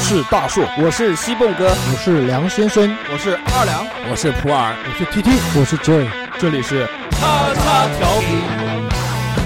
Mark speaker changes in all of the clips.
Speaker 1: 是大树，我是西蹦哥，
Speaker 2: 我是梁先生，
Speaker 3: 我是二两，
Speaker 4: 我是普洱，
Speaker 2: 我是 TT，我是 Joy，
Speaker 1: 这里是
Speaker 5: 叉叉调频。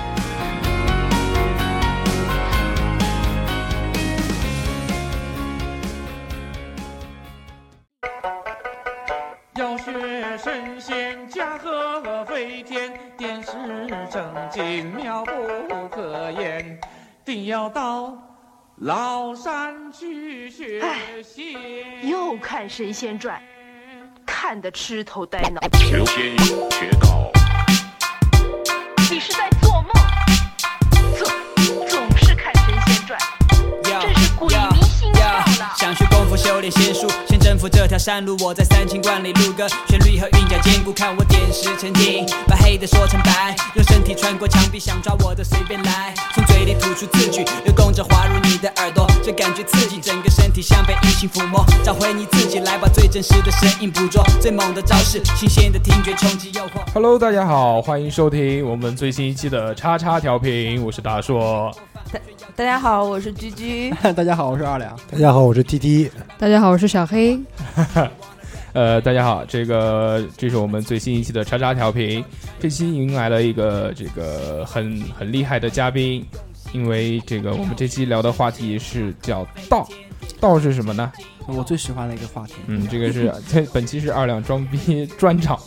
Speaker 5: 要学神仙驾鹤飞天，点石成金妙不可言，定要到崂山去学仙。
Speaker 6: 又看《神仙传》，看得痴头呆脑。
Speaker 7: 神仙学稿，
Speaker 6: 你是在做梦？总总是看《神仙传》，真是鬼迷心窍了。
Speaker 8: 想学功夫，修炼仙术，先征服这条山路。我在三清观里录歌，旋律和韵脚兼顾，看我点石成金，把黑的说成白，用身体穿过墙壁，想抓我的随便来，从嘴里吐出字句，流动着滑入你的耳朵，这感觉刺激，整个身体像被异形抚摸，找回你自己来，把最真实的声音捕捉，最猛的招式，新鲜的听觉冲击诱惑。
Speaker 4: Hello，大家好，欢迎收听我们最新一期的叉叉调频，我是大硕。
Speaker 9: 大家好，我是居居。
Speaker 3: 大家好，我是二两。
Speaker 2: 大家好，我是 TT。
Speaker 10: 大家好，我是小黑。
Speaker 4: 呃，大家好，这个这是我们最新一期的叉叉调频，这期迎来了一个这个很很厉害的嘉宾，因为这个我们这期聊的话题是叫道，道是什么呢？
Speaker 3: 我最喜欢的一个话题。
Speaker 4: 嗯，这 个是这本期是二两装逼专场，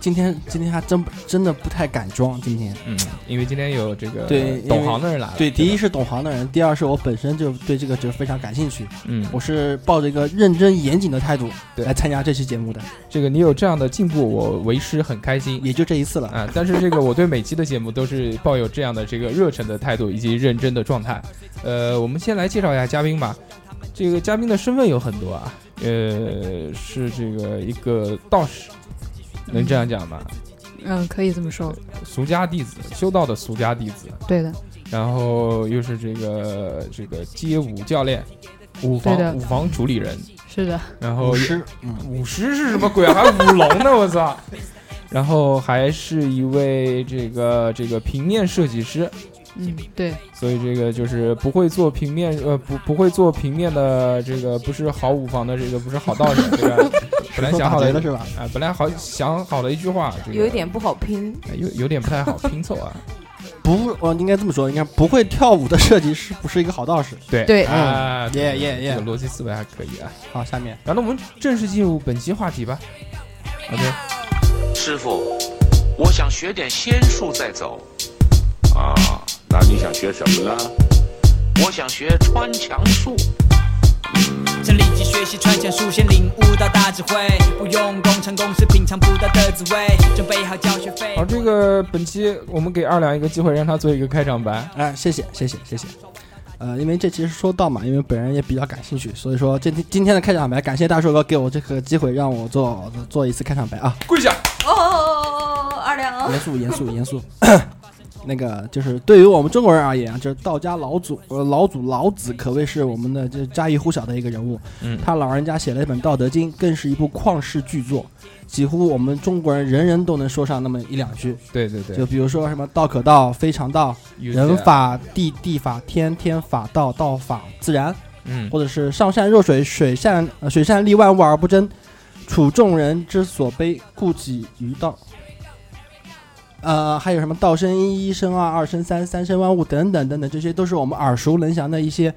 Speaker 3: 今天今天还真真的不太敢装，今天。
Speaker 4: 嗯，因为今天有这个
Speaker 3: 对
Speaker 4: 呃懂行的人来了，
Speaker 3: 对，第
Speaker 4: 吧
Speaker 3: 一是懂行的人，第二是我本身就对这个就非常感兴趣，
Speaker 4: 嗯，
Speaker 3: 我是抱着一个认真严谨的态度
Speaker 4: 对
Speaker 3: 来参加这期节目的，
Speaker 4: 这个你有这样的进步，我为师很开心。
Speaker 3: 也就这一次了。
Speaker 4: 啊，但是这个我对每期的节目都是抱有这样的这个热忱的态度以及认真的状态。呃，我们先来介绍一下嘉宾吧。这个嘉宾的身份有很多啊，呃，是这个一个道士，能这样讲吗？
Speaker 10: 嗯，可以这么说，
Speaker 4: 俗家弟子，修道的俗家弟子，
Speaker 10: 对的，
Speaker 4: 然后又是这个这个街舞教练，舞
Speaker 10: 对的
Speaker 4: 房舞房主理人，
Speaker 10: 是的，
Speaker 4: 然后
Speaker 3: 舞
Speaker 4: 也
Speaker 3: 狮，嗯，
Speaker 4: 舞狮是什么鬼啊？还舞龙呢，我操！然后还是一位这个这个平面设计师，
Speaker 10: 嗯，对，
Speaker 4: 所以这个就是不会做平面，呃，不不会做平面的这个不是好舞房的这个不是好道士，这个本来想好
Speaker 3: 来
Speaker 4: 的
Speaker 3: 了是吧？
Speaker 4: 啊、本来好想好的一句话，这个
Speaker 9: 有一点不好拼，
Speaker 4: 哎有有点不太好拼凑啊。
Speaker 3: 不，我应该这么说，应该不会跳舞的设计师不是一个好道士。嗯
Speaker 4: 对
Speaker 10: 对
Speaker 4: 啊，
Speaker 3: 耶耶
Speaker 4: 这
Speaker 3: 耶
Speaker 4: 个！逻辑思维还可以啊。
Speaker 3: 好，下面
Speaker 4: 然后我们正式进入本期话题吧。OK，
Speaker 7: 师傅，我想学点仙术再走。啊，那你想学什么呢？我想学穿墙术。
Speaker 8: 想立即学习穿墙术，先领悟到大智慧，不用功成功是品尝不到的滋味，准备好交学费
Speaker 4: 好，。这个本期我们给二两一个机会，让他做一个开场白。
Speaker 3: 哎，谢谢谢谢谢谢。呃，因为这期是说到嘛，因为本人也比较感兴趣，所以说今天今天的开场白，感谢大硕哥给我这个机会，让我做做一次开场白啊，
Speaker 4: 跪下。
Speaker 9: 哦哦哦哦哦，二两哦，
Speaker 3: 严肃严肃严肃。 那个就是对于我们中国人而言啊，就是道家老祖呃老祖老子可谓是我们的这家喻户晓的一个人物。
Speaker 4: 嗯
Speaker 3: 他老人家写了一本《道德经》，更是一部旷世巨作，几乎我们中国人人人都能说上那么一两句。
Speaker 4: 对对对，
Speaker 3: 就比如说什么“道可道，非常道”，
Speaker 4: 有
Speaker 3: 人
Speaker 4: 点，
Speaker 3: 法地地法天天法道道法自然，
Speaker 4: 嗯，
Speaker 3: 或者是上善若水，水善呃水善利万物而不争，处众人之所悲，故几于道。呃，还有什么道生一，一生二，二生三，三生万物等等等等，这些都是我们耳熟能详的一些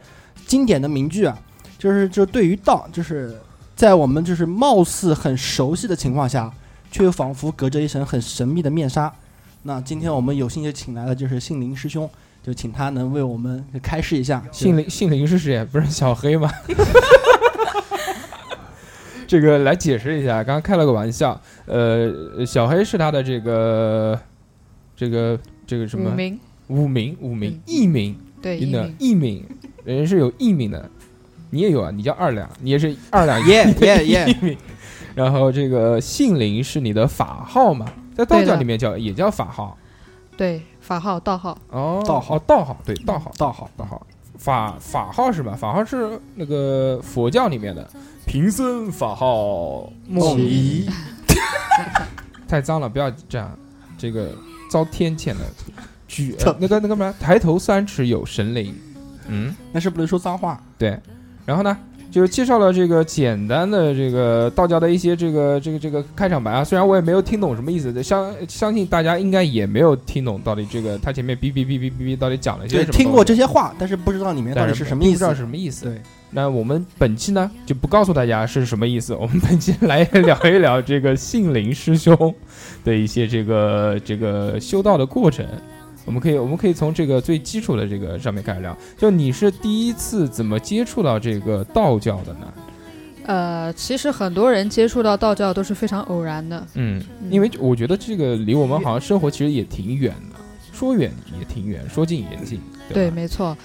Speaker 3: 经典的名句啊。就是就对于道，就是在我们就是貌似很熟悉的情况下，却又仿佛隔着一层很神秘的面纱。那今天我们有幸就请来了就是信林师兄，就请他能为我们开示一下。
Speaker 4: 姓林姓林是谁？不是小黑吗？这个来解释一下，刚刚开了个玩笑。呃，小黑是他的这个这个这个什
Speaker 10: 五
Speaker 4: 么
Speaker 10: 名，
Speaker 4: 武名武名
Speaker 10: 嗯
Speaker 4: 艺名，
Speaker 10: 对，一
Speaker 4: 真的
Speaker 10: 名，
Speaker 4: 艺名，人家是有艺名的。你也有啊？你叫二两，你也是二两
Speaker 3: 耶耶耶
Speaker 4: 艺名。然后这个姓灵是你的法号嘛，在道
Speaker 10: 对
Speaker 4: 教
Speaker 10: 的
Speaker 4: 里面叫也叫法号
Speaker 10: 对，法号、道号，
Speaker 4: 哦，
Speaker 3: 道号
Speaker 4: 哦道号对道号
Speaker 3: 道号
Speaker 4: 道号法法号是吧？法号是那个佛教里面的贫僧法号
Speaker 3: 梦
Speaker 4: 遗，太脏了，不要这样，这个遭天谴的。 举呃那个那个什么，抬头三尺有神灵，嗯，
Speaker 3: 那是不能说脏话。
Speaker 4: 对，然后呢，就是介绍了这个简单的这个道教的一些这个这个这个开场白啊，虽然我也没有听懂什么意思，相相信大家应该也没有听懂到底这个他前面哔哔哔哔哔哔到底讲了些
Speaker 3: 对，
Speaker 4: 哎什么。
Speaker 3: 听过这些话，但是不知道里面到
Speaker 4: 但
Speaker 3: 底
Speaker 4: 是
Speaker 3: 什么意
Speaker 4: 不知
Speaker 3: 思
Speaker 4: 道。什么意思。
Speaker 3: 对，
Speaker 4: 那我们本期呢就不告诉大家是什么意思， 我们本期来聊一聊这个杏林师兄的一些这个这个修道的过程。我们可以我们可以从这个最基础的这个上面开始聊，就你是第一次怎么接触到这个道教的呢？
Speaker 10: 呃，其实很多人接触到道教都是非常偶然的，
Speaker 4: 嗯，
Speaker 10: 嗯
Speaker 4: 因为我觉得这个离我们好像生活其实也挺远的，说远也挺远，说近也近，
Speaker 10: 对，
Speaker 4: 吧？
Speaker 10: 没错。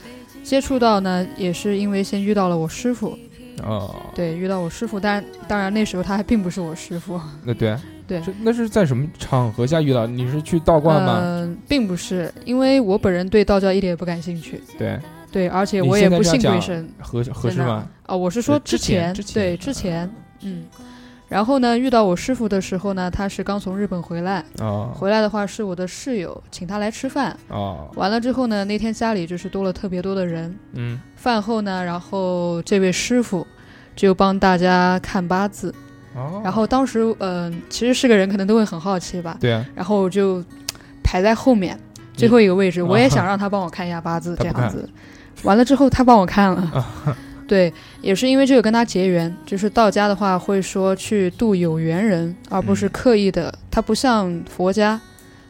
Speaker 10: 接触到呢，也是因为先遇到了我师傅，
Speaker 4: 哦，
Speaker 10: 对，遇到我师傅，但当然那时候他还并不是我师傅，
Speaker 4: 那对，
Speaker 10: 对，
Speaker 4: 这那是在什么场合下遇到？你是去道观吗？
Speaker 10: 嗯、并不是，因为我本人对道教一点也不感兴趣，
Speaker 4: 对，
Speaker 10: 对，而且
Speaker 4: 你
Speaker 10: 我也
Speaker 4: 现在
Speaker 10: 不
Speaker 4: 这样
Speaker 10: 信鬼
Speaker 4: 讲
Speaker 10: 神，
Speaker 4: 合合适
Speaker 10: 真的
Speaker 4: 吗？
Speaker 10: 啊、我是说
Speaker 4: 对之前
Speaker 10: 前，
Speaker 4: 之前啊
Speaker 10: 对，之前，嗯。然后呢，遇到我师傅的时候呢，他是刚从日本回来，
Speaker 4: 哦
Speaker 10: 回来的话是我的室友请他来吃饭。
Speaker 4: 哦，
Speaker 10: 完了之后呢，那天家里就是多了特别多的人。
Speaker 4: 嗯，
Speaker 10: 饭后呢，然后这位师傅就帮大家看八字。
Speaker 4: 哦，
Speaker 10: 然后当时，嗯、其实是个人可能都会很好奇吧。
Speaker 4: 对啊，嗯
Speaker 10: 然后我就排在后面最后一个位置，我也想让他帮我看一下八字
Speaker 4: 哦他
Speaker 10: 这
Speaker 4: 不
Speaker 10: 样
Speaker 4: 看
Speaker 10: 子。完了之后，他帮我看了，对，也是因为这个跟他结缘。就是道家的话，会说去度有缘人，而不
Speaker 4: 嗯
Speaker 10: 是刻意的。他不像佛家，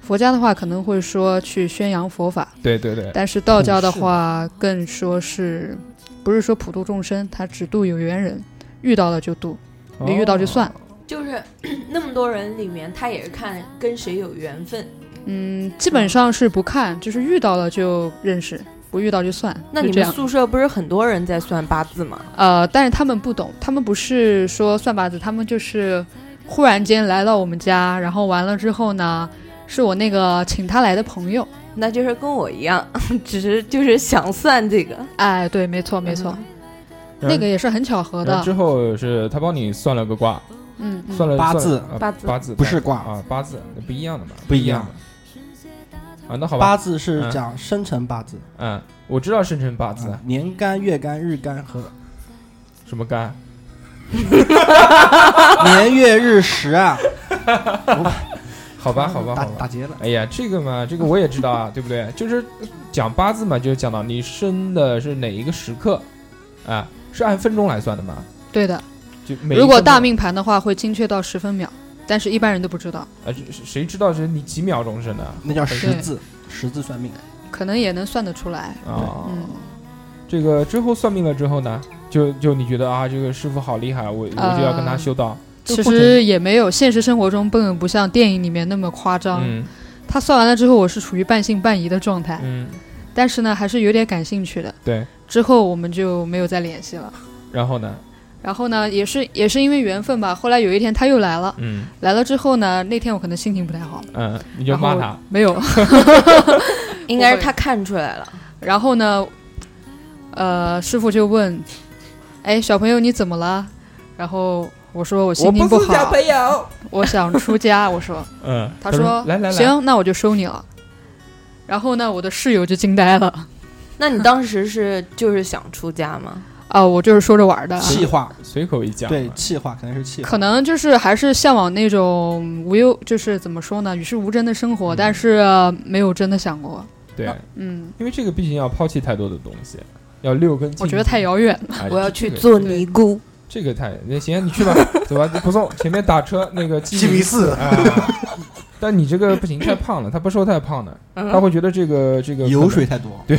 Speaker 10: 佛家的话可能会说去宣扬佛法，
Speaker 4: 对对对，
Speaker 10: 但是道教的话更说是，不是说普度众生，他只度有缘人，遇到了就度，没遇
Speaker 4: 哦
Speaker 10: 到就算。
Speaker 9: 就是 那么多人里面，他也是看跟谁有缘分。
Speaker 10: 嗯，基本上是不看，就是遇到了就认识，不遇到就算。
Speaker 9: 那
Speaker 10: 就
Speaker 9: 你
Speaker 10: 这
Speaker 9: 们
Speaker 10: 样
Speaker 9: 宿舍不是很多人在算八字吗？
Speaker 10: 呃，但是他们不懂，他们不是说算八字，他们就是忽然间来到我们家，然后完了之后呢，是我那个请他来的朋友。
Speaker 9: 那就是跟我一样， 只是就是想算这个。嗯
Speaker 10: 哎，对，没错，没错，
Speaker 4: 然
Speaker 10: 那个也是很巧合
Speaker 4: 然后
Speaker 10: 的
Speaker 4: 呃之。后是他帮你算了个卦，
Speaker 10: 嗯，嗯
Speaker 4: 算了
Speaker 3: 八
Speaker 4: 算
Speaker 3: 字
Speaker 4: 啊
Speaker 9: 八字
Speaker 4: 八字
Speaker 3: 不是卦
Speaker 4: 啊，八字那不一样的嘛，
Speaker 3: 不一
Speaker 4: 样
Speaker 3: 样
Speaker 4: 的。啊，那好吧，
Speaker 3: 八字是讲生辰八字，
Speaker 4: 嗯，我知道生辰八字
Speaker 3: 啊年干、月干、日干和
Speaker 4: 什么干，
Speaker 3: 年月日时 啊。
Speaker 4: 好吧，好吧，
Speaker 3: 打
Speaker 4: 好吧
Speaker 3: 打。结了。
Speaker 4: 哎呀，这个嘛，这个我也知道啊，对不对？就是讲八字嘛，就是讲到你生的是哪一个时刻，啊，是按分钟来算的嘛？
Speaker 10: 对的。
Speaker 4: 就每一
Speaker 10: 如果
Speaker 4: 分钟
Speaker 10: 大命盘的话，会精确到十分秒，但是一般人都不知道，
Speaker 4: 啊，这谁知道是你几秒钟生的啊？
Speaker 3: 那叫识字，识字算命。
Speaker 10: 可能也能算得出来。
Speaker 4: 啊哦
Speaker 10: 嗯，
Speaker 4: 这个之后算命了之后呢，就就你觉得啊，这个师傅好厉害，我我就要跟他修道。
Speaker 10: 呃其实也没有，现实生活中根本不像电影里面那么夸张。
Speaker 4: 嗯
Speaker 10: 他算完了之后，我是处于半信半疑的状态，
Speaker 4: 嗯，
Speaker 10: 但是呢，还是有点感兴趣的。
Speaker 4: 对。
Speaker 10: 之后我们就没有再联系了。
Speaker 4: 然后呢，
Speaker 10: 然后呢，也是也是因为缘分吧。后来有一天他又来了，
Speaker 4: 嗯
Speaker 10: 来了之后呢，那天我可能心情不太好，
Speaker 4: 嗯，你就骂他，
Speaker 10: 没 有。
Speaker 9: 应该是他看出来了，
Speaker 10: 然后呢，呃，师傅就问：“哎，小朋友你怎么了？”然后我说我心情好， 我
Speaker 9: 友，
Speaker 10: 想出家。我说，
Speaker 9: 呃
Speaker 4: 嗯，
Speaker 10: 他说
Speaker 4: 来来来，
Speaker 10: 行，那我就收你了。然后呢，我的室友就惊呆了
Speaker 9: 那你当时是就是想出家吗？
Speaker 10: 啊、我就是说着玩儿的，
Speaker 3: 气话，
Speaker 4: 随口一讲，
Speaker 3: 对，气话肯定是气话。
Speaker 10: 可能就是还是向往那种无忧，就是怎么说呢，与世无争的生活，但是、呃没有真的想过。
Speaker 4: 对，
Speaker 10: 嗯，
Speaker 4: 因为这个毕竟要抛弃太多的东西，要六根，
Speaker 10: 我觉得太，遥远了。
Speaker 4: 哎
Speaker 9: 我要
Speaker 4: 这
Speaker 9: 去
Speaker 4: 这个
Speaker 9: 做尼姑，
Speaker 4: 这个太，那行，你去吧，走吧，不送，前面打车那个鸡
Speaker 2: 鸡米四
Speaker 4: 啊。但你这个不行，太胖了，他不瘦太胖的，
Speaker 10: 嗯
Speaker 4: 他会觉得这个这个
Speaker 3: 油水太多，
Speaker 4: 对，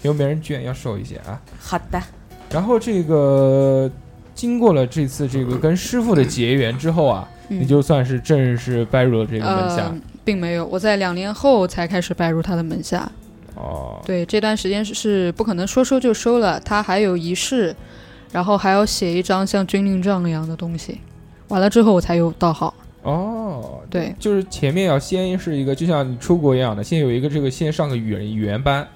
Speaker 4: 又没人捐，要瘦一些啊。
Speaker 9: 好的，
Speaker 4: 然后这个经过了这次这个跟师傅的结缘之后啊，
Speaker 10: 嗯
Speaker 4: 你就算是正式拜入了这个门下
Speaker 10: 呃。，并没有，我在两年后才开始拜入他的门下。
Speaker 4: 哦，
Speaker 10: 对，这段时间是是不可能说收就收了，他还有仪式，然后还要写一张像军令状一样的东西。完了之后我才有道号。
Speaker 4: 哦，
Speaker 10: 呃对，
Speaker 4: 就是前面要先是一个，就像你出国一样的，先有一个这个，先上个语言语言班，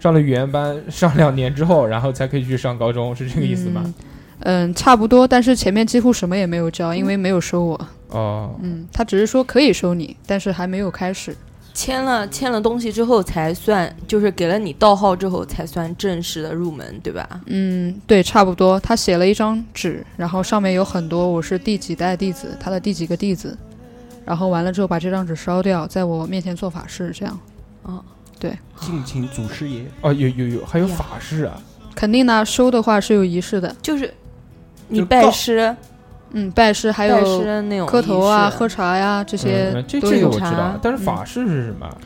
Speaker 4: 上了语言班上两年之后，然后才可以去上高中，是这个意思吗？
Speaker 10: 嗯，差不多，但是前面几乎什么也没有教，因为没有收我。
Speaker 4: 哦，
Speaker 10: 嗯，他只是说可以收你，但是还没有开始。
Speaker 9: 签了签了东西之后才算，就是给了你盗号之后才算正式的入门，对吧？
Speaker 10: 嗯，对，差不多。他写了一张纸，然后上面有很多我是第几代弟子，他的第几个弟子，然后完了之后把这张纸烧掉，在我面前做法事，这样。
Speaker 9: 哦，
Speaker 10: 对，
Speaker 3: 敬请祖师爷。
Speaker 4: 哦，有有有，还有法事啊！
Speaker 10: 肯定呢，收的话是有仪式的，
Speaker 9: 就是你拜师，
Speaker 10: 嗯，拜师还
Speaker 9: 拜师的那
Speaker 10: 有
Speaker 9: 种
Speaker 10: 磕头啊、
Speaker 9: 仪式
Speaker 10: 喝茶呀、这些
Speaker 4: 嗯这
Speaker 10: 都
Speaker 4: 这个
Speaker 10: 有
Speaker 4: 我知道
Speaker 10: 茶，
Speaker 4: 但是
Speaker 10: 嗯
Speaker 4: 法事是什么？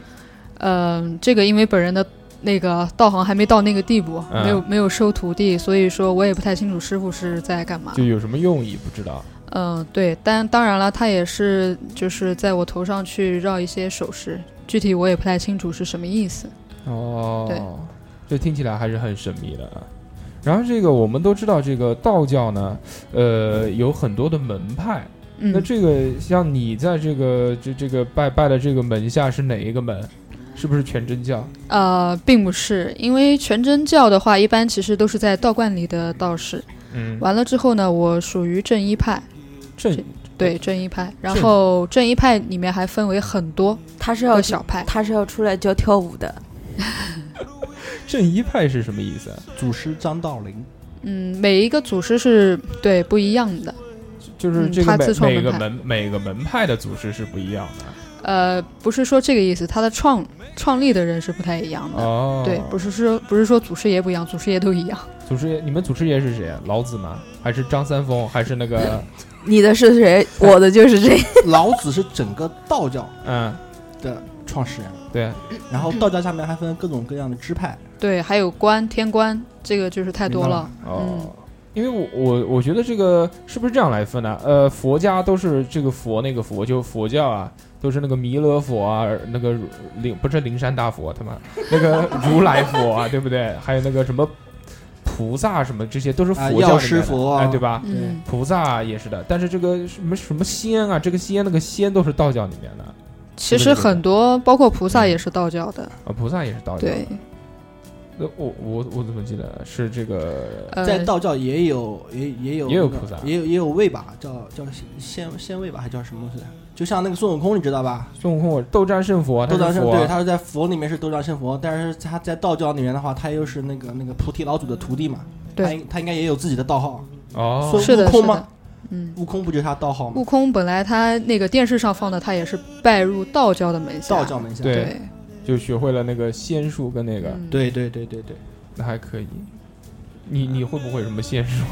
Speaker 10: 嗯，这个因为本人的那个道行还没到那个地步，
Speaker 4: 嗯
Speaker 10: 没有没有收徒弟，所以说我也不太清楚师傅是在干嘛。
Speaker 4: 就有什么用意不知道。
Speaker 10: 嗯，对，但当然了，他也是就是在我头上去绕一些手势，具体我也不太清楚是什么意思。对
Speaker 4: 哦，这听起来还是很神秘的。啊然后这个我们都知道，这个道教呢，呃，有很多的门派。
Speaker 10: 嗯
Speaker 4: 那这个像你在这个这这个拜拜的这个门下是哪一个门？是不是全真教？
Speaker 10: 呃，并不是，因为全真教的话，一般其实都是在道观里的道士。
Speaker 4: 嗯
Speaker 10: 完了之后呢，我属于正一派。
Speaker 4: 正
Speaker 10: 对正一派，然
Speaker 9: 正
Speaker 10: 后正一派里面还分为很多，
Speaker 9: 他是要
Speaker 10: 个小派，
Speaker 9: 他是要出来教跳舞的。
Speaker 4: 正一派是什么意思？啊
Speaker 3: 祖师张道陵，
Speaker 10: 嗯，每一个祖师是对不一样的，
Speaker 4: 就是
Speaker 10: 嗯
Speaker 4: 这
Speaker 10: 他
Speaker 4: 个
Speaker 10: 自
Speaker 4: 每
Speaker 10: 创
Speaker 4: 每
Speaker 10: 门
Speaker 4: 个
Speaker 10: 派
Speaker 4: 门每个门派的祖师是不一样的。
Speaker 10: 呃，不是说这个意思，他的创创立的人是不太一样的，嗯
Speaker 4: 哦，
Speaker 10: 对，不是说不是说祖师爷不一样，祖师爷都一样，
Speaker 4: 祖师爷，你们祖师爷是谁？啊老子吗？还是张三丰？还是那 个？
Speaker 9: 你的是谁？我的就是谁。
Speaker 3: 老子是整个道教
Speaker 4: 嗯，
Speaker 3: 的创始人，
Speaker 4: 对，
Speaker 3: 然后道教下面还分各种各样的支派。
Speaker 10: 对，还有官天官，这个就是太多了，嗯
Speaker 4: 哦，因为我我我觉得这个是不是这样来分呢、呃，佛家都是这个佛那个佛，就佛教啊，都是那个弥勒佛啊，那个如灵不是灵山大佛，他妈 那个如来佛啊，对不对？还有那个什么。菩萨什么这些都是
Speaker 3: 啊
Speaker 4: 佛
Speaker 3: 药
Speaker 4: 教里
Speaker 3: 师
Speaker 4: 面的，
Speaker 3: 佛
Speaker 4: 哎，对吧？
Speaker 10: 嗯
Speaker 4: 菩萨也是的，但是这个什么什么仙啊，这个仙那个仙都是道教里面的，
Speaker 10: 其实
Speaker 4: 是不是这个
Speaker 10: 很多包括菩萨也是道教的，
Speaker 4: 啊，菩萨也是道教的。
Speaker 10: 对，
Speaker 4: 那我我我怎么记得是这个？
Speaker 10: 呃
Speaker 3: 在道教也有也也有
Speaker 4: 也有
Speaker 3: 那个
Speaker 4: 菩萨
Speaker 3: 也有也有位吧，叫叫仙仙位吧，还叫什么东西来着？就像那个孙悟空，你知道吧？
Speaker 4: 孙悟空，我斗战胜佛，
Speaker 3: 斗
Speaker 4: 他
Speaker 3: 战
Speaker 4: 是
Speaker 3: 胜
Speaker 4: 佛啊
Speaker 3: 对，他是在佛里面是斗战胜佛，但是他在道教里面的话，他又是那个那个菩提老祖的徒弟嘛，
Speaker 10: 对
Speaker 3: 他应他应该也有自己的道号。
Speaker 4: 哦，
Speaker 3: 孙
Speaker 10: 是的
Speaker 3: 悟空
Speaker 10: 是
Speaker 3: 吗
Speaker 10: 的？嗯，
Speaker 3: 悟空不就是他道号吗？
Speaker 10: 悟空本来他那个电视上放的，他也是拜入道教的门下，
Speaker 3: 道教门下。
Speaker 4: 对
Speaker 10: 对，
Speaker 4: 就学会了那个仙术跟那个，
Speaker 10: 嗯
Speaker 3: 对对对对对，
Speaker 4: 那还可以。你你会不会什么 仙术？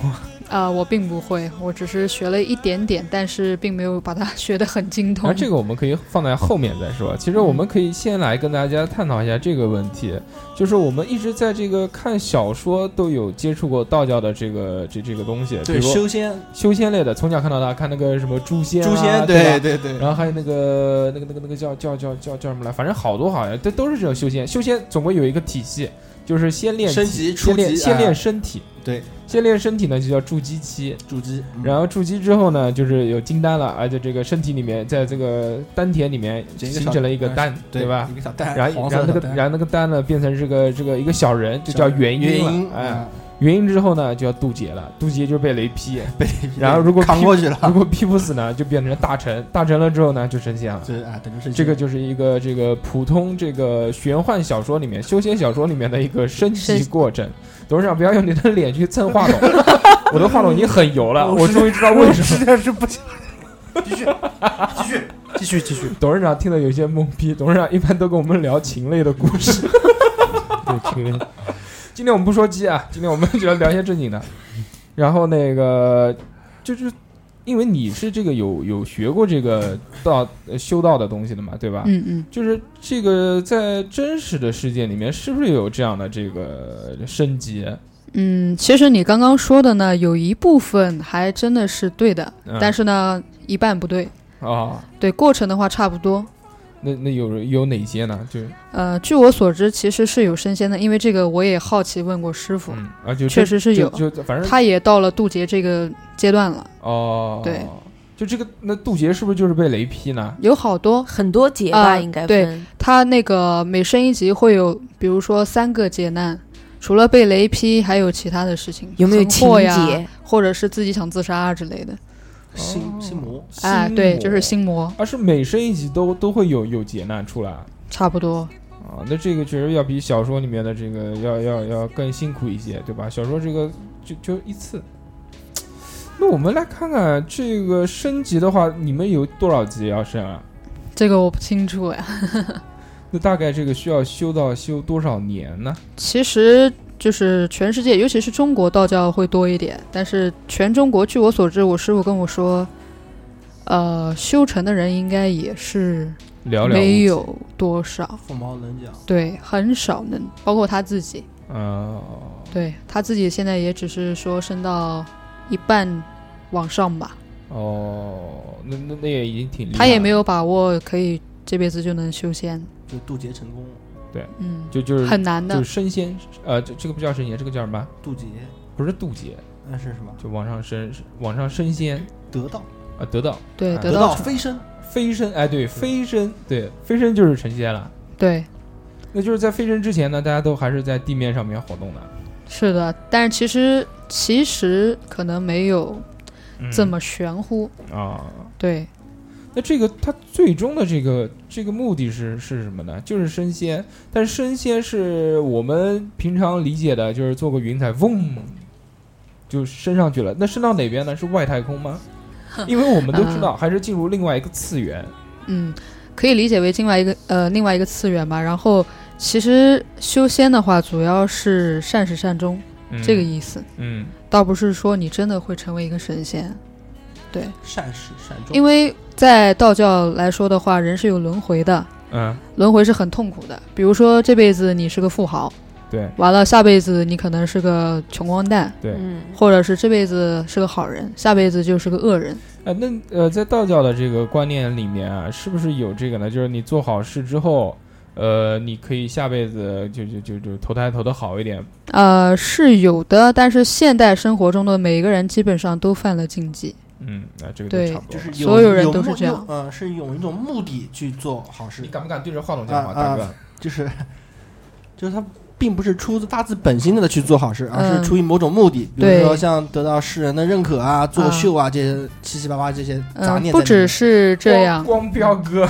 Speaker 10: 啊、我并不会，我只是学了一点点，但是并没有把它 学得很精
Speaker 4: 然后
Speaker 10: 通。
Speaker 4: 这个我们可以放在后面再说。其实我们可以先来跟大家探讨一下这个问题，就是我们一直在这个看小说都有接触过道教的这个这这个东西，比
Speaker 3: 对
Speaker 4: 如
Speaker 3: 修仙
Speaker 4: 修仙类的，从小看到大，看那个什么诛仙、啊，
Speaker 3: 诛仙，
Speaker 4: 对吧
Speaker 3: 对对，
Speaker 4: 然后还有那个那个那个那个叫叫叫叫叫什么来，反正好多好像都都是这种修仙，修仙总归有一个体系，就是先练
Speaker 3: 升
Speaker 4: 体
Speaker 3: 级初
Speaker 4: 先练
Speaker 3: 级
Speaker 4: 先
Speaker 3: 哎
Speaker 4: 练身体，
Speaker 3: 对，
Speaker 4: 先练身体呢就叫筑基期，
Speaker 3: 筑基，嗯
Speaker 4: 然后筑基之后呢就是有金丹了，而且这个身体里面在这个丹田里面
Speaker 3: 这
Speaker 4: 形成了一个
Speaker 3: 小
Speaker 4: 丹，
Speaker 3: 对
Speaker 4: 吧
Speaker 3: 一？个小蛋，
Speaker 4: 然后
Speaker 3: 黄
Speaker 4: 然
Speaker 3: 色
Speaker 4: 后那
Speaker 3: 的
Speaker 4: 个
Speaker 3: 蛋
Speaker 4: 然后那个丹呢变成这个这个一个小人，就
Speaker 3: 小
Speaker 4: 叫元
Speaker 3: 元
Speaker 4: 婴
Speaker 3: 婴啊
Speaker 4: 了，哎，，元婴之后呢就要渡劫了，渡劫就被雷劈，
Speaker 3: 被
Speaker 4: 然后如果
Speaker 3: 扛
Speaker 4: 劈
Speaker 3: 过去了，
Speaker 4: 如果劈不死呢就变成大臣，大臣了之后呢就升仙了。
Speaker 3: 这啊，等于是
Speaker 4: 这个就是一个这个普通这个玄幻小说里面、修仙小说里面的一个升级过程。董事长，不要用你的脸去蹭话筒， 我的话筒已经很油了，我终于知道为什么。
Speaker 2: 在是不想。继续，继续，继续，继续。
Speaker 4: 董事长听得有些懵逼。董事长一般都跟我们聊禽类的故事。
Speaker 1: 对，情人
Speaker 4: 今天我们不说鸡啊，今天我们就要聊些正经的。然后那个就是因为你是这个有有学过这个道呃修道的东西的嘛，对吧？
Speaker 10: 嗯嗯，
Speaker 4: 就是这个在真实的世界里面，是不是有这样的这个升级？
Speaker 10: 嗯，其实你刚刚说的呢，有一部分还真的是对的，
Speaker 4: 嗯
Speaker 10: 但是呢，一半不对。
Speaker 4: 啊、
Speaker 10: 对过程的话差不多。
Speaker 4: 那那有有哪些呢？就是
Speaker 10: 呃，据我所知，其实是有升仙的，因为这个我也好奇问过师傅，
Speaker 4: 嗯啊，就
Speaker 10: 确实是有
Speaker 4: 就就反正
Speaker 10: 他也到了渡劫这个阶段了。
Speaker 4: 哦，
Speaker 10: 对，
Speaker 4: 就这个那渡劫是不是就是被雷劈呢？
Speaker 10: 有好多
Speaker 9: 很多劫吧，应该
Speaker 10: 呃对
Speaker 9: 分
Speaker 10: 它那个每升一级会有，比如说三个劫难，除了被雷劈，还有其他的事情，
Speaker 9: 有没有
Speaker 10: 横祸呀
Speaker 9: 情节，
Speaker 10: 或者是自己想自杀啊之类的。
Speaker 3: 心心魔，
Speaker 10: 哎，
Speaker 4: 哦心
Speaker 10: 对，
Speaker 4: 魔
Speaker 10: 就是心魔，
Speaker 4: 而是每升一级都都会有有劫难出来
Speaker 10: 差不多。
Speaker 4: 啊。那这个确实要比小说里面的这个要要要更辛苦一些，对吧？小说这个就就一次。那我们来看看这个升级的话，你们有多少级要升啊？
Speaker 10: 这个我不清楚哎。
Speaker 4: 那大概这个需要修到修多少年呢？
Speaker 10: 其实就是全世界，尤其是中国道教会多一点，但是全中国，据我所知，我师傅跟我说，呃，修成的人应该也是
Speaker 4: 寥寥无几
Speaker 10: 没有多少，
Speaker 3: 凤毛麟角。
Speaker 10: 对，很少能，包括他自己，
Speaker 4: 呃，
Speaker 10: 对他自己现在也只是说升到一半往上吧，
Speaker 4: 哦，那那那也已经挺厉害了。
Speaker 10: 他也没有把握可以这辈子就能修仙，
Speaker 3: 就渡劫成功，
Speaker 4: 对，
Speaker 10: 嗯
Speaker 4: 就就是
Speaker 10: 很难的
Speaker 4: 就是升仙，呃，这这个不叫升仙，这个叫什么？
Speaker 3: 渡劫
Speaker 4: 不是渡劫，
Speaker 3: 那是什么？
Speaker 4: 就往上升，往上升仙，
Speaker 3: 得道
Speaker 4: 啊，得道，
Speaker 10: 对
Speaker 4: 啊
Speaker 10: 得道
Speaker 3: 飞升，
Speaker 4: 飞升，哎，对，飞升，对，飞升就是成仙了。
Speaker 10: 对，
Speaker 4: 那就是在飞升之前呢，大家都还是在地面上面活动的。
Speaker 10: 是的，但是其实其实可能没有这么玄乎，
Speaker 4: 啊。
Speaker 10: 对，
Speaker 4: 那这个它最终的这个这个目的是是什么呢？就是升仙，但是升仙是我们平常理解的，就是坐个云彩嗡就升上去了。那升到哪边呢？是外太空吗？因为我们都知道，还是进入另外一个次元。
Speaker 10: 嗯，可以理解为另外一个呃另外一个次元吧。然后其实修仙的话，主要是善始善终、
Speaker 4: 嗯
Speaker 10: 这个意思，
Speaker 4: 嗯，
Speaker 10: 倒不是说你真的会成为一个神仙，对，
Speaker 3: 善始善终。
Speaker 10: 因为在道教来说的话，人是有轮回的，
Speaker 4: 嗯，
Speaker 10: 轮回是很痛苦的。比如说这辈子你是个富豪，
Speaker 4: 对
Speaker 10: 完了下辈子你可能是个穷光蛋，
Speaker 4: 对
Speaker 9: 嗯
Speaker 10: 或者是这辈子是个好人，下辈子就是个恶人。
Speaker 4: 哎，那呃，在道教的这个观念里面啊，是不是有这个呢？就是你做好事之后，呃，你可以下辈子就就就就投胎投的好一点。
Speaker 10: 呃，是有的，但是现代生活中的每一个人基本上都犯了禁忌。
Speaker 4: 嗯，那这个就
Speaker 10: 对
Speaker 4: 差不，多。
Speaker 3: 就是
Speaker 10: 所有人都
Speaker 3: 目
Speaker 10: 是这样
Speaker 3: 用。呃，是有一种目的去做好事。你啊
Speaker 4: 敢不敢对着话筒
Speaker 3: 讲
Speaker 4: 话大哥
Speaker 3: 就是， 就是他并不是出自发自本心的去做好事，而
Speaker 10: 嗯
Speaker 3: 是出于某种目的，比
Speaker 10: 对
Speaker 3: 如说像得到世人的认可啊、作秀啊这些七七八八这些杂
Speaker 10: 嗯，
Speaker 3: 念在里面。
Speaker 10: 不只是这样，
Speaker 4: 光标 哥，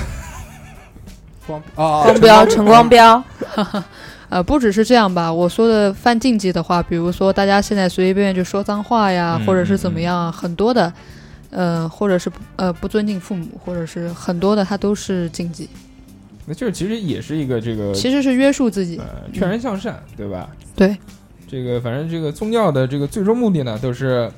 Speaker 3: 光
Speaker 4: 哦
Speaker 3: 啊，
Speaker 9: 光标陈光标，
Speaker 10: 呃，不只是这样吧。我说的犯禁忌的话，比如说大家现在随随便便就说脏话呀，
Speaker 4: 嗯
Speaker 10: 或者是怎么样啊，很多的，呃，或者是不呃不尊敬父母，或者是很多的，它都是禁忌，
Speaker 4: 那就是其实也是一个这个，
Speaker 10: 其实是约束自己。嗯
Speaker 4: 呃劝人向善，对吧？
Speaker 10: 对，
Speaker 4: 这个反正这个宗教的这个最终目的呢，都是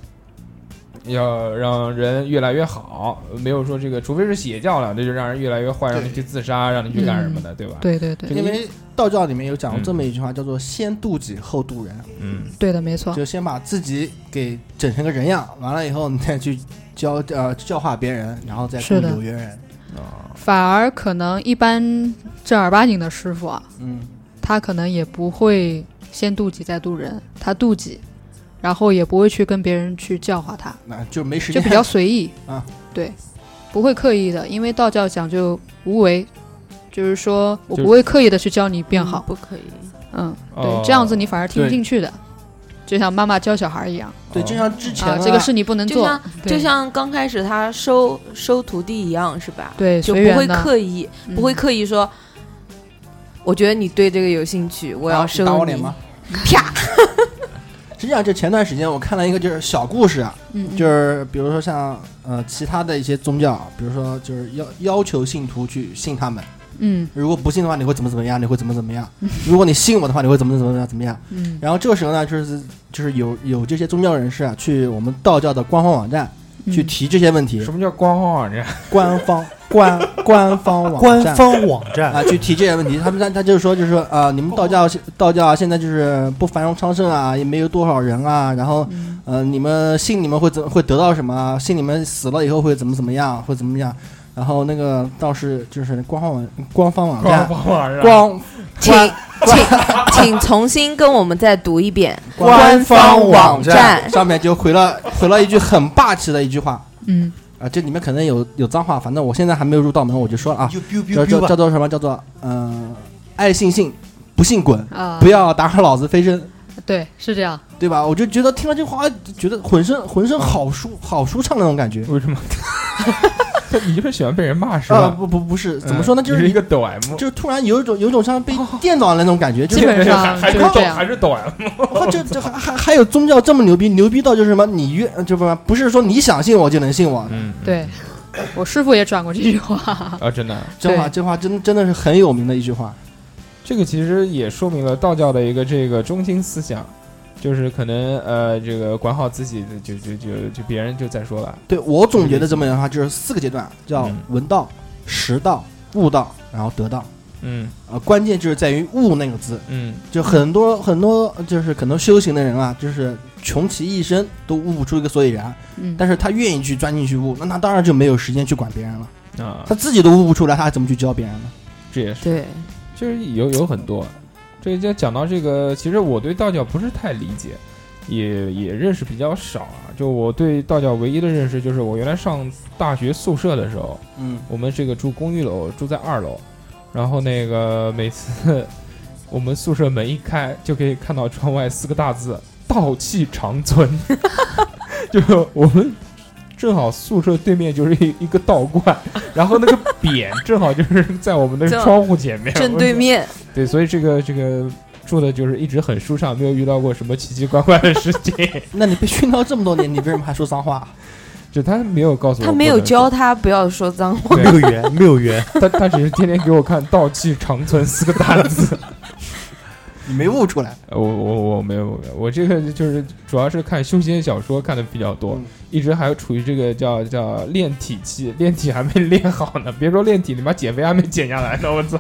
Speaker 4: 要让人越来越好，没有说这个，除非是邪教了，那就让人越来越坏，让你去自杀，让你去干什么的，对吧？
Speaker 10: 嗯对对对，
Speaker 4: 这个
Speaker 3: 因为道教里面有讲过这么一句话，叫做“先渡己，后渡人
Speaker 4: 嗯，
Speaker 10: 对的，没”，错。
Speaker 3: 就先把自己给整成个人样，完了以后你再去教呃教化别人，然后再
Speaker 10: 是
Speaker 3: 渡
Speaker 10: 的
Speaker 3: 有缘人。
Speaker 10: 反而可能一般正儿八经的师傅啊，
Speaker 3: 嗯，
Speaker 10: 他可能也不会先渡己再渡人，他渡己，然后也不会去跟别人去教化他，
Speaker 3: 那就没时
Speaker 10: 就比
Speaker 3: 间，
Speaker 10: 较随意
Speaker 3: 啊，
Speaker 10: 对，不会刻意的，因为道教讲究无为，就是说我
Speaker 4: 就是
Speaker 10: 不会刻意的去教你变好，
Speaker 9: 不可以。
Speaker 10: 嗯，
Speaker 4: 哦
Speaker 10: 对，这样子你反而听不
Speaker 3: 对
Speaker 10: 进去的，就像妈妈教小孩一样
Speaker 3: 对，就像之前
Speaker 10: 啊，
Speaker 3: 啊
Speaker 10: 这个是你不能
Speaker 9: 哦就
Speaker 10: 做
Speaker 9: 像，
Speaker 10: 对
Speaker 9: 就像刚开始他收收徒弟一样，是吧？
Speaker 10: 对
Speaker 9: 就
Speaker 10: 随
Speaker 9: 不
Speaker 10: 缘
Speaker 9: 会
Speaker 10: 的
Speaker 9: 刻意，
Speaker 10: 嗯
Speaker 9: 不会刻意说，我觉得你对这个有兴趣，我
Speaker 3: 我
Speaker 9: 要
Speaker 3: 打
Speaker 9: 收
Speaker 3: 我脸
Speaker 9: 你。
Speaker 3: 吗？啪！实际上，就前段时间我看了一个就是小故事啊，
Speaker 10: 嗯，嗯
Speaker 3: 就是比如说像呃其他的一些宗教，比如说就是要要求信徒去信他们，
Speaker 10: 嗯
Speaker 3: 如果不信的话，你会怎么怎么样？你会怎么怎么样？如果你信我的话，你会怎么怎么样？怎么样？
Speaker 10: 嗯
Speaker 3: 然后这个时候呢，就是就是有有这些宗教人士啊，去我们道教的官方网站去
Speaker 10: 嗯
Speaker 3: 提这些问题
Speaker 4: 什，么叫官方网站？
Speaker 3: 官方 官官方网
Speaker 2: 官
Speaker 3: 站。
Speaker 2: 方网站，
Speaker 3: 啊，去提这些问题，他们他他就是说，就是说，啊，你们道
Speaker 10: 哦
Speaker 3: 教道教啊，现在就是不繁荣昌盛啊，也没有多少人啊，然后，
Speaker 10: 嗯
Speaker 3: 呃，你们信你们会怎会得到什么啊？信你们死了以后会怎么怎么样，会怎么样？然后那个道士就是官方网官方网
Speaker 4: 官
Speaker 3: 站
Speaker 4: 方网站，
Speaker 3: 官
Speaker 9: 请请请重新跟我们再读一 遍。
Speaker 2: 官方网站
Speaker 9: 站
Speaker 3: 上面就回了回了一句很霸气的一句话，
Speaker 10: 嗯，
Speaker 3: 啊，这里面可能有有脏话，反正我现在还没有入道门，我就说了啊
Speaker 2: ，biu biu，
Speaker 3: 叫
Speaker 2: biu 吧
Speaker 3: 叫叫做什么？叫做嗯，爱信信，不信滚
Speaker 10: 啊，
Speaker 3: 不要打扰老子飞升，
Speaker 10: 对，是这样。
Speaker 3: 对吧？我就觉得听了这话，觉得浑身浑身好舒好舒畅那种感觉。
Speaker 4: 为什么？ 你就是喜欢被人骂是
Speaker 3: 啊，
Speaker 4: 吧？
Speaker 3: 不不不是，怎么说呢？
Speaker 4: 嗯
Speaker 3: 就
Speaker 4: 你
Speaker 3: 是
Speaker 4: 是一个抖 M，
Speaker 3: 就是突然有一种有一种像被电到了那种感觉，就是
Speaker 10: 基本上
Speaker 4: 还是
Speaker 10: 就是
Speaker 4: 抖
Speaker 10: 这样
Speaker 4: 还是抖 M，
Speaker 3: 哇这这还还还有宗教这么牛逼，牛逼到就是什么？你越呃就不不是说你想信我就能信我，
Speaker 4: 嗯，
Speaker 10: 对，我师傅也转过这句话。
Speaker 4: 啊，真的。
Speaker 3: 这话这话真真的是很有名的一句话。
Speaker 4: 这个其实也说明了道教的一个这个中心思想，就是可能呃，这个管好自己的，就就就就别人就再说了。
Speaker 3: 对我总结的这么一句话就是四个阶段，叫
Speaker 4: 嗯
Speaker 3: 闻道、识道、悟道，然后得道。
Speaker 4: 嗯
Speaker 3: 呃，关键就是在于“悟”那个字，
Speaker 4: 嗯，
Speaker 3: 就很多很多就是可能修行的人啊，就是穷其一生都悟不出一个所以然，
Speaker 10: 嗯
Speaker 3: 但是他愿意去钻进去悟，那他当然就没有时间去管别人了，
Speaker 4: 啊，
Speaker 3: 他自己都悟不出来，他还怎么去教别人呢？
Speaker 4: 这也是
Speaker 9: 对，
Speaker 4: 就是有有很多。这就讲到这个，其实我对道教不是太理解，也也认识比较少啊。就我对道教唯一的认识，就是我原来上大学宿舍的时候，
Speaker 3: 嗯，
Speaker 4: 我们这个住公寓楼，住在二楼，然后那个每次我们宿舍门一开，就可以看到窗外四个大字“道气 长存”，就是我们正好宿舍对面就是一一个道观，然后那个匾正好就是在我们的
Speaker 9: 正
Speaker 4: 窗户前面，
Speaker 9: 正对面，
Speaker 4: 对，所以这个这个住的就是一直很舒畅，没有遇到过什么奇奇怪怪的事情。
Speaker 3: 那你被熏到这么多年，你为什么还说脏话？啊
Speaker 4: 就他没有告诉我，
Speaker 9: 他没有教，他不要说 脏
Speaker 10: 哦
Speaker 9: 话。
Speaker 4: 没
Speaker 1: 没有 缘，没有缘。
Speaker 4: 他他只是天天给我看“道气长存”四个大字。
Speaker 3: 你没悟出来。
Speaker 4: 呃我我我没有，我没有我这个就是主要是看修仙小说看的比较多，
Speaker 3: 嗯
Speaker 4: 一直还处于这个叫叫练体期，练体还没练好呢，别说练体，你妈减肥还没减下来呢，我操！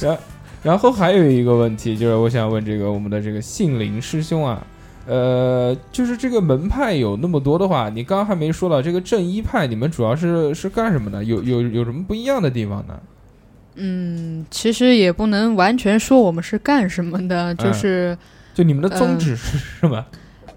Speaker 4: 然然后还有一个问题就是，我想问这个我们的这个杏林师兄啊，呃，就是这个门派有那么多的话，你刚刚还没说到这个正一派，你们主要是是干什么的？有有有什么不一样的地方呢？
Speaker 10: 嗯，其实也不能完全说我们是干什么的，就
Speaker 4: 嗯
Speaker 10: 是、
Speaker 4: 就你们的宗
Speaker 10: 嗯
Speaker 4: 旨是什么？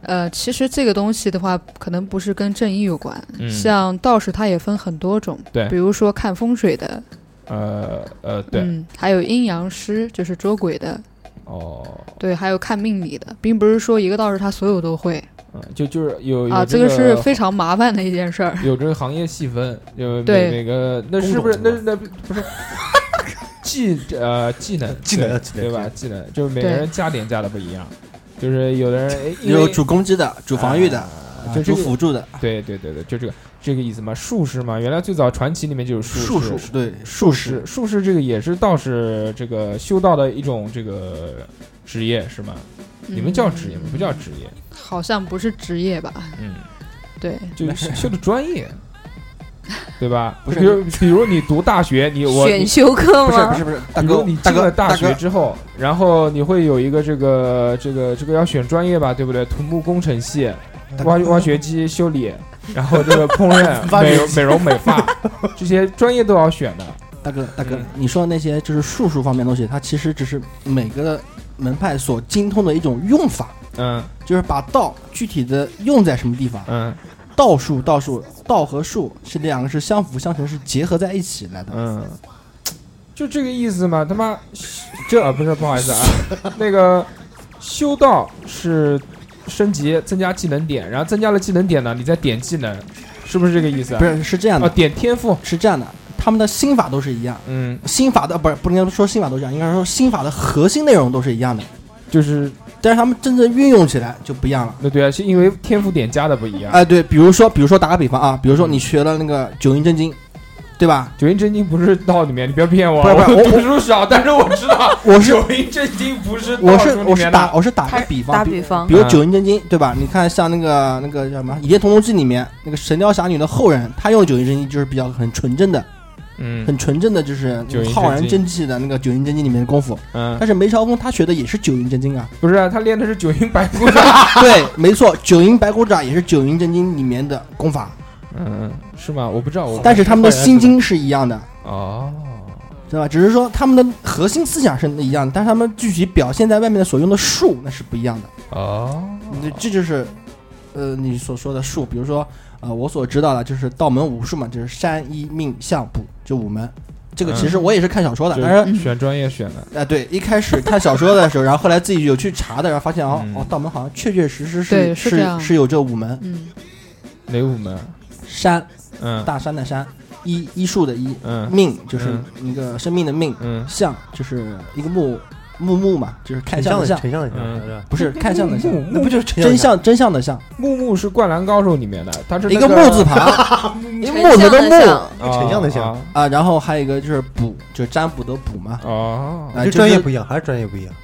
Speaker 10: 呃，其实这个东西的话，可能不是跟正义有关，
Speaker 4: 嗯
Speaker 10: 像道士它也分很多种，
Speaker 4: 对
Speaker 10: 比如说看风水的，
Speaker 4: 呃呃，对，
Speaker 10: 嗯，还有阴阳师，就是捉鬼的，
Speaker 4: 哦。
Speaker 10: 对，还有看命理的，并不是说一个道士他所有都会
Speaker 4: 嗯，就就是有有
Speaker 10: 啊，
Speaker 4: 这
Speaker 10: 这个是非常麻烦的一件事儿。
Speaker 4: 有这个行业细分，有每
Speaker 10: 对
Speaker 4: 每个那
Speaker 1: 工
Speaker 4: 是不是那
Speaker 1: 种
Speaker 4: 那不是技呃技能
Speaker 1: 技能
Speaker 4: 对
Speaker 1: 技能
Speaker 4: 对吧？技能就是每个
Speaker 10: 对
Speaker 4: 人加点加的不一样，就是有的人哎因
Speaker 3: 有
Speaker 4: 为
Speaker 3: 主攻击的、主防御的、啊
Speaker 4: 就这
Speaker 3: 主
Speaker 4: 个
Speaker 3: 辅助的、
Speaker 4: 对对对对，就这个这个意思嘛。术士嘛，原来最早传奇里面就有术
Speaker 3: 术
Speaker 4: 士
Speaker 3: 数，对术
Speaker 4: 术士
Speaker 3: 士。
Speaker 4: 术士这个也是道士这个修道的一种这个职业是吗？你们叫职业吗？
Speaker 10: 嗯
Speaker 4: 不叫职业，
Speaker 10: 好像不是职业吧？
Speaker 4: 嗯。
Speaker 10: 对，
Speaker 4: 就是修的专业，对吧？
Speaker 3: 不是
Speaker 4: 比如比如你读大学，你我
Speaker 9: 选
Speaker 4: 你
Speaker 9: 修课
Speaker 3: 不是不
Speaker 9: 吗？
Speaker 3: 是不是，大
Speaker 4: 比如
Speaker 3: 哥
Speaker 4: 你
Speaker 3: 大
Speaker 4: 进
Speaker 3: 哥
Speaker 4: 了大学，之后，然后你会有一个这个这个这个要选专业吧，对不对？土木工程系，挖挖掘机修理，然后这个烹 饪、
Speaker 3: 挖掘
Speaker 4: 美容美容美 发这些专业都要选的。
Speaker 3: 大哥大哥
Speaker 4: 嗯，
Speaker 3: 你说的那些就是术数方面的东西，它其实只是每个门派所精通的一种用法，
Speaker 4: 嗯
Speaker 3: 就是把道具体的用在什么地方。
Speaker 4: 嗯
Speaker 3: 道术道术道和术是两个是相辅相成，是结合在一起来的。
Speaker 4: 嗯，就这个意思嘛。他妈，这啊不是不好意思啊，那个修道是升级增加技能点，然后增加了技能点呢，你再点技能，是不是这个意思啊？
Speaker 3: 不是是这样
Speaker 4: 啊，
Speaker 3: 的，
Speaker 4: 点天赋，
Speaker 3: 是这样的，他们的心法都是一样。
Speaker 4: 嗯，
Speaker 3: 心法的不是不能说心法都是一样，应该说心法的核心内容都是一样的，
Speaker 4: 就是
Speaker 3: 但是他们真正运用起来就不一样了。
Speaker 4: 那对啊，是因为天赋点加的不一样。
Speaker 3: 哎，对，比如说，比如说打个比方啊，比如说你学了那个九阴真经，对吧？
Speaker 4: 九阴真经不是道里面，你不要骗我。
Speaker 3: 不是不是
Speaker 4: 我
Speaker 3: 我
Speaker 4: 读书少，但是我知道
Speaker 3: 我是
Speaker 4: 九阴真经不是
Speaker 3: 我
Speaker 4: 道
Speaker 3: 是
Speaker 4: 书里
Speaker 3: 我是
Speaker 4: 面
Speaker 3: 打
Speaker 4: 的。
Speaker 3: 我是打嗯
Speaker 9: 他
Speaker 3: 个比方，
Speaker 9: 打
Speaker 3: 比
Speaker 9: 比方，
Speaker 3: 比如九阴真经，对吧？你看像那个那个叫什么《倚天屠龙记》里面那个神雕侠侣的后人，他用九阴真经就是比较很纯正的，
Speaker 4: 嗯
Speaker 3: 很纯正的，就是
Speaker 4: 九阴真经
Speaker 3: 浩然正气的那个九阴真经里面的功夫。
Speaker 4: 嗯，
Speaker 3: 但是梅超风他学的也是九阴真经啊，
Speaker 4: 不是啊，他练的是九阴白骨爪。
Speaker 3: 对，没错，九阴白骨爪也是九阴真经里面的功法，
Speaker 4: 嗯，是吗？我不知道，啊我
Speaker 3: 但是他们的
Speaker 4: 后来
Speaker 3: 心经是一样的。
Speaker 4: 哦，
Speaker 3: 对吧？只是说他们的核心思想是一样的，但是他们具体表现在外面的所用的术那是不一样的。
Speaker 4: 哦，
Speaker 3: 你这这就是，呃，你所说的术，比如说呃，我所知道的就是道门武术嘛，就是山医命相卜，就五门。这个其
Speaker 10: 嗯
Speaker 3: 实我也是看小说的，
Speaker 4: 就
Speaker 3: 但是
Speaker 4: 选专业选的。
Speaker 3: 啊，对，一开始看小说的时候，然后后来自己有去查的，然后发现哦，
Speaker 4: 嗯
Speaker 3: 哦，道门好像确确实实
Speaker 10: 对
Speaker 3: 是
Speaker 10: 是这样
Speaker 3: 是有这五门，
Speaker 10: 嗯，
Speaker 4: 哪五门？
Speaker 3: 山，
Speaker 4: 嗯
Speaker 3: 大山的山，医医术的医，
Speaker 4: 嗯
Speaker 3: 命就是
Speaker 4: 嗯
Speaker 3: 一个生命的命，
Speaker 4: 嗯，
Speaker 3: 相就是一个木木木嘛，就是看
Speaker 2: 相
Speaker 3: 相的相，
Speaker 2: 丞相的丞
Speaker 4: 嗯
Speaker 2: 是吧
Speaker 3: 不是看相的相
Speaker 4: 木木，
Speaker 3: 那不就是
Speaker 2: 丞
Speaker 3: 真
Speaker 2: 相
Speaker 3: 相真相的相，
Speaker 4: 木木是《灌篮高手》里面的，他是
Speaker 3: 一
Speaker 4: 那个
Speaker 3: 木字旁，一个木头
Speaker 9: 丞相的
Speaker 3: 木
Speaker 9: 相，
Speaker 2: 丞相的相
Speaker 4: 啊
Speaker 3: 啊，然后还有一个就是卜，就是占卜的卜嘛，
Speaker 4: 哦，
Speaker 3: 啊，
Speaker 2: 就
Speaker 3: 就
Speaker 2: 专业
Speaker 3: 是
Speaker 2: 不一样，还是专业不一样。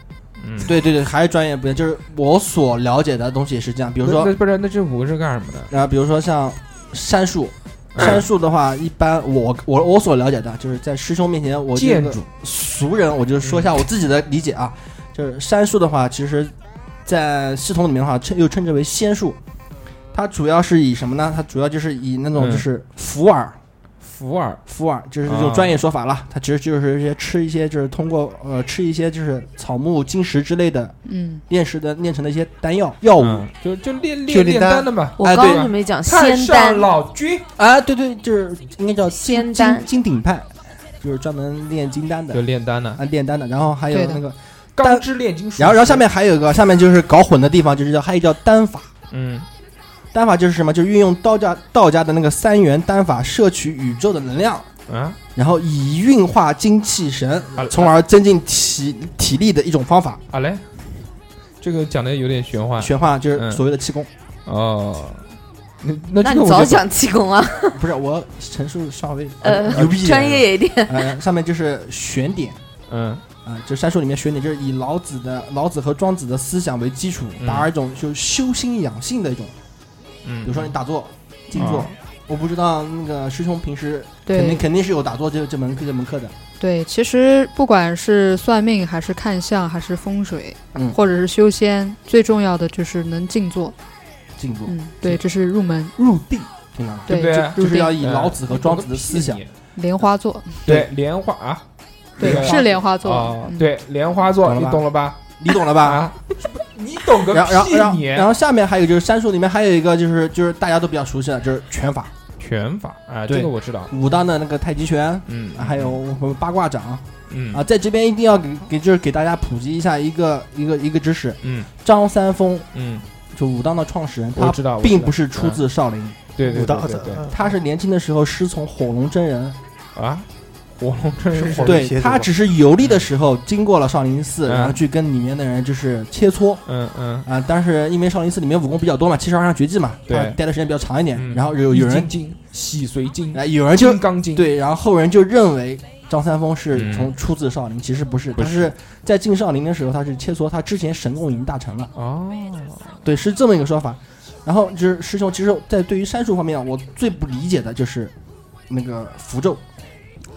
Speaker 4: 嗯，
Speaker 3: 对对对，还是专业不一样，就是我所了解的东西也是这样，比如说
Speaker 4: 那，那不是那这五个是干什么的？
Speaker 3: 然后比如说像杉树，
Speaker 4: 嗯
Speaker 3: 杉树的话，一般我我我所了解的，就是在师兄面前，我这
Speaker 4: 建
Speaker 3: 个
Speaker 4: 筑
Speaker 3: 俗人，我就说一下我自己的理解啊，就是杉树的话，其实，在系统里面的话，称又称之为仙术，它主要是以什么呢？它主要就是以那种
Speaker 4: 嗯
Speaker 3: 就是伏耳。
Speaker 4: 福尔
Speaker 3: 伏耳就是这
Speaker 4: 啊
Speaker 3: 种专业说法了，它其实就是一些吃一些就是通过呃吃一些就是草木金石之类的
Speaker 10: 嗯，
Speaker 3: 炼石的炼成的一些丹药药物，
Speaker 4: 嗯就就练
Speaker 2: 就炼
Speaker 4: 练炼
Speaker 2: 丹
Speaker 4: 丹的嘛。
Speaker 9: 我
Speaker 3: 哎
Speaker 9: 刚
Speaker 3: 对
Speaker 9: 刚准备讲
Speaker 4: 嗯太
Speaker 9: 仙丹
Speaker 4: 上，老君
Speaker 3: 啊，对对，就是应该叫
Speaker 9: 仙
Speaker 3: 金
Speaker 9: 丹
Speaker 3: 金金鼎派，就是专门炼金丹
Speaker 4: 就
Speaker 3: 的
Speaker 4: 炼丹呢，
Speaker 3: 啊，炼丹的。然后还有
Speaker 10: 对的
Speaker 3: 那个，
Speaker 4: 钢之炼金术。
Speaker 3: 然后然后下面还有一个，下面就是搞混的地方，就是叫还有叫丹法。
Speaker 4: 嗯
Speaker 3: 丹法就是什么？就是运用道家道家的那个三元丹法，摄取宇宙的能量，
Speaker 4: 啊
Speaker 3: 然后以运化精气神，
Speaker 4: 啊
Speaker 3: 从而增进体体力的一种方法。
Speaker 4: 啊嘞，这个讲的有点玄幻
Speaker 3: 玄化就是
Speaker 4: 嗯
Speaker 3: 所谓的气功，
Speaker 4: 哦。那
Speaker 9: 那
Speaker 4: 这个
Speaker 9: 你
Speaker 4: 我
Speaker 9: 早
Speaker 4: 就
Speaker 9: 讲气功啊，
Speaker 3: 不是我陈述稍微
Speaker 9: 呃
Speaker 3: 牛逼，一
Speaker 9: 专
Speaker 3: 点。
Speaker 9: 业一点。
Speaker 3: 呃，上面就是玄点。
Speaker 4: 嗯
Speaker 3: 啊，就山术里面学点，就是以老子的老子和庄子的思想为基础，
Speaker 4: 嗯
Speaker 3: 达一种就是修心养性的一种。
Speaker 4: 嗯，
Speaker 3: 比如说你打坐、静坐，
Speaker 4: 啊
Speaker 3: 我不知道那个师兄平时肯定
Speaker 10: 对
Speaker 3: 肯定是有打坐这这门这门课的。
Speaker 10: 对，其实不管是算命还是看相还是风水，
Speaker 3: 嗯
Speaker 10: 或者是修仙，最重要的就是能静坐。
Speaker 3: 静坐、
Speaker 10: 嗯，对，这是入门，
Speaker 3: 入定，听到吗？
Speaker 10: 对，
Speaker 4: 对不对
Speaker 10: 就
Speaker 3: 就
Speaker 10: 入
Speaker 3: 是
Speaker 10: 定
Speaker 3: 要以老子和庄子的思想
Speaker 4: 嗯。。
Speaker 10: 莲花座，
Speaker 4: 对，莲花啊，
Speaker 10: 对
Speaker 4: 莲，花
Speaker 10: 是莲花座。
Speaker 4: 哦，
Speaker 10: 嗯，
Speaker 4: 对，莲花座，
Speaker 3: 懂了
Speaker 4: 你
Speaker 3: 吧
Speaker 4: 懂了吧？
Speaker 3: 你懂了吧？
Speaker 4: 啊，你懂个
Speaker 3: 然后然后
Speaker 4: 屁
Speaker 3: 然后
Speaker 4: 你！啊
Speaker 3: 然后下面还有就是山术里面还有一个就是就是大家都比较熟悉的就是拳法，
Speaker 4: 拳法啊，
Speaker 3: 对
Speaker 4: 这个我知道。
Speaker 3: 武当的那个太极拳。
Speaker 4: 嗯，
Speaker 3: 还有我们八卦掌
Speaker 4: 嗯
Speaker 3: 啊，在这边一定要给给就是给大家普及一下一个一个一个知识，
Speaker 4: 嗯
Speaker 3: 张三丰
Speaker 4: 嗯，
Speaker 3: 就武当的创始人，
Speaker 4: 我
Speaker 3: 他
Speaker 4: 知道，我知道嗯
Speaker 3: 并不是出自少林，
Speaker 4: 对对
Speaker 2: 武
Speaker 4: 对
Speaker 2: 当
Speaker 4: 对对
Speaker 3: 他是年轻的时候师从火龙真人，
Speaker 4: 啊，火龙真人
Speaker 2: 是火龙
Speaker 3: 对
Speaker 2: 邪
Speaker 3: 他
Speaker 2: 毒
Speaker 3: 只是游历的时候经过了少林寺，
Speaker 4: 嗯
Speaker 3: 然后去跟里面的人就是切磋。
Speaker 4: 嗯嗯，
Speaker 3: 啊，但是因为少林寺里面武功比较多嘛，七十二项绝技嘛，
Speaker 4: 对
Speaker 3: 他待的时间比较长一点，
Speaker 4: 嗯
Speaker 3: 然后有有人
Speaker 4: 易筋，经、洗髓经、
Speaker 3: 哎，有人就
Speaker 4: 金刚经，，
Speaker 3: 对，然后后人就认为张三丰是
Speaker 4: 嗯
Speaker 3: 从出自少林，其实不是，
Speaker 4: 不
Speaker 3: 他是在进少林的时候，他是切磋他之前神功已经大成了，
Speaker 4: 哦，
Speaker 3: 对，是这么一个说法。然后就是师兄，其实，在对于山术方面，我最不理解的就是那个符咒，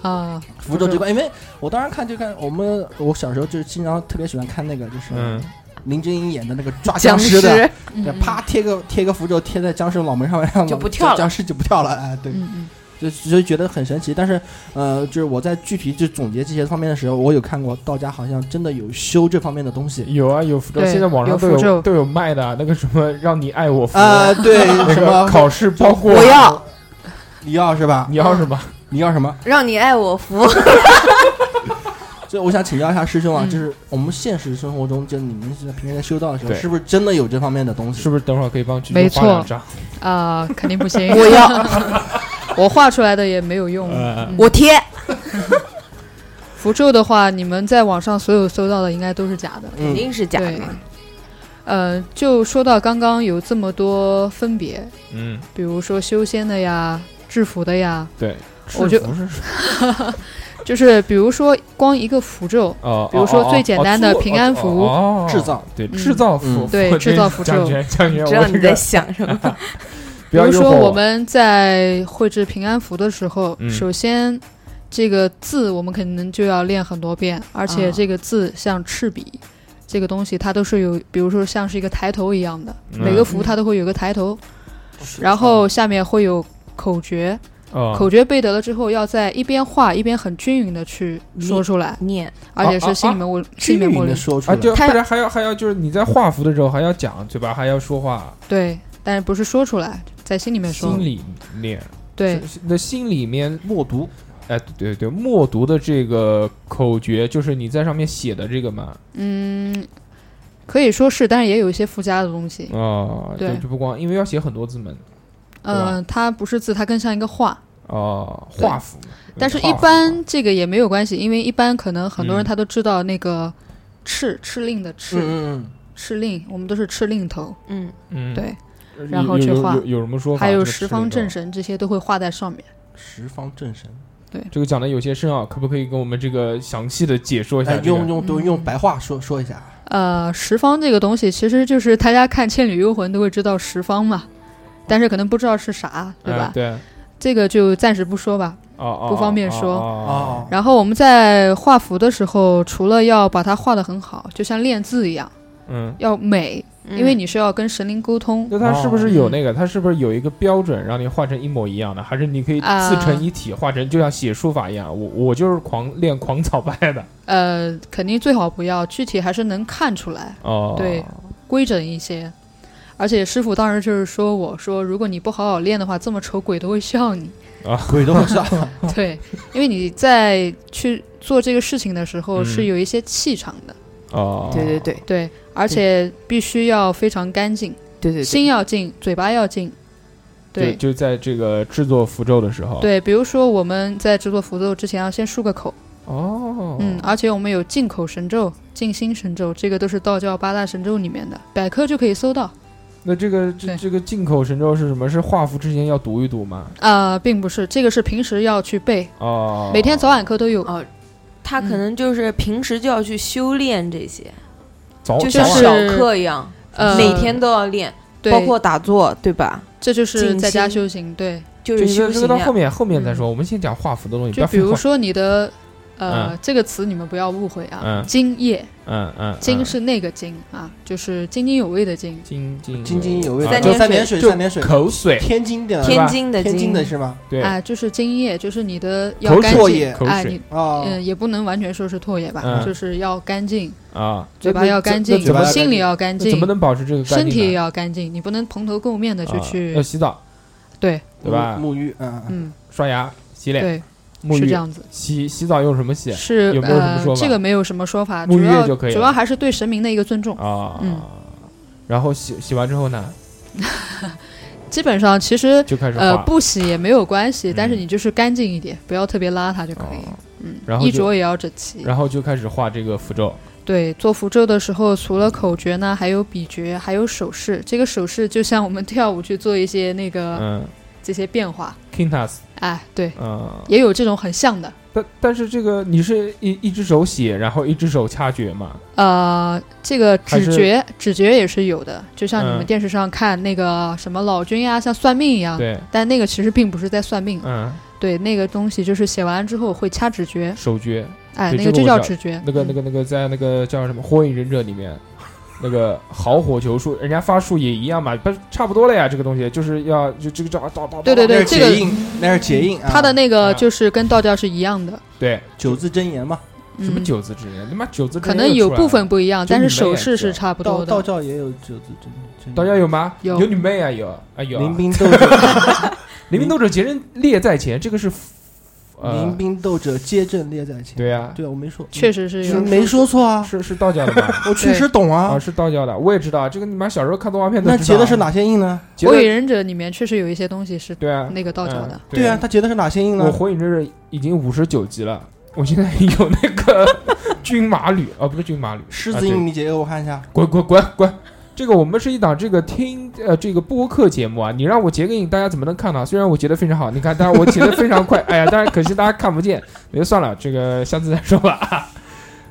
Speaker 10: 啊，
Speaker 3: 符咒这块，因为我当时看就看我们，我小时候就是经常特别喜欢看那个，就是
Speaker 4: 嗯，
Speaker 3: 林正英演的那个抓
Speaker 9: 僵
Speaker 3: 尸的，
Speaker 9: 尸
Speaker 3: 对
Speaker 10: 嗯，
Speaker 3: 啪贴个贴个符咒贴在僵尸脑门上面，让
Speaker 9: 就
Speaker 3: 老
Speaker 9: 不跳了
Speaker 3: 僵尸就不跳了，哎，对，
Speaker 10: 嗯嗯
Speaker 3: 就就觉得很神奇。但是，呃，就是我在具体就总结这些方面的时候，我有看过道家好像真的有修这方面的东西。
Speaker 4: 有啊有符咒，
Speaker 10: 对
Speaker 4: 现在网上
Speaker 10: 有
Speaker 4: 都
Speaker 10: 符咒
Speaker 4: 有都有卖的，啊那个什么让你爱我符，
Speaker 3: 啊， 对，
Speaker 4: 那
Speaker 3: 什
Speaker 4: 个
Speaker 3: 么
Speaker 4: 考试包过，
Speaker 9: 我要
Speaker 3: 你要是吧？
Speaker 4: 你要什么？
Speaker 3: 你要什么？
Speaker 9: 让你爱我服，
Speaker 3: 所以我想请教一下师兄啊，
Speaker 10: 嗯
Speaker 3: 就是我们现实生活中，就你们是在平时在修道的时候，
Speaker 4: 对
Speaker 3: 是不是真的有这方面的东西？
Speaker 4: 是不是等会儿可以帮菊
Speaker 10: 没
Speaker 4: 菊
Speaker 10: 错
Speaker 4: 画两张？
Speaker 10: 啊，肯定不行。
Speaker 9: 我要，
Speaker 10: 我画出来的也没有用。
Speaker 4: 呃
Speaker 9: 我贴，
Speaker 10: 符咒的话，你们在网上所有搜到的应该都是假的。
Speaker 9: 肯
Speaker 3: 嗯，
Speaker 9: 定是假的
Speaker 10: 对
Speaker 9: 嘛。
Speaker 10: 呃，就说到刚刚有这么多分别，
Speaker 4: 嗯，
Speaker 10: 比如说修仙的呀、制服的呀，
Speaker 4: 对，
Speaker 10: 我就
Speaker 4: 制服是
Speaker 10: 就是比如说光一个符咒，
Speaker 4: 哦，
Speaker 10: 比如说
Speaker 4: 哦哦
Speaker 10: 最简单的
Speaker 4: 哦做
Speaker 10: 平安符
Speaker 4: 哦哦
Speaker 3: 制造
Speaker 4: 对
Speaker 10: 嗯
Speaker 4: 制造符，
Speaker 3: 嗯
Speaker 10: 对
Speaker 4: 我
Speaker 10: 制造符咒
Speaker 4: 江泉，江泉，
Speaker 9: 知道
Speaker 4: 我
Speaker 9: 你
Speaker 4: 这
Speaker 9: 在
Speaker 4: 个
Speaker 9: 想什么，
Speaker 4: 不
Speaker 10: 比
Speaker 4: 要
Speaker 10: 如
Speaker 4: 诱惑
Speaker 10: 说
Speaker 4: 我
Speaker 10: 我们在绘制平安符的时候，
Speaker 4: 嗯
Speaker 10: 首先这个字我们可能就要练很多遍，而且
Speaker 9: 啊
Speaker 10: 这个字像赤笔。这个东西它都是有，比如说像是一个抬头一样的，
Speaker 4: 嗯
Speaker 10: 每个符它都会有个抬头，然后下面会有口诀，
Speaker 4: 哦
Speaker 10: 口诀背得了之后，要在一边画一边很均匀的去说出来，
Speaker 9: 念
Speaker 10: 而且是心里面默心里
Speaker 3: 均
Speaker 10: 面默
Speaker 3: 匀的
Speaker 10: 认。
Speaker 3: 说出
Speaker 4: 啊，
Speaker 3: 来。
Speaker 4: 就
Speaker 9: 他
Speaker 4: 不然还要还要就是你在画符的时候还要讲，嘴巴还要说话，
Speaker 10: 对，但是不是说出来，在心里面说，
Speaker 4: 心里面，
Speaker 10: 对
Speaker 4: 是，那心里面默读，哎，对对对，默读的这个口诀就是你在上面写的这个嘛，
Speaker 10: 嗯，可以说是，但是也有一些附加的东西。
Speaker 4: 哦，
Speaker 10: 对
Speaker 4: 就就不光因为要写很多字嘛，
Speaker 10: 嗯、它不是字，它更像一个画。
Speaker 4: 哦，
Speaker 10: 对
Speaker 4: 画符，
Speaker 10: 但是，
Speaker 4: 画
Speaker 10: 一
Speaker 4: 符
Speaker 10: 般这个也没有关系，因为一般可能很多人
Speaker 4: 嗯
Speaker 10: 他都知道那个敕敕令的敕，
Speaker 4: 嗯嗯嗯
Speaker 10: 敕令，我们都是敕令头，
Speaker 9: 嗯
Speaker 4: 嗯
Speaker 10: 对
Speaker 4: 有，
Speaker 10: 然后去
Speaker 4: 有有
Speaker 10: 画，
Speaker 4: 有有什么说法
Speaker 10: 还有
Speaker 4: 这个
Speaker 10: 十
Speaker 4: 敕
Speaker 10: 方
Speaker 4: 令头啊
Speaker 10: 正神这些都会画在上面。
Speaker 3: 十方正神，
Speaker 4: 这个讲的有些深奥，可不可以跟我们这个详细的解说一下、
Speaker 3: 哎，
Speaker 4: 这个
Speaker 3: 用用
Speaker 10: 嗯
Speaker 3: 对用白话说说一下，
Speaker 10: 呃，十方这个东西，其实就是大家看《倩女幽魂》都会知道十方嘛，但是可能不知道是啥，对吧？
Speaker 4: 嗯对，哦
Speaker 10: 这个就暂时不说吧，
Speaker 4: 哦，
Speaker 10: 不方便说。
Speaker 4: 哦
Speaker 10: 然后我们在画符的时候，除了要把它画得很好，就像练字一样，
Speaker 4: 嗯，
Speaker 10: 要美，因为你是要跟神灵沟通。
Speaker 4: 那它是
Speaker 10: 哦
Speaker 4: 不是
Speaker 10: 嗯
Speaker 4: 有那个？它是不是有一个标准让你画成一模一样的？还是你可以
Speaker 10: 啊
Speaker 4: 自成一体，画成就像写书法一样？我我就是狂练狂草派的
Speaker 10: 呃，肯定最好不要，具体还是能看出来，
Speaker 4: 哦。
Speaker 10: 对，规整一些。而且师傅当时就是说我说，如果你不好好练的话，这么丑鬼都会笑你。
Speaker 4: 啊，
Speaker 3: 鬼都 会笑。
Speaker 10: 对，因为你在去做这个事情的时候
Speaker 4: 嗯
Speaker 10: 是有一些气场的，
Speaker 4: 哦，
Speaker 9: 对对对，
Speaker 10: 对，而且必须要非常干净，
Speaker 9: 对对对
Speaker 10: 心要静，嘴巴要静，对
Speaker 4: 就就在这个制作符咒的时候，，
Speaker 10: 对，比如说我们在制作符咒之前要先漱个口，
Speaker 4: 哦，
Speaker 10: 嗯，而且我们有净口神咒、静心神咒，这个都是道教八大神咒里面的，百科就可以搜到。
Speaker 4: 那这个这这个进口神咒是什么？是画符之前要读一读吗？
Speaker 10: 啊、并不是，这个是平时要去背，
Speaker 4: 哦，
Speaker 10: 每天早晚课都有。嗯
Speaker 9: 哦，他可能就是 平时就要去修炼这些，
Speaker 4: 早
Speaker 9: 就像
Speaker 4: 早晚
Speaker 9: 小课一样，
Speaker 10: 呃
Speaker 9: 每天都要练，
Speaker 10: 对
Speaker 9: 包括打坐，对吧？
Speaker 10: 这就是
Speaker 9: 静
Speaker 10: 在家
Speaker 9: 心
Speaker 10: 修行，对，
Speaker 9: 就是
Speaker 4: 这
Speaker 9: 修
Speaker 4: 个这
Speaker 9: 行
Speaker 4: 个到
Speaker 9: 呀
Speaker 4: 后面后面再说，我们先讲画符的东西，不
Speaker 10: 嗯就
Speaker 4: 要
Speaker 10: 比如
Speaker 4: 废话，
Speaker 10: 说你的，呃，
Speaker 4: 嗯
Speaker 10: 这个词你们不要误会啊，
Speaker 4: 嗯
Speaker 10: 精液，
Speaker 4: 嗯嗯，嗯
Speaker 10: 精是那个精啊，就是津津有味的津。
Speaker 4: 津津
Speaker 3: 津津有味
Speaker 4: 啊
Speaker 3: 的
Speaker 4: 就
Speaker 3: 就三点水
Speaker 4: 就
Speaker 3: 三点水
Speaker 4: 口水，
Speaker 3: 天津的
Speaker 4: 天
Speaker 3: 津的天津的是吗？
Speaker 4: 对
Speaker 10: 啊，就是精液，就是你的要
Speaker 3: 口
Speaker 10: 干
Speaker 3: 水唾
Speaker 10: 净
Speaker 3: 液，
Speaker 10: 哎，
Speaker 3: 口水
Speaker 10: 你
Speaker 3: 哦
Speaker 10: 嗯，也不能完全说是唾液吧
Speaker 4: 嗯，
Speaker 10: 就是要干净，
Speaker 4: 啊，
Speaker 10: 嘴巴要干净
Speaker 4: 那怎么，
Speaker 10: 心里要干
Speaker 4: 那
Speaker 10: 净，
Speaker 4: 怎么能保持这个干净
Speaker 10: 身
Speaker 4: 呢
Speaker 10: 体也要干净，你不能蓬头垢面的就
Speaker 4: 啊
Speaker 10: 去
Speaker 4: 要洗澡，
Speaker 10: 对
Speaker 4: 对吧？
Speaker 3: 沐浴，嗯
Speaker 10: 嗯，
Speaker 4: 刷牙、洗脸，
Speaker 10: 对
Speaker 4: 沐浴
Speaker 10: 是这样子。
Speaker 4: 洗洗澡用什么洗？
Speaker 10: 是
Speaker 4: 有没有什么
Speaker 10: 呃
Speaker 4: 说，法？
Speaker 10: 这个没有什么说法，
Speaker 4: 沐
Speaker 10: 主
Speaker 4: 浴
Speaker 10: 要
Speaker 4: 就可以
Speaker 10: 主
Speaker 4: 了
Speaker 10: 要还是对神明的一个尊重。
Speaker 4: 啊，
Speaker 10: 嗯，
Speaker 4: 然后洗洗完之后呢，
Speaker 10: 基本上其实
Speaker 4: 就开始嗯
Speaker 10: 呃
Speaker 4: 画
Speaker 10: 不洗也没有关系，但是你就是干净一点，不要特别邋遢就可以。嗯，
Speaker 4: 哦然后
Speaker 10: 衣
Speaker 4: 就
Speaker 10: 着也要整齐。
Speaker 4: 然后就开始画这个符咒。
Speaker 10: 对，做符咒的时候，除了口诀呢，还有笔诀，还有手势。这个手势就像我们跳舞去做一些那个、
Speaker 4: 嗯
Speaker 10: 这些变化。
Speaker 4: ，Kintas，
Speaker 10: 哎，对，
Speaker 4: 嗯，
Speaker 10: 也有这种很像的。
Speaker 4: 但但是这个你是一一只手写，然后一只手掐诀嘛？
Speaker 10: 呃，这个
Speaker 4: 还
Speaker 10: 指
Speaker 4: 是
Speaker 10: 诀，指诀也是有的，就像你
Speaker 4: 嗯
Speaker 10: 们电视上看那个什么老君呀，像算命一样。
Speaker 4: 对
Speaker 10: 但那个其实并不是在算命。
Speaker 4: 嗯，
Speaker 10: 对，那个东西就是写完了之后会掐指诀。
Speaker 4: 手诀，
Speaker 10: 哎
Speaker 4: 对
Speaker 10: 那个
Speaker 4: 这
Speaker 10: 就
Speaker 4: 我
Speaker 10: 叫嗯
Speaker 4: 知道
Speaker 10: 直觉
Speaker 4: 那个那个那个在那个叫什么《火影忍者》里面，那个好火球术，人家发术也一样嘛，不是差不多了呀？这个东西就是要就这个叫到到
Speaker 10: 对对对，这个他的那个
Speaker 4: 啊
Speaker 10: 就是跟道教是一样的，
Speaker 4: 对
Speaker 3: 九字真言嘛，
Speaker 4: 什么
Speaker 10: 嗯
Speaker 4: 九字真言？他妈九字真
Speaker 10: 可
Speaker 4: 言
Speaker 10: 能有
Speaker 4: 又出来
Speaker 10: 部
Speaker 4: 了
Speaker 10: 分不一样，
Speaker 4: 就
Speaker 10: 但
Speaker 4: 你
Speaker 10: 是
Speaker 4: 们
Speaker 10: 手
Speaker 4: 也
Speaker 10: 势
Speaker 4: 是
Speaker 10: 是差不多
Speaker 3: 道道
Speaker 10: 的。嗯
Speaker 3: 教也有九字真言，
Speaker 4: 道教嗯有吗？
Speaker 10: 有
Speaker 4: 你妹啊，有啊有啊。
Speaker 3: 民兵斗 者
Speaker 4: 临兵斗者，前人列在前，这个是呃
Speaker 3: 民兵斗者皆阵列在前。
Speaker 4: 对啊
Speaker 3: 对啊，我没说，
Speaker 10: 确实是有
Speaker 3: 没说错啊，
Speaker 4: 是是道教的吗？
Speaker 3: 我确实懂啊
Speaker 4: 啊，是道教的，我也知道。这个你妈小时候看动画片都
Speaker 3: 那
Speaker 4: 知道啊
Speaker 3: 结的是哪些印呢？
Speaker 10: 火影忍者里面确实有一些东西是
Speaker 4: 对啊，
Speaker 10: 那个道教
Speaker 4: 嗯
Speaker 10: 的。
Speaker 3: 对啊，他结的是哪些印呢？
Speaker 4: 我火影忍者已经五十九级了，我现在有那个 军马吕哦，不是军马吕，
Speaker 3: 狮
Speaker 4: 啊
Speaker 3: 子印你解给我看一下。
Speaker 4: 滚滚滚滚！这个我们是一档这个听呃这个播客节目啊，你让我截个影，大家怎么能看到？虽然我截的非常好，你看，但是我截的非常快，哎呀，但是可惜大家看不见，那就算了，这个下次再说吧。啊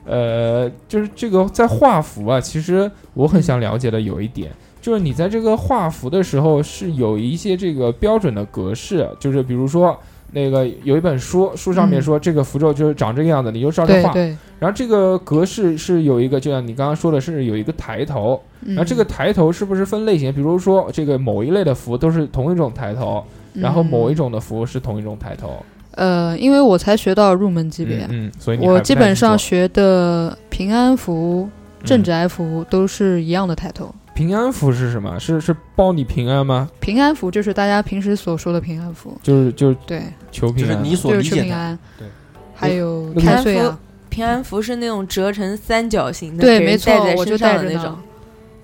Speaker 4: 呃，就是这个在画符啊，其实我很想了解的有一点，就是你在这个画符的时候是有一些这个标准的格式，啊就是比如说那个有一本书，书上面
Speaker 10: 嗯
Speaker 4: 说这个符咒就是长这个样子，你就照着
Speaker 10: 对
Speaker 4: 画。
Speaker 10: 对
Speaker 4: 然后这个格式是有一个，就像你刚刚说的，是有一个抬头。
Speaker 10: 嗯
Speaker 4: 然后这个抬头是不是分类型？比如说这个某一类的符都是同一种抬头，然后
Speaker 10: 嗯
Speaker 4: 某一种的符是同一种抬头。
Speaker 10: 呃，因为我才学到入门级别，
Speaker 4: 嗯嗯所以你还
Speaker 10: 我
Speaker 4: 不
Speaker 10: 基
Speaker 4: 太
Speaker 10: 本
Speaker 4: 清
Speaker 10: 上
Speaker 4: 楚嗯
Speaker 10: 学的平安符、镇宅符都是一样的抬头。
Speaker 4: 平安符是什么？是是报你平安吗？
Speaker 10: 平安符就是大家平时所说的平安符，
Speaker 4: 就是就是
Speaker 10: 对，
Speaker 4: 求平安，
Speaker 3: 就是你所
Speaker 10: 就是
Speaker 3: 理
Speaker 10: 求
Speaker 3: 解
Speaker 10: 平
Speaker 3: 的。
Speaker 10: 安，
Speaker 4: 对，
Speaker 10: 还有
Speaker 9: 平
Speaker 10: 太
Speaker 9: 安
Speaker 10: 岁
Speaker 9: 符
Speaker 10: 啊，，
Speaker 9: 平安符是那种折成三角形的，
Speaker 10: 对，
Speaker 9: 给人
Speaker 10: 没错
Speaker 9: 戴在，
Speaker 10: 我就
Speaker 9: 身上
Speaker 10: 带着
Speaker 9: 的那
Speaker 10: 呢
Speaker 9: 种。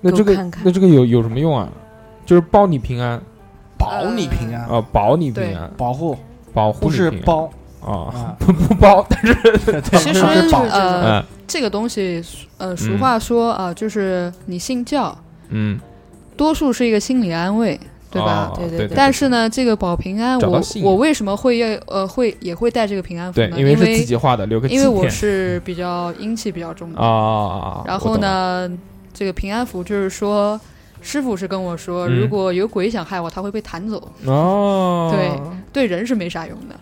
Speaker 4: 那这
Speaker 9: 给
Speaker 4: 个
Speaker 9: 我看看
Speaker 4: 那这个有有什么用啊？就是保你平安
Speaker 3: 保你平安，
Speaker 4: 啊，保你平
Speaker 10: 对
Speaker 4: 安，
Speaker 3: 保护
Speaker 4: 保护
Speaker 3: 不
Speaker 4: 你
Speaker 3: 是
Speaker 4: 平安
Speaker 3: 包，
Speaker 4: 啊
Speaker 3: 啊，
Speaker 4: 不不包， 但是
Speaker 10: 其实
Speaker 3: 是保
Speaker 10: 呃
Speaker 4: 嗯，
Speaker 10: 这个东西，呃，俗
Speaker 4: 嗯
Speaker 10: 话说啊，就是你信教，
Speaker 4: 嗯，
Speaker 10: 多数是一个心理安慰，对吧？
Speaker 9: 啊
Speaker 4: 哦
Speaker 9: 对对
Speaker 4: 对
Speaker 9: 对
Speaker 10: 但是呢，这个保平安，
Speaker 4: 找到
Speaker 10: 我
Speaker 4: 信仰
Speaker 10: 我为什么会要呃会也会带这个平安符
Speaker 4: 对
Speaker 10: 呢？，
Speaker 4: 因
Speaker 10: 为
Speaker 4: 为是自己画的，留个纪
Speaker 10: 因为我
Speaker 4: 念
Speaker 10: 是比较阴气比较重的，
Speaker 4: 啊。
Speaker 10: 然
Speaker 4: 我
Speaker 10: 后
Speaker 4: 懂了？
Speaker 10: 呢，这个平安符就是说，师傅是跟我说，
Speaker 4: 嗯
Speaker 10: 如果有鬼想害我，他会被弹走，
Speaker 4: 哦，
Speaker 10: 对人是没啥用的。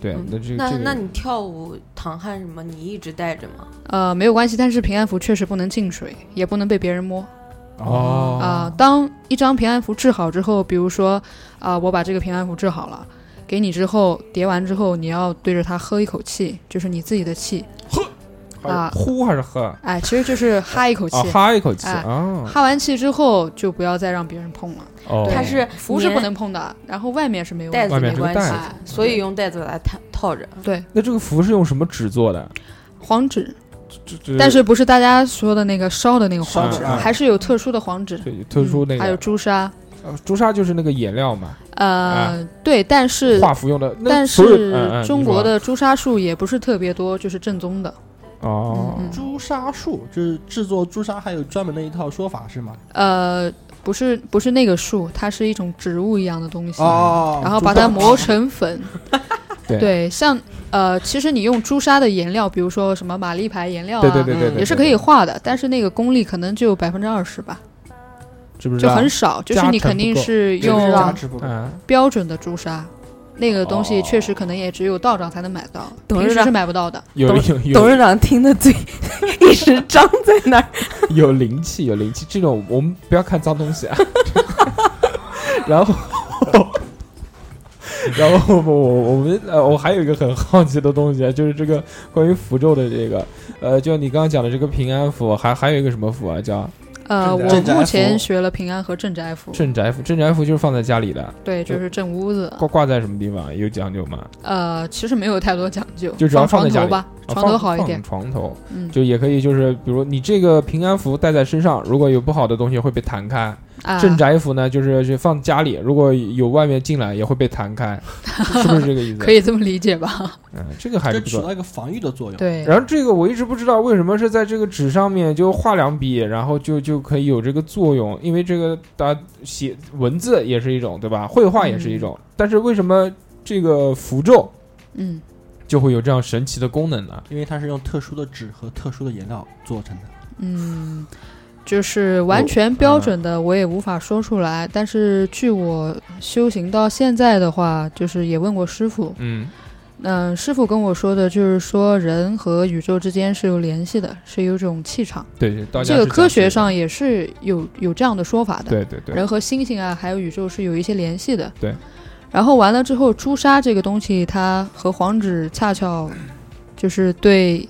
Speaker 4: 对对，那这个
Speaker 9: 那
Speaker 4: 这
Speaker 9: 那
Speaker 4: 个
Speaker 9: 你跳舞、唐汉什么，你一直戴着吗？
Speaker 10: 呃，没有关系，但是平安符确实不能进水，也不能被别人摸。啊、
Speaker 4: 哦
Speaker 10: 当一张平安符治好之后，比如说啊、我把这个平安符治好了，给你之后叠完之后，你要对着它喝一口气，就是你自己的气，
Speaker 4: 还是呼还是喝啊？
Speaker 10: 哎，其实就是哈一口气，
Speaker 4: 哈一口气
Speaker 10: 哎
Speaker 4: 啊，
Speaker 10: 哈完气之后就不要再让别人碰了。
Speaker 4: 哦，
Speaker 9: 它是
Speaker 10: 符是不
Speaker 9: 粘
Speaker 10: 能碰的，然后外面是没有问
Speaker 9: 带子
Speaker 4: 外
Speaker 10: 题
Speaker 4: 面
Speaker 9: 没
Speaker 4: 是个
Speaker 9: 关
Speaker 4: 带
Speaker 9: 系
Speaker 4: 子，
Speaker 10: 哎
Speaker 9: 所以用带子把它套套着。
Speaker 10: 对，
Speaker 4: 那这个符是用什么纸做的？
Speaker 10: 黄纸，
Speaker 4: 这这
Speaker 10: 但是不是大家说的那个烧的那个
Speaker 3: 烧
Speaker 10: 黄
Speaker 3: 纸
Speaker 10: 纸，
Speaker 3: 啊
Speaker 10: 还是有特殊的黄纸，
Speaker 4: 嗯
Speaker 10: 嗯
Speaker 4: 对特殊那
Speaker 10: 还有
Speaker 4: 个
Speaker 10: 朱砂，
Speaker 4: 呃朱砂就是那个颜料嘛，
Speaker 10: 呃，对，但是
Speaker 4: 画符啊用的。那
Speaker 10: 但
Speaker 4: 所有嗯嗯
Speaker 10: 是
Speaker 4: 你
Speaker 10: 中
Speaker 4: 说
Speaker 10: 国的朱砂术也不是特别多，就是正宗的。
Speaker 4: 哦
Speaker 10: 嗯嗯，
Speaker 3: 朱砂术就是制作朱砂，还有专门的一套说法是吗？
Speaker 10: 呃，不是不是那个树，它是一种植物一样的东西，
Speaker 3: 哦
Speaker 10: 然后把它磨成粉。对，像呃，其实你用朱砂的颜料，比如说什么玛丽牌颜料啊，
Speaker 4: 对对对对对，
Speaker 10: 也是可以画的，但是那个功力可能就百分之二十吧，
Speaker 4: 是不是
Speaker 10: 就
Speaker 4: 啊
Speaker 10: 很少。就是你肯定是
Speaker 3: 用
Speaker 10: 用
Speaker 3: 加持不够
Speaker 4: 嗯
Speaker 10: 标准的朱砂，那个东西
Speaker 4: 哦
Speaker 10: 确实可能也只有道长才能买到，
Speaker 9: 董
Speaker 10: 平
Speaker 9: 事
Speaker 10: 时
Speaker 9: 长
Speaker 10: 是买不到的。
Speaker 4: 有有
Speaker 9: 董
Speaker 4: 有
Speaker 9: 事长听的嘴 一直张在那儿，
Speaker 4: 有灵气，有灵气，这种我们不要看脏东 西啊。然后。 然后我我我们呃，我还有一个很好奇的东西啊，就是这个关于符咒的这个，呃，就你刚刚讲的这个平安符，还还有一个什么符啊，叫
Speaker 10: 呃，
Speaker 3: 镇
Speaker 10: 我
Speaker 3: 宅镇宅
Speaker 10: 目
Speaker 3: 符
Speaker 10: 前学了平安和镇宅符，
Speaker 4: 镇宅符，镇宅符就是放在家里的，
Speaker 10: 对，就是镇屋子。
Speaker 4: 挂挂在什么地方有讲究吗？
Speaker 10: 呃，其实没有太多讲究，
Speaker 4: 就只要
Speaker 10: 放
Speaker 4: 放在
Speaker 10: 床
Speaker 4: 家
Speaker 10: 头
Speaker 4: 里
Speaker 10: 吧，
Speaker 4: 啊
Speaker 10: 床头
Speaker 4: 放
Speaker 10: 好一
Speaker 4: 放
Speaker 10: 点。
Speaker 4: 床头
Speaker 10: 嗯
Speaker 4: 就也可以，就是比如你这个平安符带在身上，如果有不好的东西会被弹开；
Speaker 10: 啊，
Speaker 4: 镇宅符呢，就是就放家里，如果有外面进来也会被 弹开，是不是这个意思？
Speaker 10: 可，以这么理解吧？
Speaker 4: 嗯，这个还是
Speaker 3: 这
Speaker 4: 不
Speaker 3: 起
Speaker 4: 错
Speaker 3: 到。一个防御的作用。
Speaker 10: 对，
Speaker 4: 然后这个我一直不知道为什么是在这个纸上面就画两笔，然后就就可以有这个作用，因为这个大家写文字也是一种，对吧？绘画也是一种，但是为什么这个符咒
Speaker 10: 嗯，
Speaker 4: 就会有这样神奇的功能呢？
Speaker 3: 因为它是用特殊的纸和特殊的颜料做成的。
Speaker 10: 嗯，就是完全
Speaker 4: 啊
Speaker 10: 标准的，我也无法说出来。但是据我修行到现在的话，就是也问过师傅，
Speaker 4: 嗯，
Speaker 10: 嗯、师傅跟我说的就是说，人和宇宙之间是有联系的，是有一种气场。
Speaker 4: 对，对道家
Speaker 10: 这个
Speaker 4: 是
Speaker 10: 科
Speaker 4: 讲
Speaker 10: 学
Speaker 4: 的
Speaker 10: 上也是有有这样的说法的。
Speaker 4: 对对对，
Speaker 10: 人和星星啊，还有宇宙是有一些联系的。
Speaker 4: 对。
Speaker 10: 然后完了之后，朱砂这个东西，它和黄纸恰巧就是对，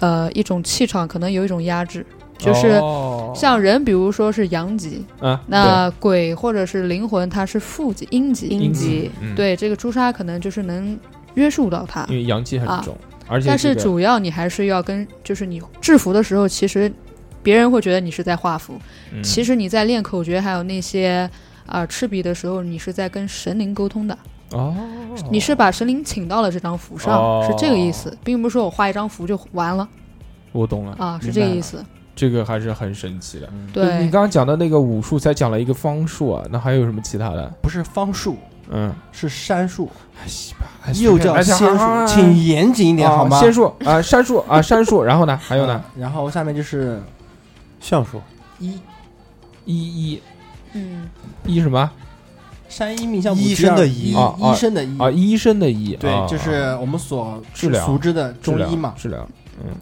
Speaker 10: 呃，一种气场可能有一种压制，就是
Speaker 4: 哦
Speaker 10: 像人，比如说是阳极，
Speaker 4: 啊，
Speaker 10: 那鬼或者是灵魂，它是负极、阴极。
Speaker 4: 对阴
Speaker 9: 阴极
Speaker 4: 极，嗯，
Speaker 10: 对，这个朱砂可能就是能约束到它
Speaker 4: 因，为阳气很
Speaker 10: 啊
Speaker 4: 重，而且
Speaker 10: 但是
Speaker 4: 这个
Speaker 10: 主要你还是要跟，就是你制服的时候，其实别人会觉得你是在画符，
Speaker 4: 嗯
Speaker 10: 其实你在练口诀，还有那些啊、赤笔的时候，你是在跟神灵沟通的，
Speaker 4: 哦，
Speaker 10: 你是把神灵请到了这张符上，
Speaker 4: 哦
Speaker 10: 是这个意思，并不是说我画一张符就完了
Speaker 4: 我懂了，
Speaker 10: 啊，是
Speaker 4: 明
Speaker 10: 这
Speaker 4: 白
Speaker 10: 个意
Speaker 4: 了
Speaker 10: 思。
Speaker 4: 这个还是很神奇的。
Speaker 3: 嗯
Speaker 4: 你
Speaker 10: 对
Speaker 4: 刚，刚讲的那个武术，才讲了一个方术啊，那还有什么其他的？
Speaker 3: 不是方术，
Speaker 4: 嗯，
Speaker 3: 是山术，
Speaker 4: 哎西吧，哎随
Speaker 3: 又
Speaker 4: 便
Speaker 3: 叫
Speaker 4: 来
Speaker 3: 仙
Speaker 4: 讲啊
Speaker 3: 术，请严谨一点
Speaker 4: 啊
Speaker 3: 好吗？
Speaker 4: 仙术啊，山术啊，山术，然后呢，还有呢，
Speaker 3: 嗯然后下面就是
Speaker 1: 相术，
Speaker 3: 医
Speaker 4: 医医
Speaker 10: 嗯，
Speaker 4: 医什么
Speaker 3: 山医命相卜
Speaker 2: 医
Speaker 3: 第二
Speaker 2: 生的
Speaker 3: 医
Speaker 2: 医
Speaker 4: 啊啊
Speaker 3: 医生的医
Speaker 4: 啊？医生的医，啊
Speaker 3: 对，就是我们所
Speaker 4: 治疗
Speaker 3: 熟知的
Speaker 4: 治
Speaker 3: 中
Speaker 4: 疗
Speaker 3: 医嘛，
Speaker 4: 治疗，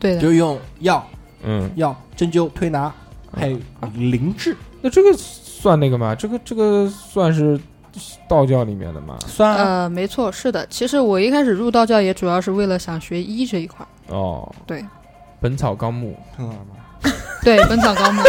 Speaker 10: 对的。
Speaker 3: 就用药、
Speaker 4: 嗯，
Speaker 3: 药针灸、推拿，还有灵智，
Speaker 4: 啊那这个算那个吗？这个这个算是道教里面的吗？
Speaker 3: 算啊
Speaker 10: 呃，没错，是的。其实我一开始入道教也主要是为了想学医这一块儿，
Speaker 4: 哦，
Speaker 10: 对，
Speaker 4: 《本草纲目
Speaker 3: 嗯看到了吗？
Speaker 10: 对《本草纲目》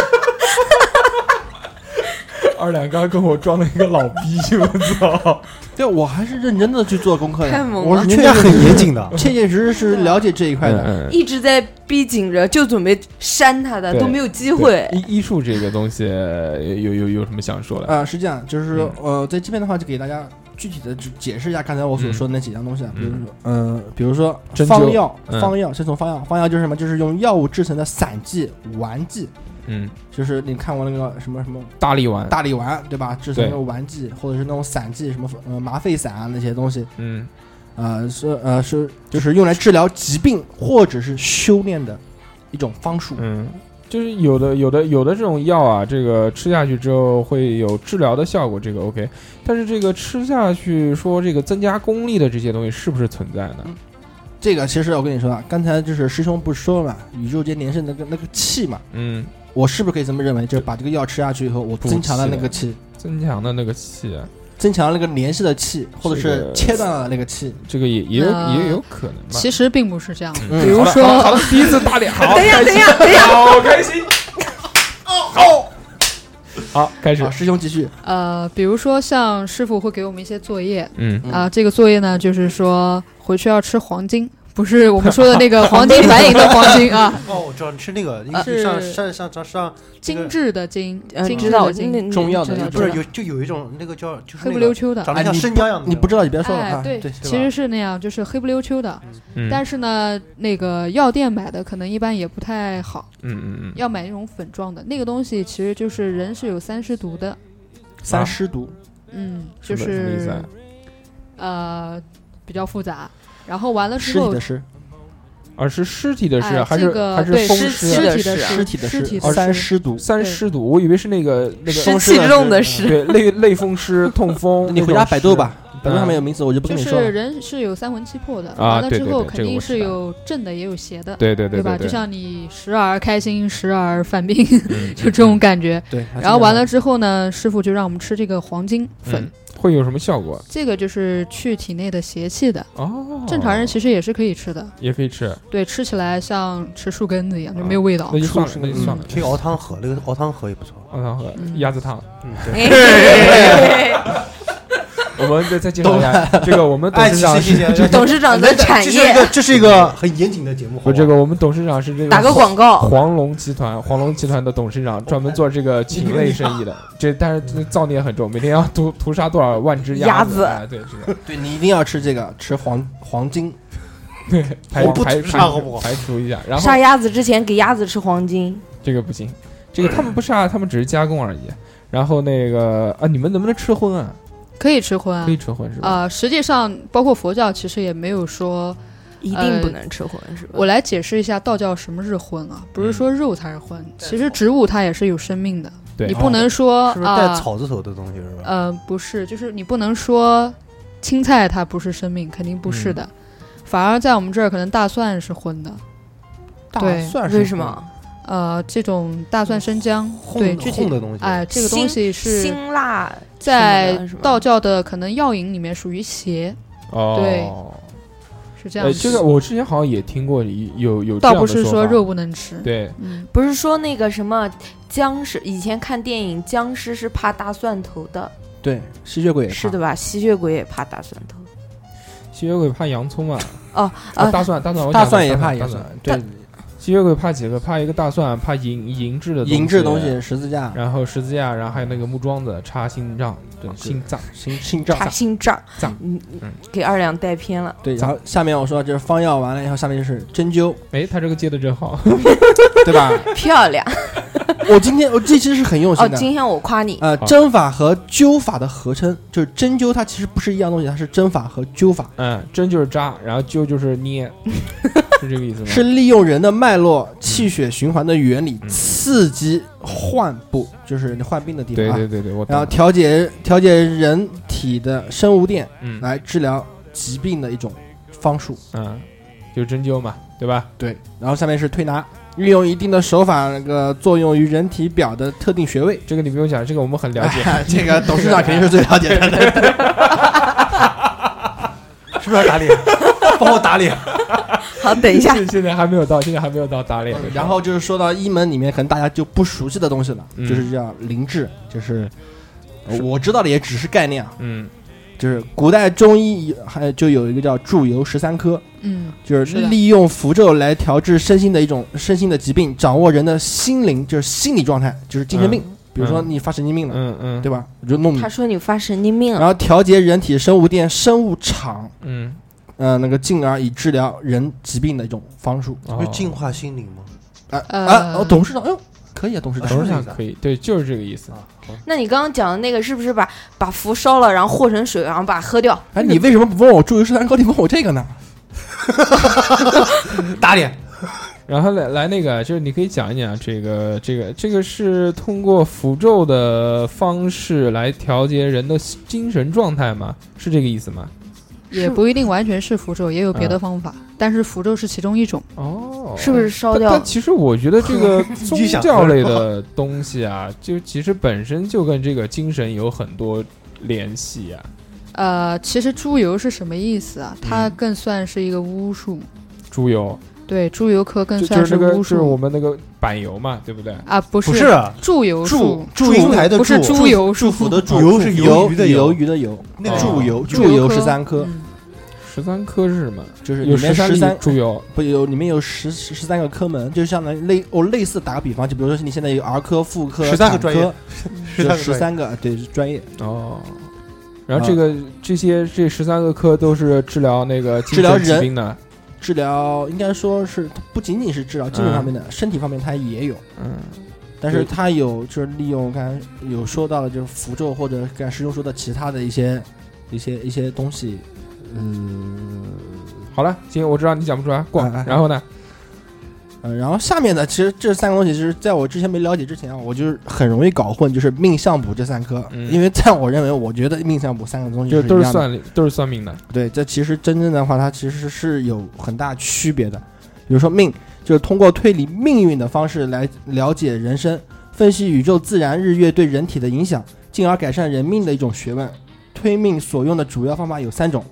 Speaker 4: 二两刚跟我装了一个老逼，我操！
Speaker 3: 对，我还是认真的去做功课的，
Speaker 9: 太猛了
Speaker 3: 我是确
Speaker 9: 人家很
Speaker 3: 严谨的，切切实实是了解这一块
Speaker 4: 嗯
Speaker 3: 的。
Speaker 9: 一直在逼紧着，就准备扇他的，
Speaker 4: 对
Speaker 9: 呃都没有机会
Speaker 4: 对。医医术这个东西呃有有有什么想说的？
Speaker 3: 啊，是这样，就是
Speaker 4: 嗯
Speaker 3: 说呃，在这边的话，就给大家具体的解释一下刚才我
Speaker 4: 嗯
Speaker 3: 所说的那几样东西啊，比如说嗯，比如说
Speaker 4: 针
Speaker 3: 方
Speaker 4: 灸
Speaker 3: 药，
Speaker 4: 嗯
Speaker 3: 方药，先从方药，方药就是什么？就是用药物制成的散剂、丸剂。
Speaker 4: 嗯，
Speaker 3: 就是你看过那个什么什么
Speaker 4: 大力丸
Speaker 3: 大力丸对吧？制成
Speaker 4: 对
Speaker 3: 那种丸剂或者是那种散剂，什么呃麻沸散啊那些东西。
Speaker 4: 嗯，
Speaker 3: 呃是呃是就是用来治疗疾病或者是修炼的一种方术。
Speaker 4: 嗯，就是有的有的有的这种药啊，这个吃下去之后会有治疗的效果，这个 OK。但是这个吃下去说这个增加功力的这些东西是不是存在呢？
Speaker 3: 嗯这个其实我跟你说啊，刚才就是师兄不是说了嘛，宇宙间连胜那个那个气嘛，
Speaker 4: 嗯，
Speaker 3: 我是不是可以这么认为？就是把这个药吃下去以后，我
Speaker 4: 补
Speaker 3: 增强了
Speaker 4: 气啊
Speaker 3: 那个气，
Speaker 4: 增强的那个气啊，
Speaker 3: 增强了那个联系的气，或者
Speaker 4: 这
Speaker 3: 是
Speaker 4: 个
Speaker 3: 切断了那个气。
Speaker 4: 这个也 也有、
Speaker 10: 呃
Speaker 4: 也有可能吧。
Speaker 10: 其实并不是这样的，
Speaker 4: 嗯
Speaker 10: 比如说，
Speaker 4: 好了好了第一次打脸，好 等一下开心等一下等一下哦好开心。好，开始，
Speaker 3: 师兄继续。
Speaker 10: 呃，比如说像师傅会给我们一些作业，
Speaker 4: 嗯
Speaker 10: 啊、这个作业呢，就是说回去要吃黄金， 不是我们说的那个黄金 反应的黄金 啊，呃
Speaker 2: 哦，我知道吃那个，你
Speaker 10: 是
Speaker 2: 上上上上上
Speaker 10: 精致的精，
Speaker 9: 呃
Speaker 10: 精
Speaker 9: 知
Speaker 10: 致
Speaker 9: 道
Speaker 10: 的
Speaker 9: 那
Speaker 10: 精，嗯
Speaker 9: 那重要的
Speaker 2: 不是有就有一种那个叫就是
Speaker 10: 黑
Speaker 2: 那
Speaker 10: 不
Speaker 2: 个
Speaker 10: 溜秋的
Speaker 2: 长得像
Speaker 3: 哎你
Speaker 2: 生
Speaker 3: 不
Speaker 2: 姜一样的，
Speaker 3: 你不知道你别说了
Speaker 10: 哎
Speaker 3: 啊，，
Speaker 10: 对，
Speaker 3: 对，
Speaker 10: 其实是那样，就是黑不溜秋的。
Speaker 4: 嗯
Speaker 10: 但是呢，那个药店买的可能一般也不太好，
Speaker 4: 嗯嗯嗯，
Speaker 10: 要买那种粉状的，那个东西其实就是人是有三尸毒的，
Speaker 3: 三尸毒，
Speaker 10: 嗯，就
Speaker 4: 什么什么意思
Speaker 10: 是
Speaker 4: 啊
Speaker 10: 呃比较复杂。然后完了之
Speaker 3: 尸体
Speaker 10: 后
Speaker 3: 的，尸，
Speaker 4: 啊，是尸体的尸，
Speaker 10: 哎
Speaker 4: 还
Speaker 10: 这
Speaker 4: 是
Speaker 10: 个
Speaker 4: 还是
Speaker 10: 对
Speaker 4: 风
Speaker 10: 尸
Speaker 4: 湿
Speaker 10: 体
Speaker 4: 啊？哦
Speaker 10: 的尸
Speaker 3: 尸体的
Speaker 10: 尸体
Speaker 3: 尸，
Speaker 10: 的尸
Speaker 3: 三尸毒。
Speaker 4: 三尸毒，我以为是那个那个
Speaker 9: 湿气重的湿
Speaker 4: 对，类类风湿、痛风。
Speaker 3: 你回家百度吧，百度上面有
Speaker 4: 嗯
Speaker 3: 名字，我就不跟
Speaker 10: 就
Speaker 3: 你说
Speaker 10: 是
Speaker 3: 了。
Speaker 10: 人是有三魂七魄的，完
Speaker 4: 啊
Speaker 10: 了
Speaker 4: 对
Speaker 10: 之
Speaker 4: 对
Speaker 10: 后
Speaker 4: 对
Speaker 10: 肯
Speaker 4: 这个
Speaker 10: 定
Speaker 4: 我
Speaker 10: 是
Speaker 4: 知道
Speaker 10: 有正的也有邪的，
Speaker 4: 对对对
Speaker 10: 对吧？
Speaker 4: 对对
Speaker 10: 就像你时而开心，时而犯病，
Speaker 4: 嗯
Speaker 10: 就这种感觉。
Speaker 3: 对
Speaker 10: 然后完了之后呢，师傅就让我们吃这个黄金粉，
Speaker 4: 嗯会有什么效果？
Speaker 10: 这个就是去体内的邪气的。
Speaker 4: 哦
Speaker 10: 正常人其实也是可以吃的，
Speaker 4: 也可以吃，啊
Speaker 10: 对，吃起来像吃树根子一样，就没有
Speaker 9: 哦
Speaker 10: 味道。
Speaker 4: 那就算了，那就
Speaker 10: 嗯
Speaker 4: 算了。
Speaker 2: 可以熬汤喝，那个熬汤喝也不错。
Speaker 4: 熬汤喝
Speaker 10: 嗯
Speaker 4: 鸭子汤，
Speaker 2: 嗯，
Speaker 9: 哎
Speaker 4: 我们再再介绍一下这个我们董
Speaker 2: 哎
Speaker 4: 事长
Speaker 2: 谢谢谢谢
Speaker 4: 是
Speaker 9: 董事长的产
Speaker 2: 哎这是一
Speaker 9: 业
Speaker 2: 个这是一个很严谨的节目，
Speaker 4: 不，这个我们董事长是这个
Speaker 9: 打个广告
Speaker 4: 黄龙集团，黄龙集团的董事长专门做这个禽类生意 的，这但是这造孽很重，每天要屠屠杀多少万只
Speaker 9: 鸭
Speaker 4: 子？
Speaker 9: 子
Speaker 4: 哎对，是的，
Speaker 3: 对你一定要吃这个，吃黄黄金。
Speaker 4: 对，排
Speaker 2: 我不
Speaker 4: 排
Speaker 2: 吃好不
Speaker 4: 除
Speaker 2: 好
Speaker 4: 排除一下，然后
Speaker 9: 杀鸭子之前给鸭子吃黄金，
Speaker 4: 这个不行，这个他们不杀，他们只是加工而已。然后那个啊，你们能不能吃荤啊？
Speaker 10: 可以吃荤啊
Speaker 4: 可以。吃荤是吧？
Speaker 10: 啊、实际上包括佛教，其实也没有说。呃
Speaker 9: 一定不能吃荤，是吧？
Speaker 10: 我来解释一下道教什么是荤啊，
Speaker 4: 嗯
Speaker 10: 不是说肉才是荤，其实植物它也是有生命的，
Speaker 4: 对哦
Speaker 10: 你不能说
Speaker 2: 是不是带
Speaker 10: 啊，
Speaker 2: 草字头的东西是吧？
Speaker 10: 呃，不是，就是你不能说青菜它不是生命，肯定不是的，
Speaker 4: 嗯
Speaker 10: 反而在我们这儿可能大蒜是荤的，
Speaker 3: 大
Speaker 10: 对
Speaker 3: 蒜是
Speaker 9: 为什么？
Speaker 10: 呃，这种大蒜生姜，
Speaker 4: 嗯
Speaker 2: 烘
Speaker 10: 对，具体
Speaker 2: 烘的东西，
Speaker 10: 哎，这个东西
Speaker 9: 辛
Speaker 10: 是
Speaker 9: 辛辣
Speaker 10: 在
Speaker 9: 什么的是吧
Speaker 10: 道教的可能药引里面属于邪，
Speaker 4: 哦，
Speaker 10: 是这样
Speaker 4: 呃，
Speaker 10: 子。
Speaker 4: 这个我之前好像也听过一，有有这
Speaker 10: 倒
Speaker 4: 样
Speaker 10: 不
Speaker 4: 的
Speaker 10: 是
Speaker 4: 说
Speaker 10: 说
Speaker 4: 法
Speaker 10: 肉，不能吃，
Speaker 4: 对，
Speaker 10: 嗯，
Speaker 9: 不是说那个什么僵尸，以前看电影僵尸是怕大蒜头的，
Speaker 3: 对，吸血 鬼也
Speaker 9: 是
Speaker 3: 怕
Speaker 9: 的。吧？吸血鬼也怕大蒜头。
Speaker 4: 吸血鬼怕洋葱啊，
Speaker 9: 哦
Speaker 4: 啊，
Speaker 9: 啊
Speaker 4: 大蒜大蒜
Speaker 3: 呃
Speaker 4: 我
Speaker 3: 大
Speaker 4: 讲过
Speaker 3: 蒜也怕，
Speaker 4: 大
Speaker 3: 也
Speaker 4: 蒜
Speaker 3: 算。对，
Speaker 4: 吸血鬼怕几个？怕一个大蒜，怕银银质的
Speaker 3: 银质东西，，十字架、
Speaker 4: 然后十字架，然后还有那个木桩子插心脏，对，心脏，
Speaker 3: 心心
Speaker 9: 怕
Speaker 3: 脏。
Speaker 9: 心脏
Speaker 4: 脏，
Speaker 9: 你你
Speaker 4: 嗯
Speaker 9: 给二两带偏 了。
Speaker 3: 对，然后下面我说就是方药完了以后，下面就是针灸，
Speaker 4: 哎，他这个接的真好，
Speaker 3: 对吧？
Speaker 9: 漂亮
Speaker 3: 我今天我这期是很用
Speaker 9: 哦！
Speaker 3: 心的。
Speaker 9: 今天我夸你，
Speaker 3: 呃，
Speaker 4: 好
Speaker 3: 针法和灸法的合称就是针灸，它其实不是一样东西，它是针法和灸法，
Speaker 4: 嗯，针就是扎，然后灸就是捏，是这个意思吗？
Speaker 3: 是利用人的脉络、气血循环的原理
Speaker 4: 嗯
Speaker 3: 刺激患部，就是你患病的地方
Speaker 4: 对
Speaker 3: 啊。
Speaker 4: 对对对，我
Speaker 3: 然后
Speaker 4: 懂。
Speaker 3: 调节调节人体的生物电
Speaker 4: 嗯
Speaker 3: 来治疗疾病的一种方术。
Speaker 4: 嗯，就是针灸嘛，对吧？
Speaker 3: 对，然后下面是推拿，运用一定的手法，那个作用于人体表的特定穴位。哎
Speaker 4: 这个你不用讲，这个我们很了解。
Speaker 3: 这个董事长肯定是最了解 的。
Speaker 2: 是不是要打脸？ 帮我打脸，
Speaker 9: 好，等一下，
Speaker 4: 现现在还没有到，现 在还没有到打
Speaker 3: 嗯
Speaker 4: 脸的时候。
Speaker 3: 然后就是说到医门里面，可能大家就不熟悉的东西了，
Speaker 4: 嗯
Speaker 3: 就是叫灵智，就是呃我知道的也只是概念啊。
Speaker 4: 嗯，
Speaker 3: 就是古代中医还就有一个叫祝由十三科，
Speaker 10: 嗯，
Speaker 3: 就是利用符咒来调治身心的一种身心的疾病，掌握人的心灵，就是心理状态，就是精神病。
Speaker 9: 嗯
Speaker 3: 比如说你发神经病了，
Speaker 4: 嗯嗯，
Speaker 3: 对吧？我就弄你
Speaker 9: 他，说你发神经病了，
Speaker 3: 然后调节人体生物电生物场，
Speaker 4: 嗯，
Speaker 3: 呃，那个进而以治疗人疾病的一种方术。
Speaker 4: 嗯哦
Speaker 2: 不是净化心灵吗？
Speaker 3: 啊
Speaker 10: 呃
Speaker 3: 啊！哦，董事长，哎呦，可以啊，董事长，
Speaker 4: 董事长可以，对，就是这个意思。
Speaker 2: 啊
Speaker 9: 那你刚刚讲的那个是不是把把符烧了，然后和成水，然后把它喝掉？
Speaker 3: 哎，你为什么不问我祝由十三科，你问我这个呢？
Speaker 2: 打脸。
Speaker 4: 然后来来那个，就是你可以讲一讲这个这个这个是通过符咒的方式来调节人的精神状态吗？是这个意思吗？
Speaker 10: 也不一定完全是符咒，也有别的
Speaker 4: 嗯
Speaker 10: 方法，但是符咒是其中一种。
Speaker 4: 哦
Speaker 9: 是不是烧掉
Speaker 4: 但但其实我觉得这个 宗
Speaker 2: 你想
Speaker 4: 教类 的东西啊，就其实本身就跟这个精神有很多联系啊。
Speaker 10: 呃，其实猪油是什么意思啊？
Speaker 4: 嗯
Speaker 10: 它更算是一个巫术，
Speaker 4: 猪油，
Speaker 10: 对，猪油科更
Speaker 4: 就
Speaker 10: 算
Speaker 4: 就是那个
Speaker 10: 巫
Speaker 4: 就是
Speaker 10: 术
Speaker 4: 我们那个板油嘛，对不对？
Speaker 10: 啊，不
Speaker 2: 不是啊
Speaker 10: 祝油术
Speaker 2: 祝，祝英台的
Speaker 10: 不是
Speaker 2: 祝
Speaker 10: 猪油术，
Speaker 2: 祝福的祝，
Speaker 3: 油
Speaker 2: 是鱿
Speaker 3: 鱿
Speaker 2: 鱼的
Speaker 3: 鱿鱼的鱿，
Speaker 2: 那个
Speaker 3: 祝
Speaker 4: 哦
Speaker 3: 由
Speaker 10: 祝
Speaker 3: 祝由
Speaker 10: 科
Speaker 3: 十三颗，
Speaker 10: 嗯
Speaker 4: 十三颗是什么？
Speaker 3: 就是里
Speaker 4: 有
Speaker 3: 面
Speaker 4: 三
Speaker 3: 十三
Speaker 4: 猪油，
Speaker 3: 不有里面有十十十三个科门，就相当于类我类似打个比方，就比如说你现在有儿科、妇科、
Speaker 2: 13个
Speaker 3: 产
Speaker 2: 专
Speaker 3: 科
Speaker 2: 业，
Speaker 3: 就
Speaker 2: 13个
Speaker 3: 十三个啊对专业
Speaker 4: 哦。然后这个、这些这十三个科都是治疗那个精
Speaker 3: 治疗
Speaker 4: 神疾
Speaker 3: 人
Speaker 4: 病的，
Speaker 3: 治疗，应该说是它不仅仅是治疗精神方面的，身体方面它也有，
Speaker 4: 嗯，
Speaker 3: 但是
Speaker 4: 对
Speaker 3: 它有就是利用刚才有说到的，就是符咒或者刚才师兄说的其他的一些一些一些东西，嗯。
Speaker 4: 好了，行，我知道你讲不出来，过。
Speaker 3: 哎哎
Speaker 4: 然后呢？
Speaker 3: 嗯，然后下面呢，其实这三个东西，就是在我之前没了解之前啊，我就是很容易搞混，就是命相卜这三科，
Speaker 4: 嗯
Speaker 3: 因为在我认为，我觉得命相卜三个东西
Speaker 4: 就是都
Speaker 3: 一
Speaker 4: 是
Speaker 3: 样的。
Speaker 4: 算都是算命的，
Speaker 3: 对，这其实真正的话，它其实是有很大区别的。比如说命，就是通过推理命运的方式来了解人生，分析宇宙自然日月对人体的影响，进而改善人命的一种学问。推命所用的主要方法有三种：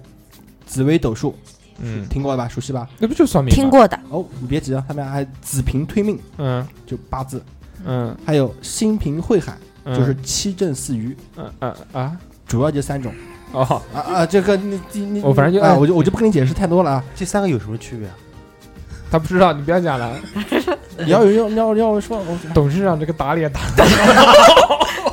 Speaker 3: 紫微斗数，
Speaker 4: 嗯，
Speaker 3: 听过了吧？熟悉吧？
Speaker 4: 那不就算命吗？
Speaker 9: 听过的，
Speaker 3: 哦，你别急啊，他们还子平推命，
Speaker 4: 嗯，
Speaker 3: 就八字。
Speaker 4: 嗯
Speaker 3: 还有心平会海，
Speaker 4: 嗯，
Speaker 3: 就是七正四余，
Speaker 4: 嗯嗯啊
Speaker 3: 主要这三种
Speaker 4: 哦，
Speaker 3: 啊啊，这个你你你
Speaker 4: 我反正就
Speaker 3: 啊，
Speaker 4: 哎
Speaker 3: 我就我就不跟你解释太多了 啊。
Speaker 2: 这三个有什么区别啊？
Speaker 4: 他不知道，你不要 讲了。
Speaker 3: 你要有要你要你要说，我
Speaker 4: 董事长这个打脸打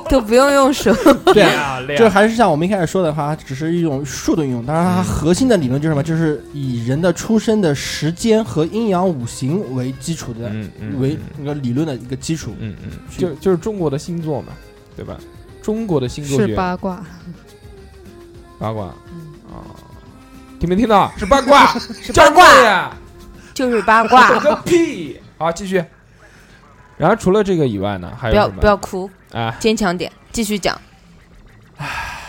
Speaker 9: 都不用用手。
Speaker 3: 对啊，
Speaker 4: 呀
Speaker 3: 这还是像我们一开始说的话，它只是一种术的运用。当然，
Speaker 4: 嗯
Speaker 3: 它核心的理论就是什么？就是以人的出生的时间和阴阳五行为基础的，
Speaker 4: 嗯嗯
Speaker 3: 为一个理论的一个基础。
Speaker 4: 嗯嗯，就就是 中国的星座嘛，对吧？中国的星座
Speaker 10: 是
Speaker 4: 学嗯
Speaker 10: 八卦，
Speaker 4: 八卦
Speaker 10: 嗯
Speaker 4: 哦，听没听到？是八卦， 是
Speaker 9: 八卦
Speaker 4: 呀，
Speaker 9: 就是八卦
Speaker 4: 我，个屁！ 好，继续。然后除了这个以外呢，还
Speaker 9: 不
Speaker 4: 有
Speaker 9: 要
Speaker 4: 什么？
Speaker 9: 不要 哭，
Speaker 4: 啊！
Speaker 9: 坚强点，继续讲。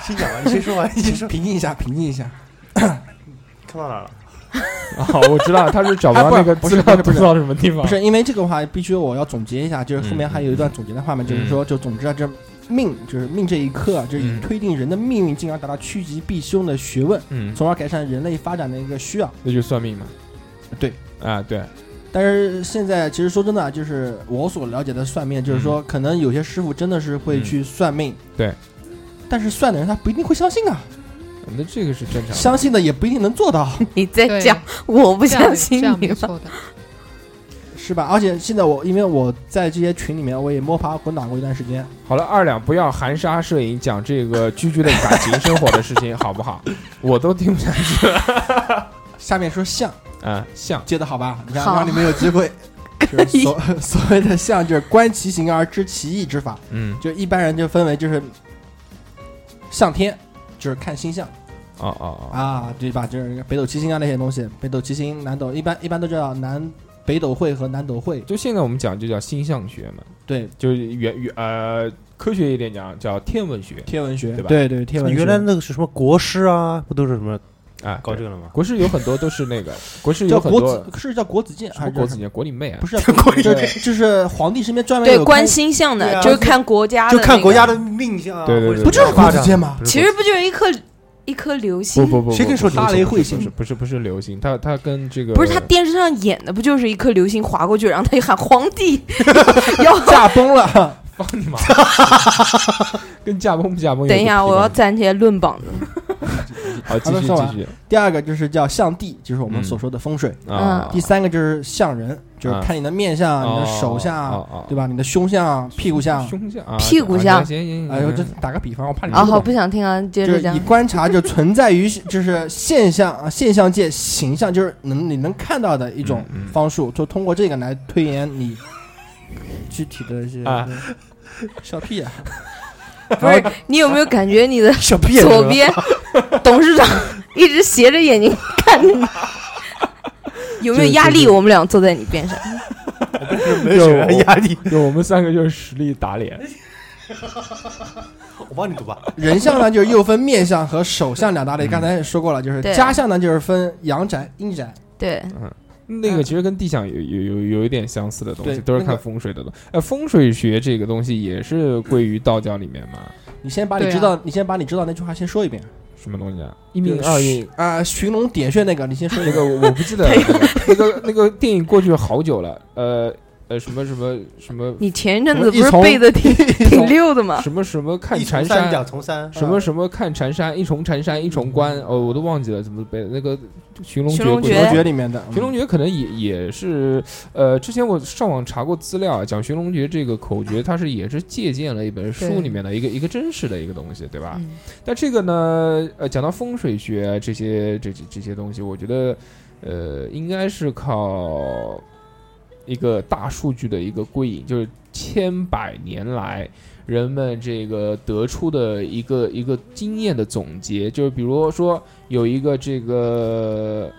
Speaker 2: 先讲完，你先 说完，你先说。
Speaker 3: 平静一下，平静一下。
Speaker 2: 看到哪了？
Speaker 4: 好，哦我知道他是找 不
Speaker 3: 哎
Speaker 4: 到
Speaker 3: 不
Speaker 4: 那
Speaker 3: 是
Speaker 4: 个
Speaker 3: 不
Speaker 4: 资
Speaker 3: 是
Speaker 4: 料
Speaker 3: 不是
Speaker 4: 读到什么地方
Speaker 3: 不，是因为这个话，必须我要总结一下，就是后面
Speaker 4: 嗯
Speaker 3: 还有一段总结的话嘛，就是说，就总之啊，这命就是命这一刻啊，就是以
Speaker 4: 嗯
Speaker 3: 推定人的命运，进而达到趋吉避凶的学问，
Speaker 4: 嗯，
Speaker 3: 从而改善人类发展的一个需要。
Speaker 4: 那就算命嘛。
Speaker 3: 对
Speaker 4: 啊，对，
Speaker 3: 但是现在其实说真的啊，就是我所了解的算命，就是说可能有些师傅真的是会去算命，
Speaker 4: 对，
Speaker 3: 但是算的人他不一定会相信啊，
Speaker 4: 那这个是正常的。
Speaker 3: 相信的也不一定能做到，
Speaker 9: 你
Speaker 10: 对
Speaker 9: 在讲，我不
Speaker 10: 这样
Speaker 9: 相
Speaker 10: 没
Speaker 9: 信
Speaker 10: 这样
Speaker 9: 你
Speaker 10: 没
Speaker 9: 吧？
Speaker 10: 错的。
Speaker 3: 是吧？而且现在我因为我在这些群里面，我也摸爬滚打过一段时间，
Speaker 4: 好了，二两不要含沙射影讲这个居居的感情生活的事情，好不好？ 我都听不下去了。
Speaker 3: 下面说像。
Speaker 4: 啊，像
Speaker 3: 接的好吧？你看，
Speaker 9: 好
Speaker 3: 让你们有 机会。就是所 所谓的象，就是观其形而知其意之法。
Speaker 4: 嗯，
Speaker 3: 就一般人就分为就是象天，就是看星象
Speaker 4: 哦哦
Speaker 3: 啊，对吧？就是北斗七星啊那些东西，北斗七星、南斗，一般一般都叫南北斗会和南斗会
Speaker 4: 哦，。就现在我们讲就叫星象学嘛，
Speaker 3: 对，
Speaker 4: 就是原原呃科学一点讲叫天文学
Speaker 3: 天文学
Speaker 4: 对吧
Speaker 3: 对对，天文学。
Speaker 2: 原来那个是什么国师啊，不都是什么
Speaker 4: 啊。
Speaker 2: 搞这
Speaker 4: 对
Speaker 2: 个了吗？
Speaker 4: 国师有很多都是 那个国师有
Speaker 3: 叫
Speaker 4: 很
Speaker 3: 国
Speaker 4: 多
Speaker 3: 子是叫国子监
Speaker 4: 什
Speaker 3: 还
Speaker 4: 么
Speaker 3: 是
Speaker 4: 国
Speaker 3: 叫
Speaker 4: 子
Speaker 3: 什么？
Speaker 4: 监国你妹啊
Speaker 3: 不！是叫国
Speaker 2: 国子
Speaker 3: 子监
Speaker 2: 监，
Speaker 3: 就是皇帝身边专门
Speaker 9: 对
Speaker 3: 有，个
Speaker 9: 关心象
Speaker 2: 对
Speaker 9: 的，
Speaker 2: 啊
Speaker 9: 就是看国家的
Speaker 2: 就
Speaker 9: 那个，
Speaker 2: 看国家的命相啊，
Speaker 4: 对对
Speaker 2: 或者
Speaker 4: 对不就是
Speaker 2: 怎么
Speaker 3: 国
Speaker 2: 发
Speaker 3: 子
Speaker 2: 展
Speaker 3: 监吗？
Speaker 9: 其实不就是一颗一颗流
Speaker 4: 不
Speaker 9: 星？
Speaker 4: 不不，
Speaker 2: 谁跟你说
Speaker 4: 不是
Speaker 2: 哈雷彗
Speaker 4: 不是不是不是流星，它它跟这个
Speaker 9: 不是他电视 上演的，不就是一颗流星划过去，然后他就喊皇帝，要
Speaker 3: 驾崩了，
Speaker 4: 操你妈！跟驾崩不驾崩有个
Speaker 9: 等一下，
Speaker 4: 屁
Speaker 9: 我要
Speaker 4: 关系
Speaker 9: 暂且论膀子。
Speaker 4: 好，继
Speaker 3: 还没
Speaker 4: 续
Speaker 3: 说完
Speaker 4: 继续。
Speaker 3: 第二个就是叫相地，就是我们所说的风水。
Speaker 4: 嗯啊
Speaker 3: 第三个就是相人，就是看你的面相、
Speaker 4: 啊
Speaker 3: 你的手
Speaker 4: 哦哦
Speaker 3: 相，对吧？你的胸相、屁股相。
Speaker 4: 胸相啊
Speaker 9: 屁股相
Speaker 4: 行行行
Speaker 3: 哎呦，这打个比方，我怕你
Speaker 9: 啊，
Speaker 3: 听
Speaker 9: 好，
Speaker 3: 懂。
Speaker 9: 不想听啊，接
Speaker 3: 就
Speaker 9: 着
Speaker 3: 是
Speaker 9: 讲
Speaker 3: 你。观察就存在于就是现象啊，现象界形象，就是能你能看到的一种
Speaker 4: 嗯
Speaker 3: 方术，就通过这个来推演你具体的一些
Speaker 4: 啊
Speaker 3: 小屁眼。
Speaker 9: 不是，你有没有感觉你的
Speaker 3: 小屁眼
Speaker 9: 左边 董事长一直斜着眼睛看着你？有没有压力？我们俩坐在你边上，
Speaker 2: 没有血压力，
Speaker 4: 就我们三个就是实力打脸。
Speaker 2: 我帮你读吧。
Speaker 3: 人相呢，就是又分面相和手相两大
Speaker 4: 嗯
Speaker 3: 类，刚才也说过了，就是
Speaker 9: 对
Speaker 3: 家相呢，就是分阳宅、阴宅。
Speaker 9: 对，
Speaker 4: 嗯那个其实跟地相有有有有一点相似的东西，
Speaker 3: 对
Speaker 4: 都是
Speaker 3: 那
Speaker 4: 看
Speaker 3: 个
Speaker 4: 风水的东西。哎，风水学这个东西也是归于道教里面嘛？
Speaker 3: 你先把你知
Speaker 9: 啊
Speaker 3: 道，你先把你知道那句话先说一遍。
Speaker 4: 什么东西啊？一命二运
Speaker 3: 啊，寻龙点穴那个，你先说一
Speaker 4: 那个
Speaker 3: 个。
Speaker 4: 我我不 记得了那个那个那个电影过去好久了，呃呃什么什么什么
Speaker 9: 你前一阵子
Speaker 4: 什么
Speaker 9: 不
Speaker 4: 一
Speaker 9: 是
Speaker 4: 重
Speaker 9: 背的挺挺溜的吗？
Speaker 4: 什么什么看
Speaker 2: 一重
Speaker 4: 禅
Speaker 2: 山，
Speaker 4: 山
Speaker 2: 两重山，
Speaker 4: 什么什么看禅山一重禅山一重关哦我都忘记了怎么背的那个寻龙
Speaker 9: 寻龙
Speaker 4: 过去
Speaker 9: 诀
Speaker 3: 佛诀里面的
Speaker 4: 嗯寻龙诀可能也也是，呃，之前我上网查过资料啊，讲寻龙诀这个口诀，它是也是借鉴了一本书
Speaker 10: 对
Speaker 4: 里面的一个一个真实的一个东西，对吧？
Speaker 10: 嗯
Speaker 4: 但这个呢，呃，讲到风水学啊这些这这这些东西，我觉得，呃，应该是靠一个大数据的一个归隐，就是千百年来人们这个得出的一个一个经验的总结，就是比如说有一个这个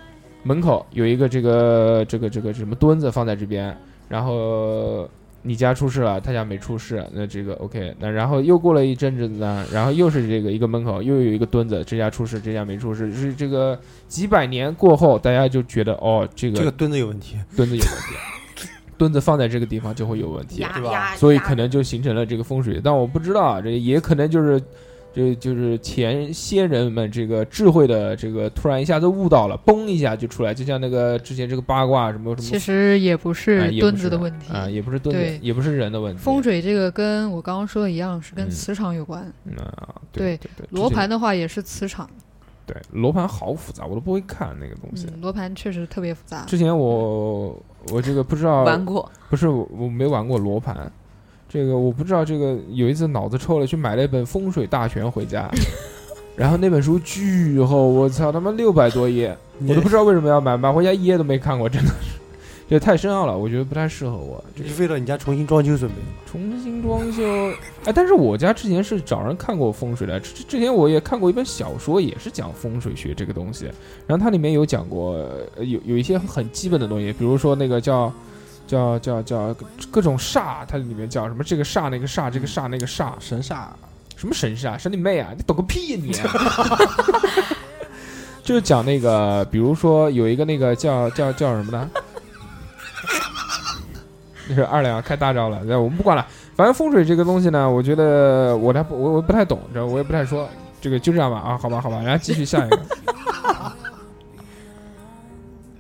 Speaker 4: 门口有一个这个这个这个什么墩子放在这边，然后你家出事了，他家没出事，那这个 OK。那然后又过了一阵子呢，然后又是这个一个门口又有一个墩子，这家出事，这家没出事，是这个几百年过后，大家就觉得哦，这
Speaker 2: 这个
Speaker 4: 个
Speaker 2: 墩子有问题，
Speaker 4: 墩子有问 题，墩子放在这个地方就会有问题，
Speaker 2: 对吧？
Speaker 4: 所以可能就形成了这个风水。但我不知道啊，这也可能就是。这就是前先人们这个智慧的这个突然一下子悟到了，嘣一下就出来，就像那个之前这个八卦什么什么，
Speaker 10: 其实也不
Speaker 4: 啊
Speaker 10: 是
Speaker 4: 也不
Speaker 10: 墩子
Speaker 4: 是
Speaker 10: 的问题
Speaker 4: 啊，也不是墩
Speaker 10: 对
Speaker 4: 子，也不是人的问题。
Speaker 10: 风水这个跟我刚刚说的一样，是
Speaker 4: 嗯
Speaker 10: 跟磁场有关。
Speaker 4: 嗯啊，
Speaker 10: 对
Speaker 4: 对对，
Speaker 10: 罗
Speaker 4: 之前
Speaker 10: 盘的话也是磁场，
Speaker 4: 对罗盘好复杂，我都不会看那个东西。
Speaker 10: 嗯，罗盘确实特别复杂。
Speaker 4: 之前我我这个不知道
Speaker 9: 玩过，
Speaker 4: 不是我我没玩过罗盘，这个我不知道。这个有一次脑子抽了，去买了一本《风水大全》回家，然后那本书巨厚，我操他妈六百多页，我都不知道为什么要买，买回家一页都没看过，真的是，这太深奥了，我觉得不太适合我。这
Speaker 2: 你
Speaker 4: 个
Speaker 2: 是为了你家重新装修准备的。
Speaker 4: 重新装修，哎，但是我家之前是找人看过风水的，之之之前我也看过一本小说，也是讲风水学这个东西，然后它里面有讲过，呃有有一些很基本的东西，比如说那个叫叫叫叫各种煞，它里面叫什么这个煞那个煞这个煞那个煞，
Speaker 3: 神煞，
Speaker 4: 什么神煞神你妹啊，你懂个屁呀、你！就是讲那个，比如说有一个那个叫叫叫什么呢？ 那是二两开大招了，那我们不管了。反正风水这个东西呢，我觉得我还不我我不太懂，知道我也不太说，这个就这样吧啊，好吧好吧，然后继续下一个。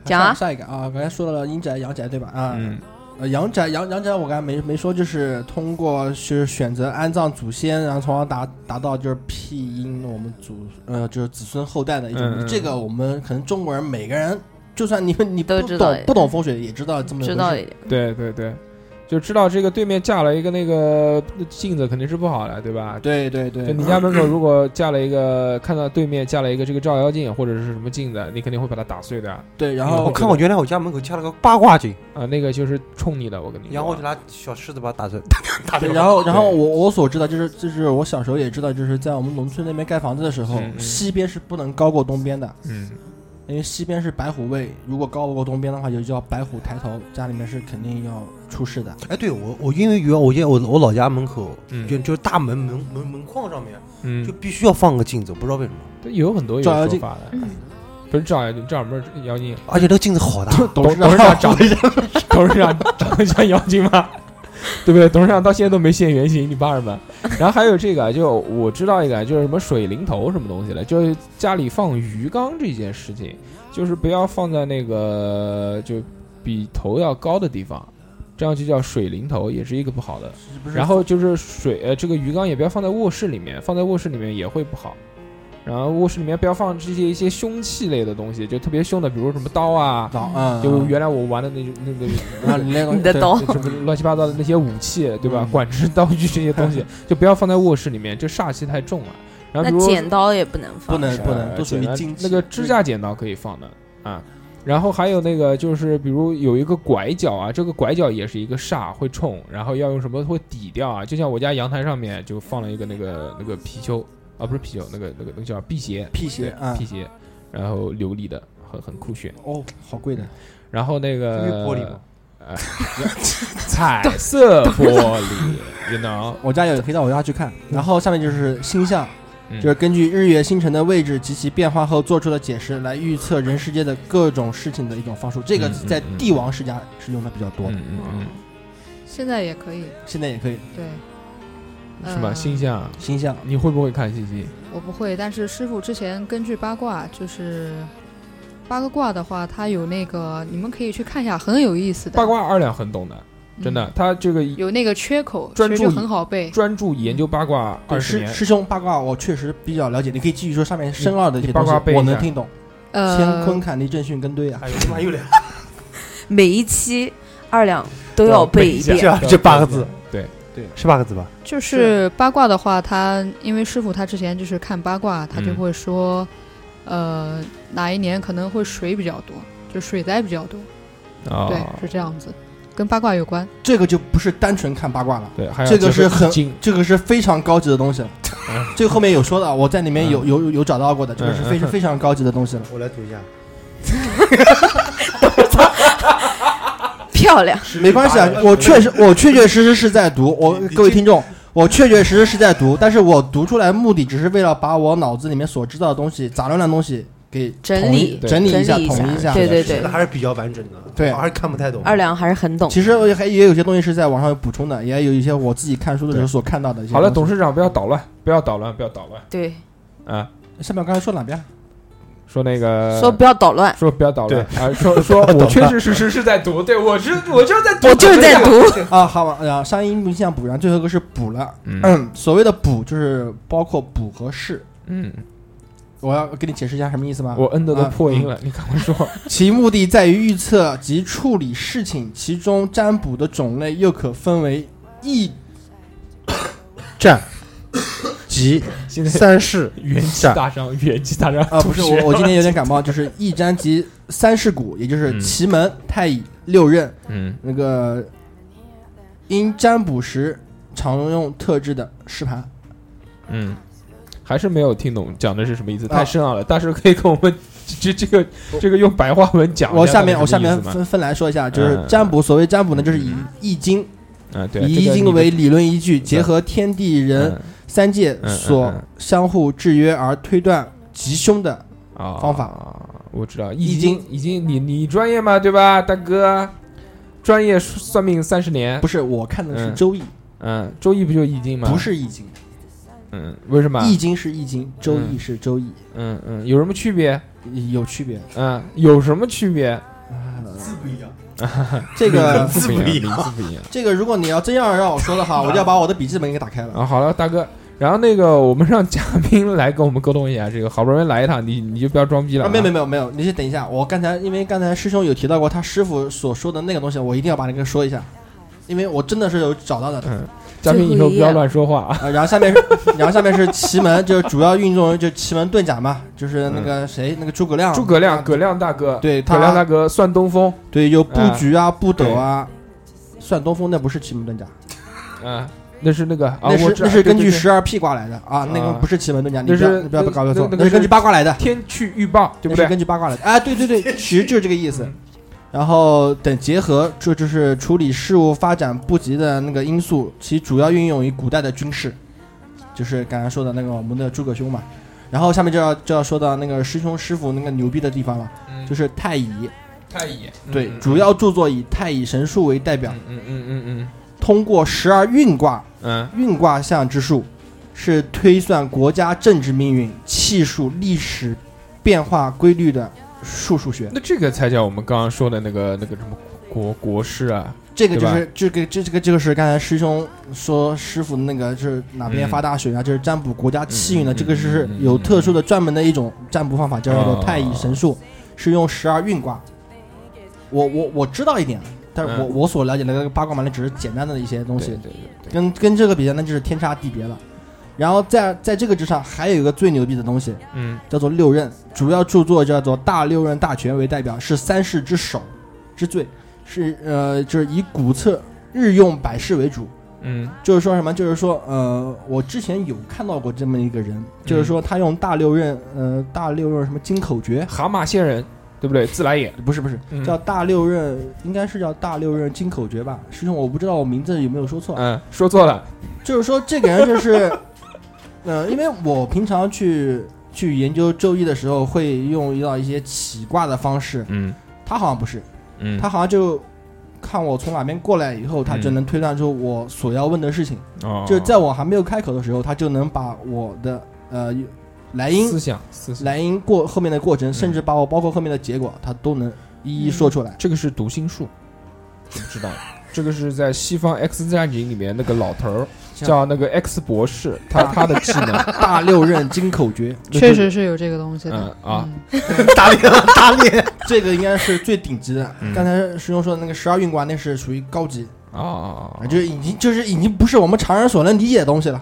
Speaker 9: 讲啊
Speaker 3: 下下一个啊，刚才说到了阴宅、阳宅对吧？啊，
Speaker 4: 嗯
Speaker 3: 呃，阳宅阳阳宅我刚才没没说，就是通过是选择安葬祖先，然后从而达达到就是庇荫我们祖呃就是子孙后代的一种。
Speaker 4: 嗯嗯嗯
Speaker 3: 这个我们可能中国人每个人，就算你你不
Speaker 9: 都知道
Speaker 3: 懂不懂风水，也知道这么一回
Speaker 9: 知
Speaker 3: 事
Speaker 9: 道一点。
Speaker 4: 嗯对对对，就知道这个对面架了一个那个镜子肯定是不好的，对吧？
Speaker 3: 对对
Speaker 4: 就
Speaker 3: 对
Speaker 4: 你，家 门口如果架了一个，看到对面架了一个这个照妖镜或者是什么镜子，你肯定会把它打碎的啊！
Speaker 3: 对，然
Speaker 2: 我
Speaker 3: 后
Speaker 2: 看过，原来我家门口架了个八卦镜，
Speaker 4: 啊那个就是冲你的，我跟你 说。
Speaker 2: 然后我就拿小石子把它 打成打
Speaker 3: 对
Speaker 2: 成。
Speaker 3: 然后然后我我所知道就是就是我小时候也知道，就是在我们农村那边盖房子的时候，
Speaker 4: 嗯嗯
Speaker 3: 西边是不能高过东边的。
Speaker 4: 嗯，
Speaker 3: 因为西边是白虎位，如果高过东边的话，就叫白虎抬头，家里面是肯定要出事的。
Speaker 2: 哎，对我我因为原我家我我老家门口
Speaker 4: 嗯
Speaker 2: 就就是大门门门门框上面
Speaker 4: 嗯
Speaker 2: 就，必须要放个镜子，我不知道为什么，
Speaker 4: 对有很多有
Speaker 3: 照妖
Speaker 4: 说
Speaker 3: 镜
Speaker 4: 法
Speaker 9: 嗯
Speaker 4: 的，不是照妖镜，照什么妖精？
Speaker 2: 而且那个镜子好大，
Speaker 4: 董事
Speaker 3: 事长
Speaker 4: 长长得像， 董事长长得像妖精吗？对不对？董事长到现在都没现原形，你怕什么？然后还有这个啊，就我知道一个啊，就是什么水淋头什么东西了，就是家里放鱼缸这件事情，就是不要放在那个就比头要高的地方，这样就叫水淋头，也是一个不好的
Speaker 3: 不。是
Speaker 4: 然后就是水，呃，这个鱼缸也不要放在卧室里面，放在卧室里面也会不好。然后卧室里面不要放这些一些凶器类的东西，就特别凶的，比如什么刀啊，
Speaker 3: 刀嗯
Speaker 4: 就原来我玩的那那个
Speaker 3: 啊你那个你嗯的刀
Speaker 4: 什么乱七八糟的那些武器，对吧？管制刀具这些 东西，就不要放在卧室里面，这煞气太重了。然后
Speaker 9: 那
Speaker 4: 比如
Speaker 9: 剪刀也不能放，
Speaker 4: 呃剪刀那个指甲剪刀可以放的啊。然后还有那个就是，比如有一个拐角啊，这个拐角也是一个煞，会冲，然后要用什么会抵掉啊？就像我家阳台上面就放了一个那个那个貔貅啊，不是貔貅，那个那个那个叫辟邪，
Speaker 3: 辟邪
Speaker 4: 对
Speaker 3: 啊
Speaker 4: 辟邪，然后琉璃的，很很酷炫
Speaker 3: 哦，好贵的。
Speaker 4: 然后那个
Speaker 3: 这是玻璃吗
Speaker 4: 呃彩色玻璃，you know，
Speaker 3: 我家有可以到我家去看。然后下面就是星象，
Speaker 4: 嗯
Speaker 3: 就是根据日月星辰的位置及其变化后做出的解释，来预测人世界的各种事情的一种方术。这个
Speaker 4: 嗯嗯
Speaker 3: 在
Speaker 4: 嗯
Speaker 3: 帝王世家是用的比较多的，
Speaker 4: 嗯嗯，
Speaker 10: 现在也可以，
Speaker 3: 现在也可以。
Speaker 10: 对，
Speaker 4: 是吧？
Speaker 10: 呃
Speaker 4: 星象，
Speaker 3: 星象，
Speaker 4: 你会不会看星星？
Speaker 10: 我不会，但是师傅之前根据八卦，就是八个卦的话，它有那个，你们可以去看一下，很有意思的。
Speaker 4: 八卦二两很懂的，真
Speaker 3: 嗯
Speaker 4: 的，他这个
Speaker 10: 有那个缺口，
Speaker 4: 专
Speaker 10: 所以
Speaker 4: 注
Speaker 10: 就
Speaker 4: 于
Speaker 10: 很好背。
Speaker 4: 专注研究八卦
Speaker 3: 对
Speaker 4: 二十
Speaker 3: 师
Speaker 4: 年，
Speaker 3: 师兄八卦我确实比较了解，你可以继续说上面深奥的一些
Speaker 4: 你
Speaker 3: 东
Speaker 4: 八卦
Speaker 3: 西，
Speaker 4: 背一
Speaker 3: 我能
Speaker 4: 下哎
Speaker 3: 听懂。
Speaker 9: 呃
Speaker 3: 乾坤坎离震巽艮兑啊，
Speaker 2: 有他妈有俩，
Speaker 9: 每一期二两都要背一遍。
Speaker 1: 这这啊八个字，
Speaker 4: 对
Speaker 1: 对，是八个字吧？
Speaker 10: 就是八卦的话，他因为师傅他之前就是看八卦，他就
Speaker 1: 嗯
Speaker 10: 会说，呃，哪一年可能会水比较多，就水灾比较多，
Speaker 4: 啊
Speaker 10: 对，是这样子，跟八卦有关。
Speaker 3: 这个就不是单纯看八卦了，
Speaker 4: 对还要
Speaker 3: 这个
Speaker 4: 结
Speaker 3: 是
Speaker 4: 合
Speaker 3: 很
Speaker 4: 易经
Speaker 3: 这个是非常高级的东西 了
Speaker 4: 嗯。
Speaker 3: 这个后面有说的，我在里面有
Speaker 4: 嗯
Speaker 3: 有有有找到过的，这个是非
Speaker 4: 嗯嗯
Speaker 3: 常非常高级的东西了。
Speaker 2: 我来读一下。
Speaker 9: 漂亮，
Speaker 3: 没关系啊，我确实，我确确实实是在读。我各位听众，我确确实实是在读，但是我读出来的目的只是为了把我脑子里面所知道的东西、杂乱的东西给
Speaker 9: 整
Speaker 3: 统一
Speaker 9: 理
Speaker 3: 整理一下，
Speaker 9: 整理一下
Speaker 3: 统一一下。
Speaker 9: 对对对
Speaker 2: 还是比较完整的，
Speaker 3: 对
Speaker 2: 我还是看不太懂。
Speaker 9: 二两还是很懂。
Speaker 3: 其实我还也有些东西是在网上有补充的，也有一些我自己看书的时候所看到的一些东
Speaker 4: 好
Speaker 3: 西。
Speaker 4: 了，董事长不要捣乱，不要捣乱，不要捣乱
Speaker 9: 对，
Speaker 4: 啊！
Speaker 3: 下面我刚才说哪边？啊
Speaker 4: 说那个，
Speaker 9: 说不要捣乱，
Speaker 4: 呃说不要捣乱啊！ 说
Speaker 3: 不
Speaker 4: 说
Speaker 3: 要捣
Speaker 4: 我
Speaker 3: 乱
Speaker 4: 确确实实是在读，对我是我就是在读，
Speaker 9: 我就是在读。
Speaker 3: 啊，好吧，然后上音不像补，然后最后一个是补了。
Speaker 4: 嗯，
Speaker 3: 所谓的补就是包括补和释。
Speaker 4: 嗯，
Speaker 3: 我要给你解释一下什么意思吗？
Speaker 4: 我摁的都
Speaker 3: 啊
Speaker 4: 破音
Speaker 3: 嗯
Speaker 4: 了，你赶快说。
Speaker 3: 其目的在于预测及处理事情，其中占卜的种类又可分为 易
Speaker 1: 战吉
Speaker 4: 现在
Speaker 1: 三世
Speaker 4: 元气
Speaker 1: 战
Speaker 4: 大伤，元气大伤
Speaker 3: 啊，不是我，我今天有点感冒，就是易占及三世骨，也就是奇门、太乙、六壬，
Speaker 4: 嗯，
Speaker 3: 那个因占卜时常用特制的试盘。
Speaker 4: 嗯，还是没有听懂讲的是什么意
Speaker 3: 啊
Speaker 4: 思，太深奥了。大师呃可以跟我们这这个这个用白话文讲一
Speaker 3: 我
Speaker 4: 下
Speaker 3: 下
Speaker 4: 到底
Speaker 3: 面我
Speaker 4: 什
Speaker 3: 下
Speaker 4: 么意思
Speaker 3: 面
Speaker 4: 吗
Speaker 3: 分分来说一下，就是
Speaker 4: 嗯
Speaker 3: 占卜，所谓占卜呢，就是以易经
Speaker 4: 啊，对，
Speaker 3: 以
Speaker 4: 这
Speaker 3: 易
Speaker 4: 个你
Speaker 3: 经
Speaker 4: 们
Speaker 3: 为理论依据，结合天地人
Speaker 4: 嗯
Speaker 3: 三界
Speaker 4: 嗯嗯
Speaker 3: 所
Speaker 4: 嗯
Speaker 3: 相互制约而推断吉凶的
Speaker 4: 啊
Speaker 3: 方法。
Speaker 4: 我知道《
Speaker 3: 易
Speaker 4: 易经》，《易经》，你你专业嘛，对吧，大哥？专业算命三十年，
Speaker 3: 不是我看的是
Speaker 4: 嗯
Speaker 3: 周易，
Speaker 4: 嗯，周易不就易经吗？
Speaker 3: 不是易经，
Speaker 4: 嗯，为什么？
Speaker 3: 易经是易经，周易是周易，
Speaker 4: 嗯嗯，有什么区别？
Speaker 3: 有区别。
Speaker 4: 嗯，有什么区 别？
Speaker 2: 字不一样，
Speaker 3: 这个
Speaker 4: 字不
Speaker 2: 字不
Speaker 4: 一
Speaker 2: 一
Speaker 4: 样，
Speaker 2: 样
Speaker 4: 啊名字不一样。
Speaker 3: 这个如果你要真要让我说的 话，我就要把我的笔记本给打开了。
Speaker 4: 啊，好了，大哥。然后那个，我们让嘉宾来跟我们沟通一下，这个好不容易来一趟，你你就不要装逼了
Speaker 3: 啊，没有没有没有没有，你先等一下，我刚才因为刚才师兄有提到过他师傅所说的那个东西，我一定要把那个说一下，因为我真的是有找到的。
Speaker 4: 嗯，嘉宾以后不要乱说话啊。
Speaker 3: 啊，然后下面是，然后下面是奇门，就是主要运用就奇门遁甲嘛，就是那个谁，那个诸葛亮，
Speaker 4: 嗯
Speaker 3: 啊
Speaker 4: 诸葛亮，葛亮大哥，
Speaker 3: 对他
Speaker 4: 葛亮大哥算东风，
Speaker 3: 对，有布局啊、不斗啊，算东风那不是奇门遁甲，
Speaker 4: 嗯，那是那个啊，
Speaker 3: 那
Speaker 4: 我
Speaker 3: 是
Speaker 4: 知
Speaker 3: 那
Speaker 4: 道
Speaker 3: 是根
Speaker 4: 对
Speaker 3: 据
Speaker 4: 对
Speaker 3: 十二辟卦来的啊，那个
Speaker 4: 啊
Speaker 3: 不是奇门遁甲，你不
Speaker 4: 那
Speaker 3: 要
Speaker 4: 是
Speaker 3: 你不要搞
Speaker 4: 那
Speaker 3: 错，
Speaker 4: 那
Speaker 3: 那是根据八卦来的，
Speaker 4: 天气预报，对
Speaker 3: 那
Speaker 4: 不嗯对
Speaker 3: 是？根据八卦来的，哎，对对对，其实就是这个意思。然后等结合，这就是处理事物发展不及的那个因素，其主要运用于古代的军事，就是刚才说的那个我们的诸葛兄嘛。然后下面就要就要说到那个师兄师傅那个牛逼的地方了，
Speaker 4: 嗯
Speaker 3: 就是太乙，
Speaker 4: 太乙，
Speaker 3: 对，
Speaker 4: 嗯
Speaker 3: 主要著作以太乙神术为代表，
Speaker 4: 嗯嗯嗯嗯
Speaker 3: 通过十二运卦
Speaker 4: 嗯
Speaker 3: 运卦象之术，是推算国家政治命运、气数、历史变化规律的数数学。
Speaker 4: 那这个才叫我们刚刚说的那个那个什么国国师啊，
Speaker 3: 这个就
Speaker 4: 对吧
Speaker 3: 是这个这这个这个是刚才师兄说师傅那个就是哪边
Speaker 4: 嗯
Speaker 3: 发大水啊，就是占卜国家气运的，这个是有特
Speaker 4: 嗯
Speaker 3: 殊的专门的一种占卜方法，叫做太乙
Speaker 4: 哦
Speaker 3: 神术，是用十二运卦。我我我知道一点，但是我
Speaker 4: 嗯
Speaker 3: 我所了解的那个八卦嘛，那只是简单的一些东西
Speaker 4: 对对，
Speaker 3: 跟跟这个比较，那就是天差地别了。然后在在这个之上，还有一个最牛逼的东西，
Speaker 4: 嗯，
Speaker 3: 叫做六壬，主要著作叫做《大六壬大全》为代表，是三世之首之最，是呃，就是以古册日用百世为主。
Speaker 4: 嗯，
Speaker 3: 就是说什么？就是说，呃，我之前有看到过这么一个人，
Speaker 4: 嗯
Speaker 3: 就是说他用大六壬，呃，大六壬什么金口诀，
Speaker 4: 蛤蟆仙人，对不对？嗯自来也
Speaker 3: 不是不是，叫大六壬，应该是叫大六壬金口诀吧？师兄，我不知道我名字有没有说错。
Speaker 4: 嗯，说错了，
Speaker 3: 就是说这个人就是， 呃，因为我平常去去研究周易的时候，会用到一些起卦的方式，
Speaker 4: 嗯，
Speaker 3: 他好像不是，
Speaker 4: 嗯
Speaker 3: 他好像就看我从哪边过来以后，他就
Speaker 4: 嗯
Speaker 3: 能推断出我所要问的事情，
Speaker 7: 嗯
Speaker 4: 哦
Speaker 3: 就是在我还没有开口的时候，他就能把我的呃来因
Speaker 4: 思想思想
Speaker 3: 来因过后面的过程，甚至把我包括后面的结果，他都能一一说出来。
Speaker 4: 嗯这个是读心术，你知道吗？这个是在西方《X 战警》里面那个老头儿叫那个 X 博士，他他的技能
Speaker 3: 哎 大六壬金口诀，
Speaker 10: 啊确实是有这个东西的
Speaker 4: 嗯。啊，
Speaker 3: 打脸了，打脸！ 这个应该是最顶级的。
Speaker 4: 嗯
Speaker 3: 刚才师兄说的那个十二运卦，那是属于高级
Speaker 4: 哦，
Speaker 3: 啊，就是已经就是已经不是我们常人所能理解的东西了。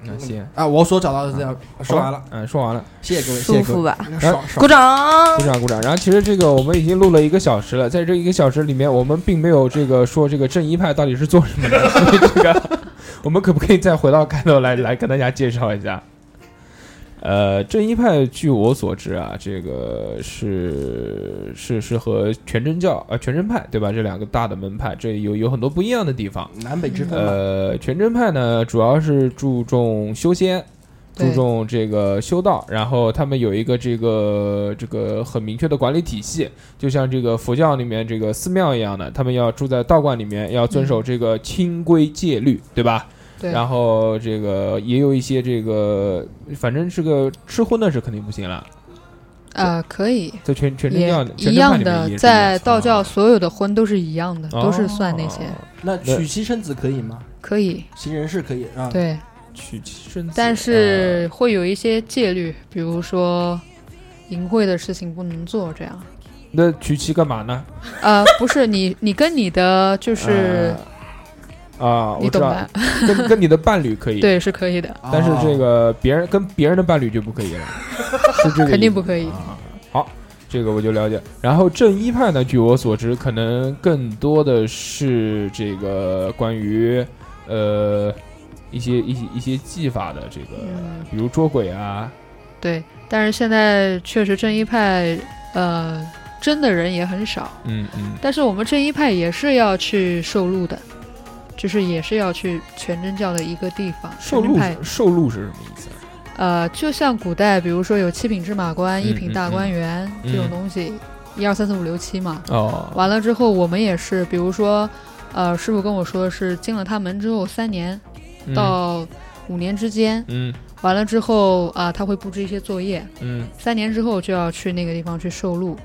Speaker 4: 那行，
Speaker 3: 啊，我所找到的资料说完了。
Speaker 4: 嗯，说完了，
Speaker 3: 谢谢各位谢谢各位舒服吧
Speaker 4: 然后
Speaker 3: 爽爽鼓掌
Speaker 4: 哎鼓掌，鼓掌。然后其实这个我们已经录了一个小时了，在这一个小时里面，我们并没有这个说这个正一派到底是做什么的，所以这个我们可不可以再回到开头来来跟大家介绍一下？呃，正一派据我所知啊，这个是是是和全真教呃全真派对吧？这两个大的门派，这有有很多不一样的地方。
Speaker 3: 南北之分嘛，
Speaker 4: 呃，全真派呢，主要是注重修仙，注
Speaker 3: 对
Speaker 4: 重这个修道，然后他们有一个这个这个很明确的管理体系，就像这个佛教里面这个寺庙一样的，他们要住在道观里面，要遵守这个清规戒律，对吧？
Speaker 10: 嗯对
Speaker 4: 然后这个也有一些这个，反正是个吃荤的是肯定不行了，
Speaker 10: 呃，可以，
Speaker 4: 在全全真
Speaker 10: 也
Speaker 4: 教全
Speaker 10: 一
Speaker 4: 真派
Speaker 10: 样
Speaker 4: 里面
Speaker 10: 的
Speaker 4: 也，是啊
Speaker 10: 在道教所有的荤都是一样的，
Speaker 4: 哦
Speaker 10: 都是算那些，
Speaker 3: 那娶妻生子可以吗？
Speaker 10: 可以，
Speaker 3: 行人是可以啊。
Speaker 10: 对，
Speaker 4: 娶妻生子，
Speaker 10: 但
Speaker 4: 呃
Speaker 10: 是会有一些戒律，比如说淫秽的事情不能做，这样。
Speaker 4: 那娶妻干嘛呢？
Speaker 10: 呃，不是你，你跟你的
Speaker 4: 呃
Speaker 10: 就是
Speaker 4: 嗯啊，
Speaker 10: 你
Speaker 4: 我
Speaker 10: 懂
Speaker 4: 知道
Speaker 10: 吧，
Speaker 4: 跟跟你的伴侣可 以，
Speaker 10: 对是可以的，
Speaker 4: 但是这个别人跟别人的伴侣就不可 以了，是这个
Speaker 10: 肯定
Speaker 4: 意思啊
Speaker 10: 不可以。
Speaker 4: 好，这个我就了解。然后正一派呢，据我所知，可能更多的是这个关于呃一些一些一些技法的这个，比如捉鬼啊，
Speaker 10: 对，但是现在确实正一派，呃，真的人也很少。
Speaker 4: 嗯嗯，
Speaker 10: 但是我们正一派也是要去受禄的，就是也是要去全真教的一个地方。全
Speaker 4: 受
Speaker 10: 真
Speaker 4: 禄
Speaker 10: 派
Speaker 4: 是受禄是什么意思？
Speaker 10: 呃，就像古代，比如说有七品芝麻官、
Speaker 4: 嗯
Speaker 10: 一品大观园、
Speaker 4: 嗯嗯
Speaker 10: 这种东西，一二三四五六七嘛。
Speaker 4: 哦
Speaker 10: 完了之后，我们也是，比如说，呃，师傅跟我说是进了他门之后三年
Speaker 4: 嗯
Speaker 10: 到五年之间，
Speaker 4: 嗯
Speaker 10: 完了之后啊、他会布置一些作业，
Speaker 4: 嗯
Speaker 10: 三年之后就要去那个地方去受禄。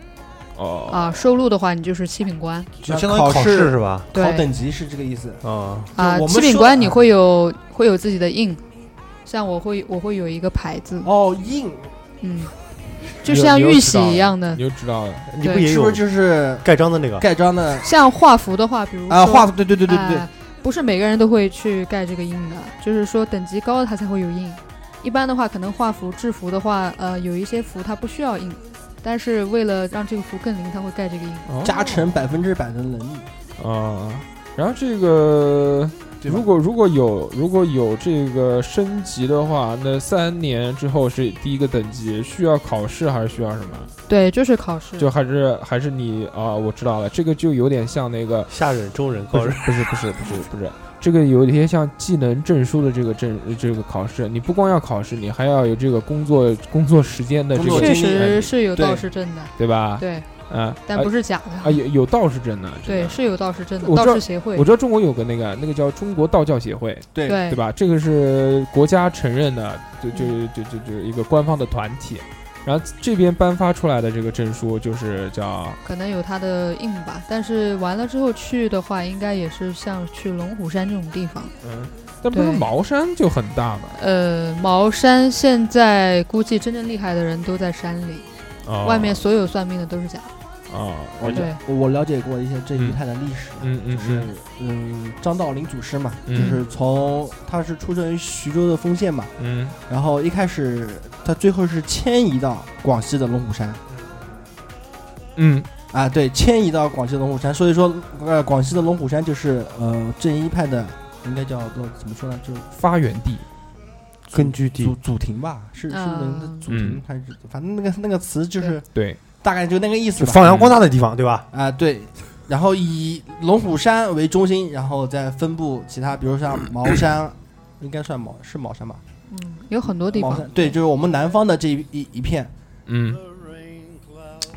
Speaker 4: 哦
Speaker 10: 啊、受禄的话，你就是七品官，
Speaker 3: 就相当于试哦
Speaker 1: 是吧
Speaker 10: 对
Speaker 3: 考等级是这个意思
Speaker 1: 啊
Speaker 10: 啊、
Speaker 3: 我们
Speaker 10: 七品
Speaker 3: 说
Speaker 10: 官你会有、会有自己的印，像我会我会有一个牌子
Speaker 3: 哦印，
Speaker 10: 嗯，就像玉玺一样的
Speaker 4: 你，就知道了，
Speaker 10: 你不对也
Speaker 3: 是
Speaker 10: 有
Speaker 3: 不是就是
Speaker 1: 盖章的那个
Speaker 3: 啊盖章的？
Speaker 10: 像画符的话，比如
Speaker 3: 啊
Speaker 10: 说
Speaker 3: 画符对对对对
Speaker 10: 哎
Speaker 3: 对
Speaker 10: 不是每个人都会去盖这个印的，就是说等级高它才会有印。一般的话，可能画符、制服的话，呃，有一些符它不需要印，但是为了让这个符更灵，它会盖这个印。
Speaker 4: 哦
Speaker 3: 加成百分之百的能力，
Speaker 4: 啊、然后这个如果如果有如果有这个升级的话，那三年之后是第一个等级，需要考试还是需要什么？
Speaker 10: 对，就是考试。
Speaker 4: 就还是还是你啊，我知道了，这个就有点像那个
Speaker 1: 下忍、中忍、
Speaker 4: 高忍，不是不是不是不是，这个有一些像技能证书的这个证这个考试，你不光要考试，你还要有这个工作工作时间的这个
Speaker 10: 确
Speaker 4: 经验
Speaker 10: 实是有道士证的，
Speaker 4: 对吧？
Speaker 10: 对，
Speaker 4: 啊，
Speaker 10: 但不是假的
Speaker 4: 啊，有有道是真的，真的
Speaker 10: 对，是有道士证的，
Speaker 4: 我知
Speaker 10: 道
Speaker 4: 道
Speaker 10: 士协会。
Speaker 4: 我知道中国有个那个那个叫中国道教协会，
Speaker 10: 对对嗯
Speaker 4: 对吧？这个是国家承认的，就就就就就一个官方的团体。然后这边颁发出来的这个证书就是叫
Speaker 10: 可能有它的印吧，但是完了之后去的话，应该也是像去龙虎山这种地方。
Speaker 4: 嗯，但不是
Speaker 10: 对
Speaker 4: 茅山就很大嘛？
Speaker 10: 呃，茅山现在估计真正厉害的人都在山里，
Speaker 4: 哦
Speaker 10: 外面所有算命的都是假的。
Speaker 4: 啊，
Speaker 3: 我
Speaker 10: 对
Speaker 3: 了我了解过一些这一派的历史啊，
Speaker 4: 嗯嗯
Speaker 3: 就是嗯张道陵祖师嘛，就
Speaker 4: 嗯
Speaker 3: 是从他是出生于徐州的丰县嘛，
Speaker 4: 嗯，
Speaker 3: 然后一开始他最后是迁移到广西的龙虎山，
Speaker 4: 嗯
Speaker 3: 啊对，迁移到广西的龙虎山，所以说呃广西的龙虎山就是呃正一派的应该叫做怎么说呢，就是
Speaker 4: 发源地。
Speaker 1: 根据地
Speaker 3: 祖祖庭吧，
Speaker 9: 嗯
Speaker 3: 是是人的祖庭
Speaker 4: 嗯
Speaker 3: 还是反正那个那个词就是
Speaker 4: 对，
Speaker 3: 大概就那个意思
Speaker 1: 就
Speaker 3: 吧，
Speaker 1: 发扬光大的地方，对吧？
Speaker 3: 啊，对。然后以龙虎山为中心，然后再分布其他，比如像茅山，应该算茅是茅山吧？
Speaker 10: 嗯，有很多地
Speaker 3: 茅
Speaker 10: 方
Speaker 3: 山。对，就是我们南方的这一一一片
Speaker 4: 嗯，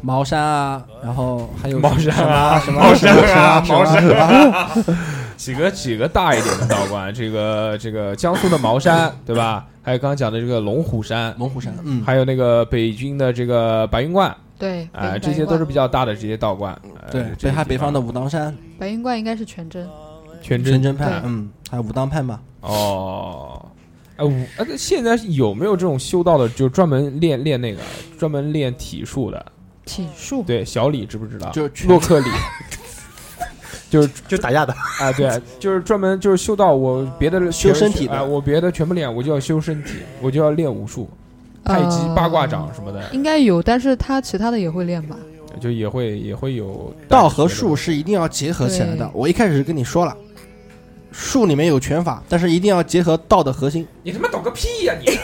Speaker 3: 茅山啊，然后还有
Speaker 4: 茅山啊，
Speaker 3: 什么
Speaker 4: 茅山啊，
Speaker 3: 什么
Speaker 4: 茅山
Speaker 3: 什么
Speaker 4: 啊， 几个几个大一点的道观，这个这个江苏的茅山，对吧？还有刚刚讲的这个龙虎山，
Speaker 3: 龙虎山，嗯，
Speaker 4: 还有那个北京的这个白云观，
Speaker 10: 对，
Speaker 4: 哎、
Speaker 10: 北
Speaker 4: 这些
Speaker 10: 白云
Speaker 4: 都是
Speaker 10: 观
Speaker 4: 比较大的这些道观，呃
Speaker 3: 对，
Speaker 4: 这
Speaker 3: 北
Speaker 4: 些
Speaker 3: 海
Speaker 4: 地
Speaker 3: 北
Speaker 4: 方
Speaker 3: 方的武当山、
Speaker 10: 白云观应该是全真。
Speaker 4: 全真
Speaker 3: 全真派
Speaker 10: 对，
Speaker 3: 嗯，还有武当派嘛。
Speaker 4: 哦，哎，我哎，那现在有没有这种修道的，就专门练练那个，专门练体术的？
Speaker 10: 体术
Speaker 4: 对，小李知不知道？
Speaker 3: 就是全
Speaker 4: 洛克里，就是
Speaker 1: 就打架的，
Speaker 4: 啊，对，就是专门就是修道，我别的
Speaker 3: 修身体的
Speaker 4: 啊、我别的全部练，我就要修身体，我就要练武术、太极、
Speaker 10: 呃
Speaker 4: 八卦掌什么的，
Speaker 10: 应该有，但是他其他的也会练吧？
Speaker 4: 就也会也会有
Speaker 3: 道和术是一定要结合起来的
Speaker 10: 对。
Speaker 3: 我一开始就跟你说了，术里面有拳法，但是一定要结合道的核心。
Speaker 4: 你他妈懂个屁呀、 你！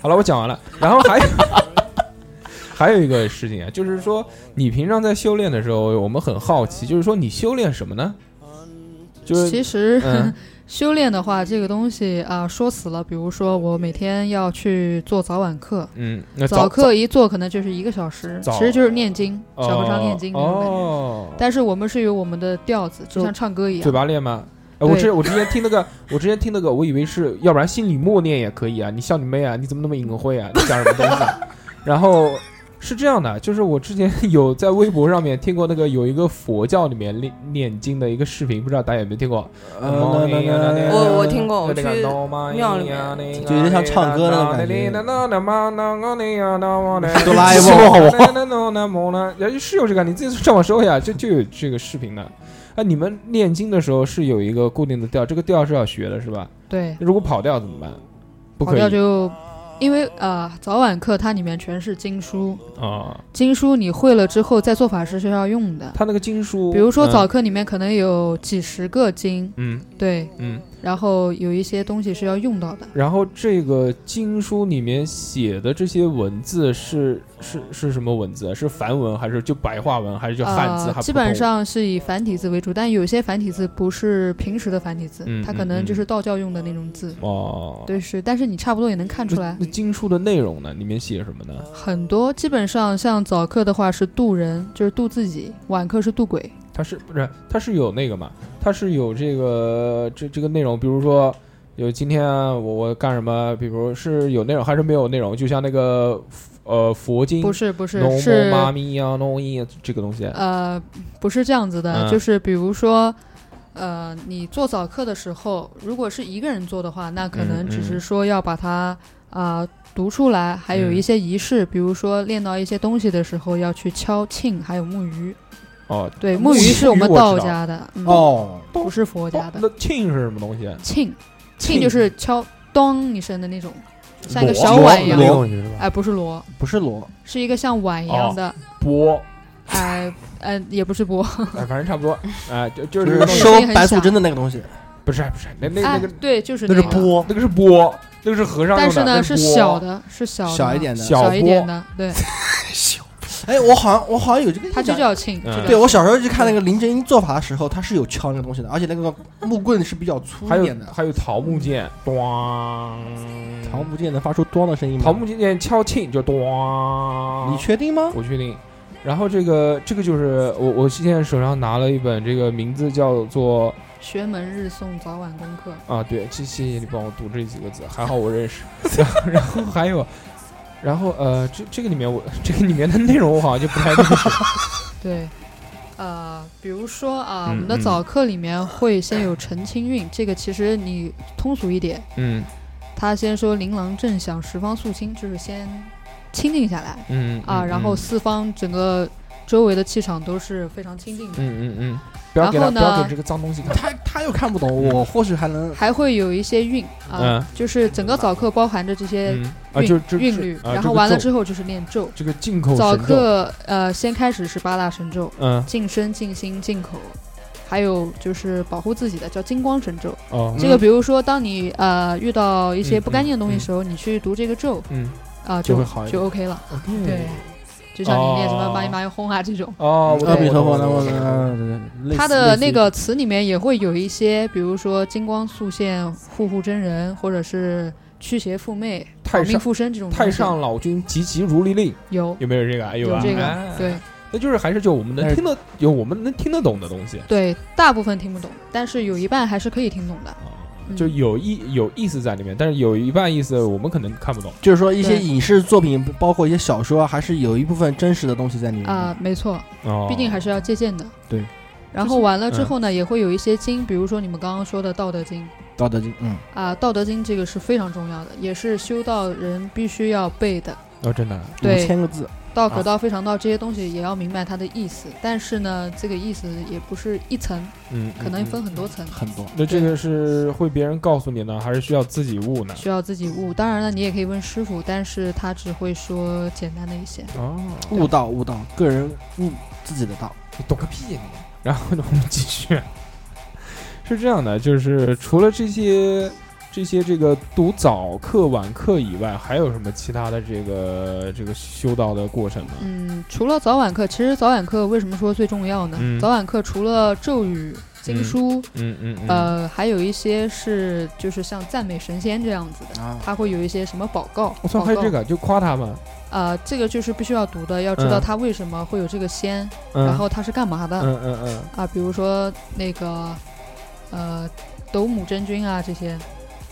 Speaker 4: 好了，我讲完了。然后还有还有一个事情啊，就是说你平常在修炼的时候，我们很好奇，就是说你修炼什么呢？就是
Speaker 10: 其实、
Speaker 4: 嗯
Speaker 10: 修炼的话，这个东西啊、说死了，比如说我每天要去做早晚课，
Speaker 4: 嗯，那
Speaker 10: 早
Speaker 4: 早
Speaker 10: 课一做可能就是一个小时，
Speaker 4: 早
Speaker 10: 其实就是念经，
Speaker 4: 哦
Speaker 10: 小和尚念经那种感觉。
Speaker 4: 哦，
Speaker 10: 但是我们是有我们的调子，就像唱歌一
Speaker 4: 嘴
Speaker 10: 样。
Speaker 4: 巴练吗？哎，我
Speaker 10: 对
Speaker 4: 之我之前听那个，我之前听那个，我以为是要不然心里默念也可以啊。你笑你妹啊！你怎么那么隐晦啊？你讲什么东西、啊？然后是这样的，就是我之前有在微博上面听过那个有一个佛教里面念念经的一个视频，不知道大家有没有听过？
Speaker 9: 我我听过，我去庙里面，
Speaker 4: 面
Speaker 3: 就有点像唱歌那种感觉
Speaker 4: 哆
Speaker 3: 哆 啦 A
Speaker 4: 梦，哎是有这个，你自己上网搜一下，就就有这个视频的。哎，你们念经的时候是有一个固定的调，这个调是要学的，是吧？
Speaker 10: 对，
Speaker 4: 如果跑调怎么办？不
Speaker 10: 跑
Speaker 4: 可
Speaker 10: 调
Speaker 4: 以
Speaker 10: 就因为啊、早晚课它里面全是经书，
Speaker 4: 啊，
Speaker 10: 经书你会了之后在做法事是要用的。
Speaker 4: 他那个经书，
Speaker 10: 比如说
Speaker 4: 嗯
Speaker 10: 早，课里面可能有几十个经，
Speaker 4: 嗯
Speaker 10: 对，
Speaker 4: 嗯，
Speaker 10: 然后有一些东西是要用到的。
Speaker 4: 然后这个经书里面写的这些文字是是是什么文字啊？是梵文还是就白话文还是就汉字？
Speaker 10: 呃
Speaker 4: 还，
Speaker 10: 基
Speaker 4: 普
Speaker 10: 本
Speaker 4: 通文
Speaker 10: 上是以繁体字为主，但有些繁体字不是平时的繁体字，
Speaker 4: 嗯
Speaker 10: 它
Speaker 4: 嗯
Speaker 10: 可能就是道教用的那种字。
Speaker 4: 哦，
Speaker 10: 对，是，但是你差不多也能看出来
Speaker 4: 那。那经书的内容呢？里面写什么呢？
Speaker 10: 很多基本上像早课的话是渡人，就是渡自己；晚课是渡鬼。
Speaker 4: 它是不是它是有那个嘛？它是有这个这这个内容，比如说有今天我我干什么？比如是有内容还是没有内容？就像那个呃佛经，
Speaker 10: 不是不是
Speaker 4: 农
Speaker 10: 是
Speaker 4: 妈咪呀农一这个东西，
Speaker 10: 呃，不是这样子的，
Speaker 4: 嗯
Speaker 10: 就是比如说，呃，你做早课的时候，如果是一个人做的话，那可能
Speaker 4: 嗯
Speaker 10: 只是
Speaker 4: 嗯
Speaker 10: 说要把它啊、读出来，还有
Speaker 4: 嗯
Speaker 10: 一些仪式，比如说练到一些东西的时候要去敲磬，还有木鱼。
Speaker 4: 哦，
Speaker 10: 对，
Speaker 4: 木
Speaker 10: 木鱼是我们
Speaker 4: 我知
Speaker 10: 道
Speaker 4: 道
Speaker 10: 家的，嗯、，
Speaker 3: 哦，
Speaker 10: 不是佛家
Speaker 4: 哦
Speaker 10: 的。
Speaker 4: 那磬是什么东西？
Speaker 10: 磬，磬
Speaker 3: 磬
Speaker 10: 就是敲咚一声的那种，像一个
Speaker 1: 锣
Speaker 10: 小碗一
Speaker 1: 那
Speaker 10: 样。
Speaker 1: 种
Speaker 3: 哦
Speaker 1: 东西是吧？
Speaker 10: 哎，不是锣，
Speaker 3: 不是锣，
Speaker 10: 是一个像碗一样的，
Speaker 4: 钵，
Speaker 10: 哎，呃，也不是钵，
Speaker 4: 哎，反正差不多，哎，就就
Speaker 3: 就是是
Speaker 4: 那个东西
Speaker 3: 收白素贞的那个东西，
Speaker 4: 不是不是那那
Speaker 10: 哎
Speaker 4: 那个，
Speaker 10: 对，就是
Speaker 1: 那
Speaker 10: 个
Speaker 1: 是钵，
Speaker 4: 那个是钵，那个是和尚用的，
Speaker 10: 但是
Speaker 4: 那
Speaker 10: 呢是
Speaker 4: 钵
Speaker 10: 小的，是小的
Speaker 3: 小一点的。
Speaker 4: 小
Speaker 10: 小一点
Speaker 4: 钵
Speaker 10: 的，对，
Speaker 3: 哎，我好像我好像有这个印
Speaker 10: 它就
Speaker 3: 象。
Speaker 10: 叫磬，就
Speaker 4: 嗯
Speaker 10: 叫
Speaker 3: 对我小时候去看那个林正英做法的时候，他是有敲那个东西的，而且那个木棍是比较粗
Speaker 4: 还
Speaker 3: 一点
Speaker 4: 有
Speaker 3: 的。
Speaker 4: 还有桃木剑，咚，
Speaker 3: 桃木剑能发出咚的声音吗？
Speaker 4: 桃木剑敲磬就咚，
Speaker 3: 嗯你确定吗？
Speaker 4: 我确定。然后这个这个就是我我现在手上拿了一本这个名字叫做
Speaker 10: 学门日诵早晚功课，
Speaker 4: 啊，对，谢谢谢你帮我读这几个字，还好我认识。然后然后还有然后呃，这这个里面我这个里面的内容我好像就不太 认识。
Speaker 10: 对，呃，比如说啊，我
Speaker 4: 嗯
Speaker 10: 们的
Speaker 4: 嗯
Speaker 10: 早课里面会先有陈清韵，这个其实你通俗一点，
Speaker 4: 嗯
Speaker 10: 他先说琳琅正响，十方肃清，就是先清静下来，
Speaker 4: 嗯
Speaker 10: 啊，
Speaker 4: 嗯
Speaker 10: 然后
Speaker 4: 嗯
Speaker 10: 四方整个周围的气场都是非常清静的，
Speaker 4: 嗯嗯嗯，不要
Speaker 10: 然
Speaker 4: 给他
Speaker 10: 后
Speaker 4: 不要
Speaker 10: 呢
Speaker 4: 给这，个脏东西看。
Speaker 3: 他他又看不懂，我或许还能
Speaker 10: 还会有一些韵
Speaker 4: 嗯
Speaker 10: 啊，就是整个早课包含着这些
Speaker 4: 嗯啊就
Speaker 10: 韵
Speaker 4: 就
Speaker 10: 韵
Speaker 4: 是
Speaker 10: 律，
Speaker 4: 啊
Speaker 10: 然
Speaker 4: 这
Speaker 10: 后
Speaker 4: 个
Speaker 10: 完了
Speaker 4: 咒
Speaker 10: 之后就是念咒，
Speaker 4: 这个进口
Speaker 10: 早
Speaker 4: 神咒
Speaker 10: 课呃，先开始是八大神咒，
Speaker 4: 嗯
Speaker 10: 净身、净心、净口，还有就是保护自己的叫金光神咒。
Speaker 4: 哦
Speaker 10: 这个比如说，当你呃遇到一些
Speaker 4: 嗯
Speaker 10: 不干净的东西的时候，你去读这个咒，
Speaker 4: 嗯
Speaker 10: 啊
Speaker 4: 就
Speaker 10: 就
Speaker 4: 会好一点
Speaker 10: 就 OK 了。
Speaker 4: OK
Speaker 10: 对，就像你念什么“
Speaker 4: 哦
Speaker 10: 妈咪妈咪哄啊”这种。
Speaker 4: 哦，
Speaker 3: 阿弥陀佛，那
Speaker 4: 那
Speaker 3: 么
Speaker 10: 它的那个词里面也会有一些，比如说金光素现、护护真人，或者是驱邪附魅、保
Speaker 4: 太
Speaker 10: 命
Speaker 4: 上
Speaker 10: 附身这种东西。
Speaker 4: 太上老君急急如律令
Speaker 10: 有
Speaker 4: 有没有这个啊？
Speaker 10: 有
Speaker 4: 吧？
Speaker 10: 这
Speaker 4: 哎
Speaker 10: 个，对。
Speaker 4: 那就是还是就我们能
Speaker 10: 但是
Speaker 4: 听得有我们能听得懂的东西，
Speaker 10: 对，大部分听不懂，但是有一半还是可以听懂的。嗯
Speaker 4: 就有意有意思在里面，但是有一半意思我们可能看不懂。
Speaker 3: 就是说一些
Speaker 10: 对
Speaker 3: 影视作品，包括一些小说，还是有一部分真实的东西在里面。
Speaker 10: 啊、没错，
Speaker 3: 嗯哦嗯
Speaker 10: 毕竟还是要借鉴的。
Speaker 3: 对，《
Speaker 10: 然后完了之后呢，也会有一些经，比如说你们刚刚说的《道德经》
Speaker 3: 道德经》嗯，
Speaker 10: 啊，《道德经》这个是非常重要的，也是修道人必须要背的。
Speaker 4: 哦，真的啊，
Speaker 10: 对，
Speaker 3: 千个字，啊
Speaker 10: 道可道，非常道，这些东西也要明白它的意思。但是呢，这个意思也不是一层，
Speaker 4: 嗯
Speaker 10: 可能分很多层，
Speaker 3: 很多。
Speaker 4: 那这个是会别人告诉你呢，还是需要自己悟呢？
Speaker 10: 需要自己悟。当然了，你也可以问师傅，但是他只会说简单的一些。
Speaker 4: 哦，
Speaker 3: 悟道悟道，个人悟自己的道，
Speaker 4: 懂个屁！然后呢，我们继续。 是这样的，就是除了这些这些这个读早课晚课以外，还有什么其他的这个这个修道的过程吗？
Speaker 10: 嗯，除了早晚课，其实早晚课为什么说最重要呢？
Speaker 4: 嗯
Speaker 10: 早晚课除了咒语、经书，
Speaker 4: 嗯嗯嗯
Speaker 10: 呃，还有一些是就是像赞美神仙这样子的，
Speaker 4: 啊
Speaker 10: 它会有一些什么祷告。
Speaker 4: 我操，还有这
Speaker 10: 祷告。
Speaker 4: 个，就夸他们。
Speaker 10: 呃，这个就是必须要读的，要知道
Speaker 4: 嗯
Speaker 10: 它为什么会有这个仙，
Speaker 4: 嗯
Speaker 10: 然后它是干嘛的。
Speaker 4: 嗯嗯嗯
Speaker 10: 啊，比如说那个呃斗母真君啊这些，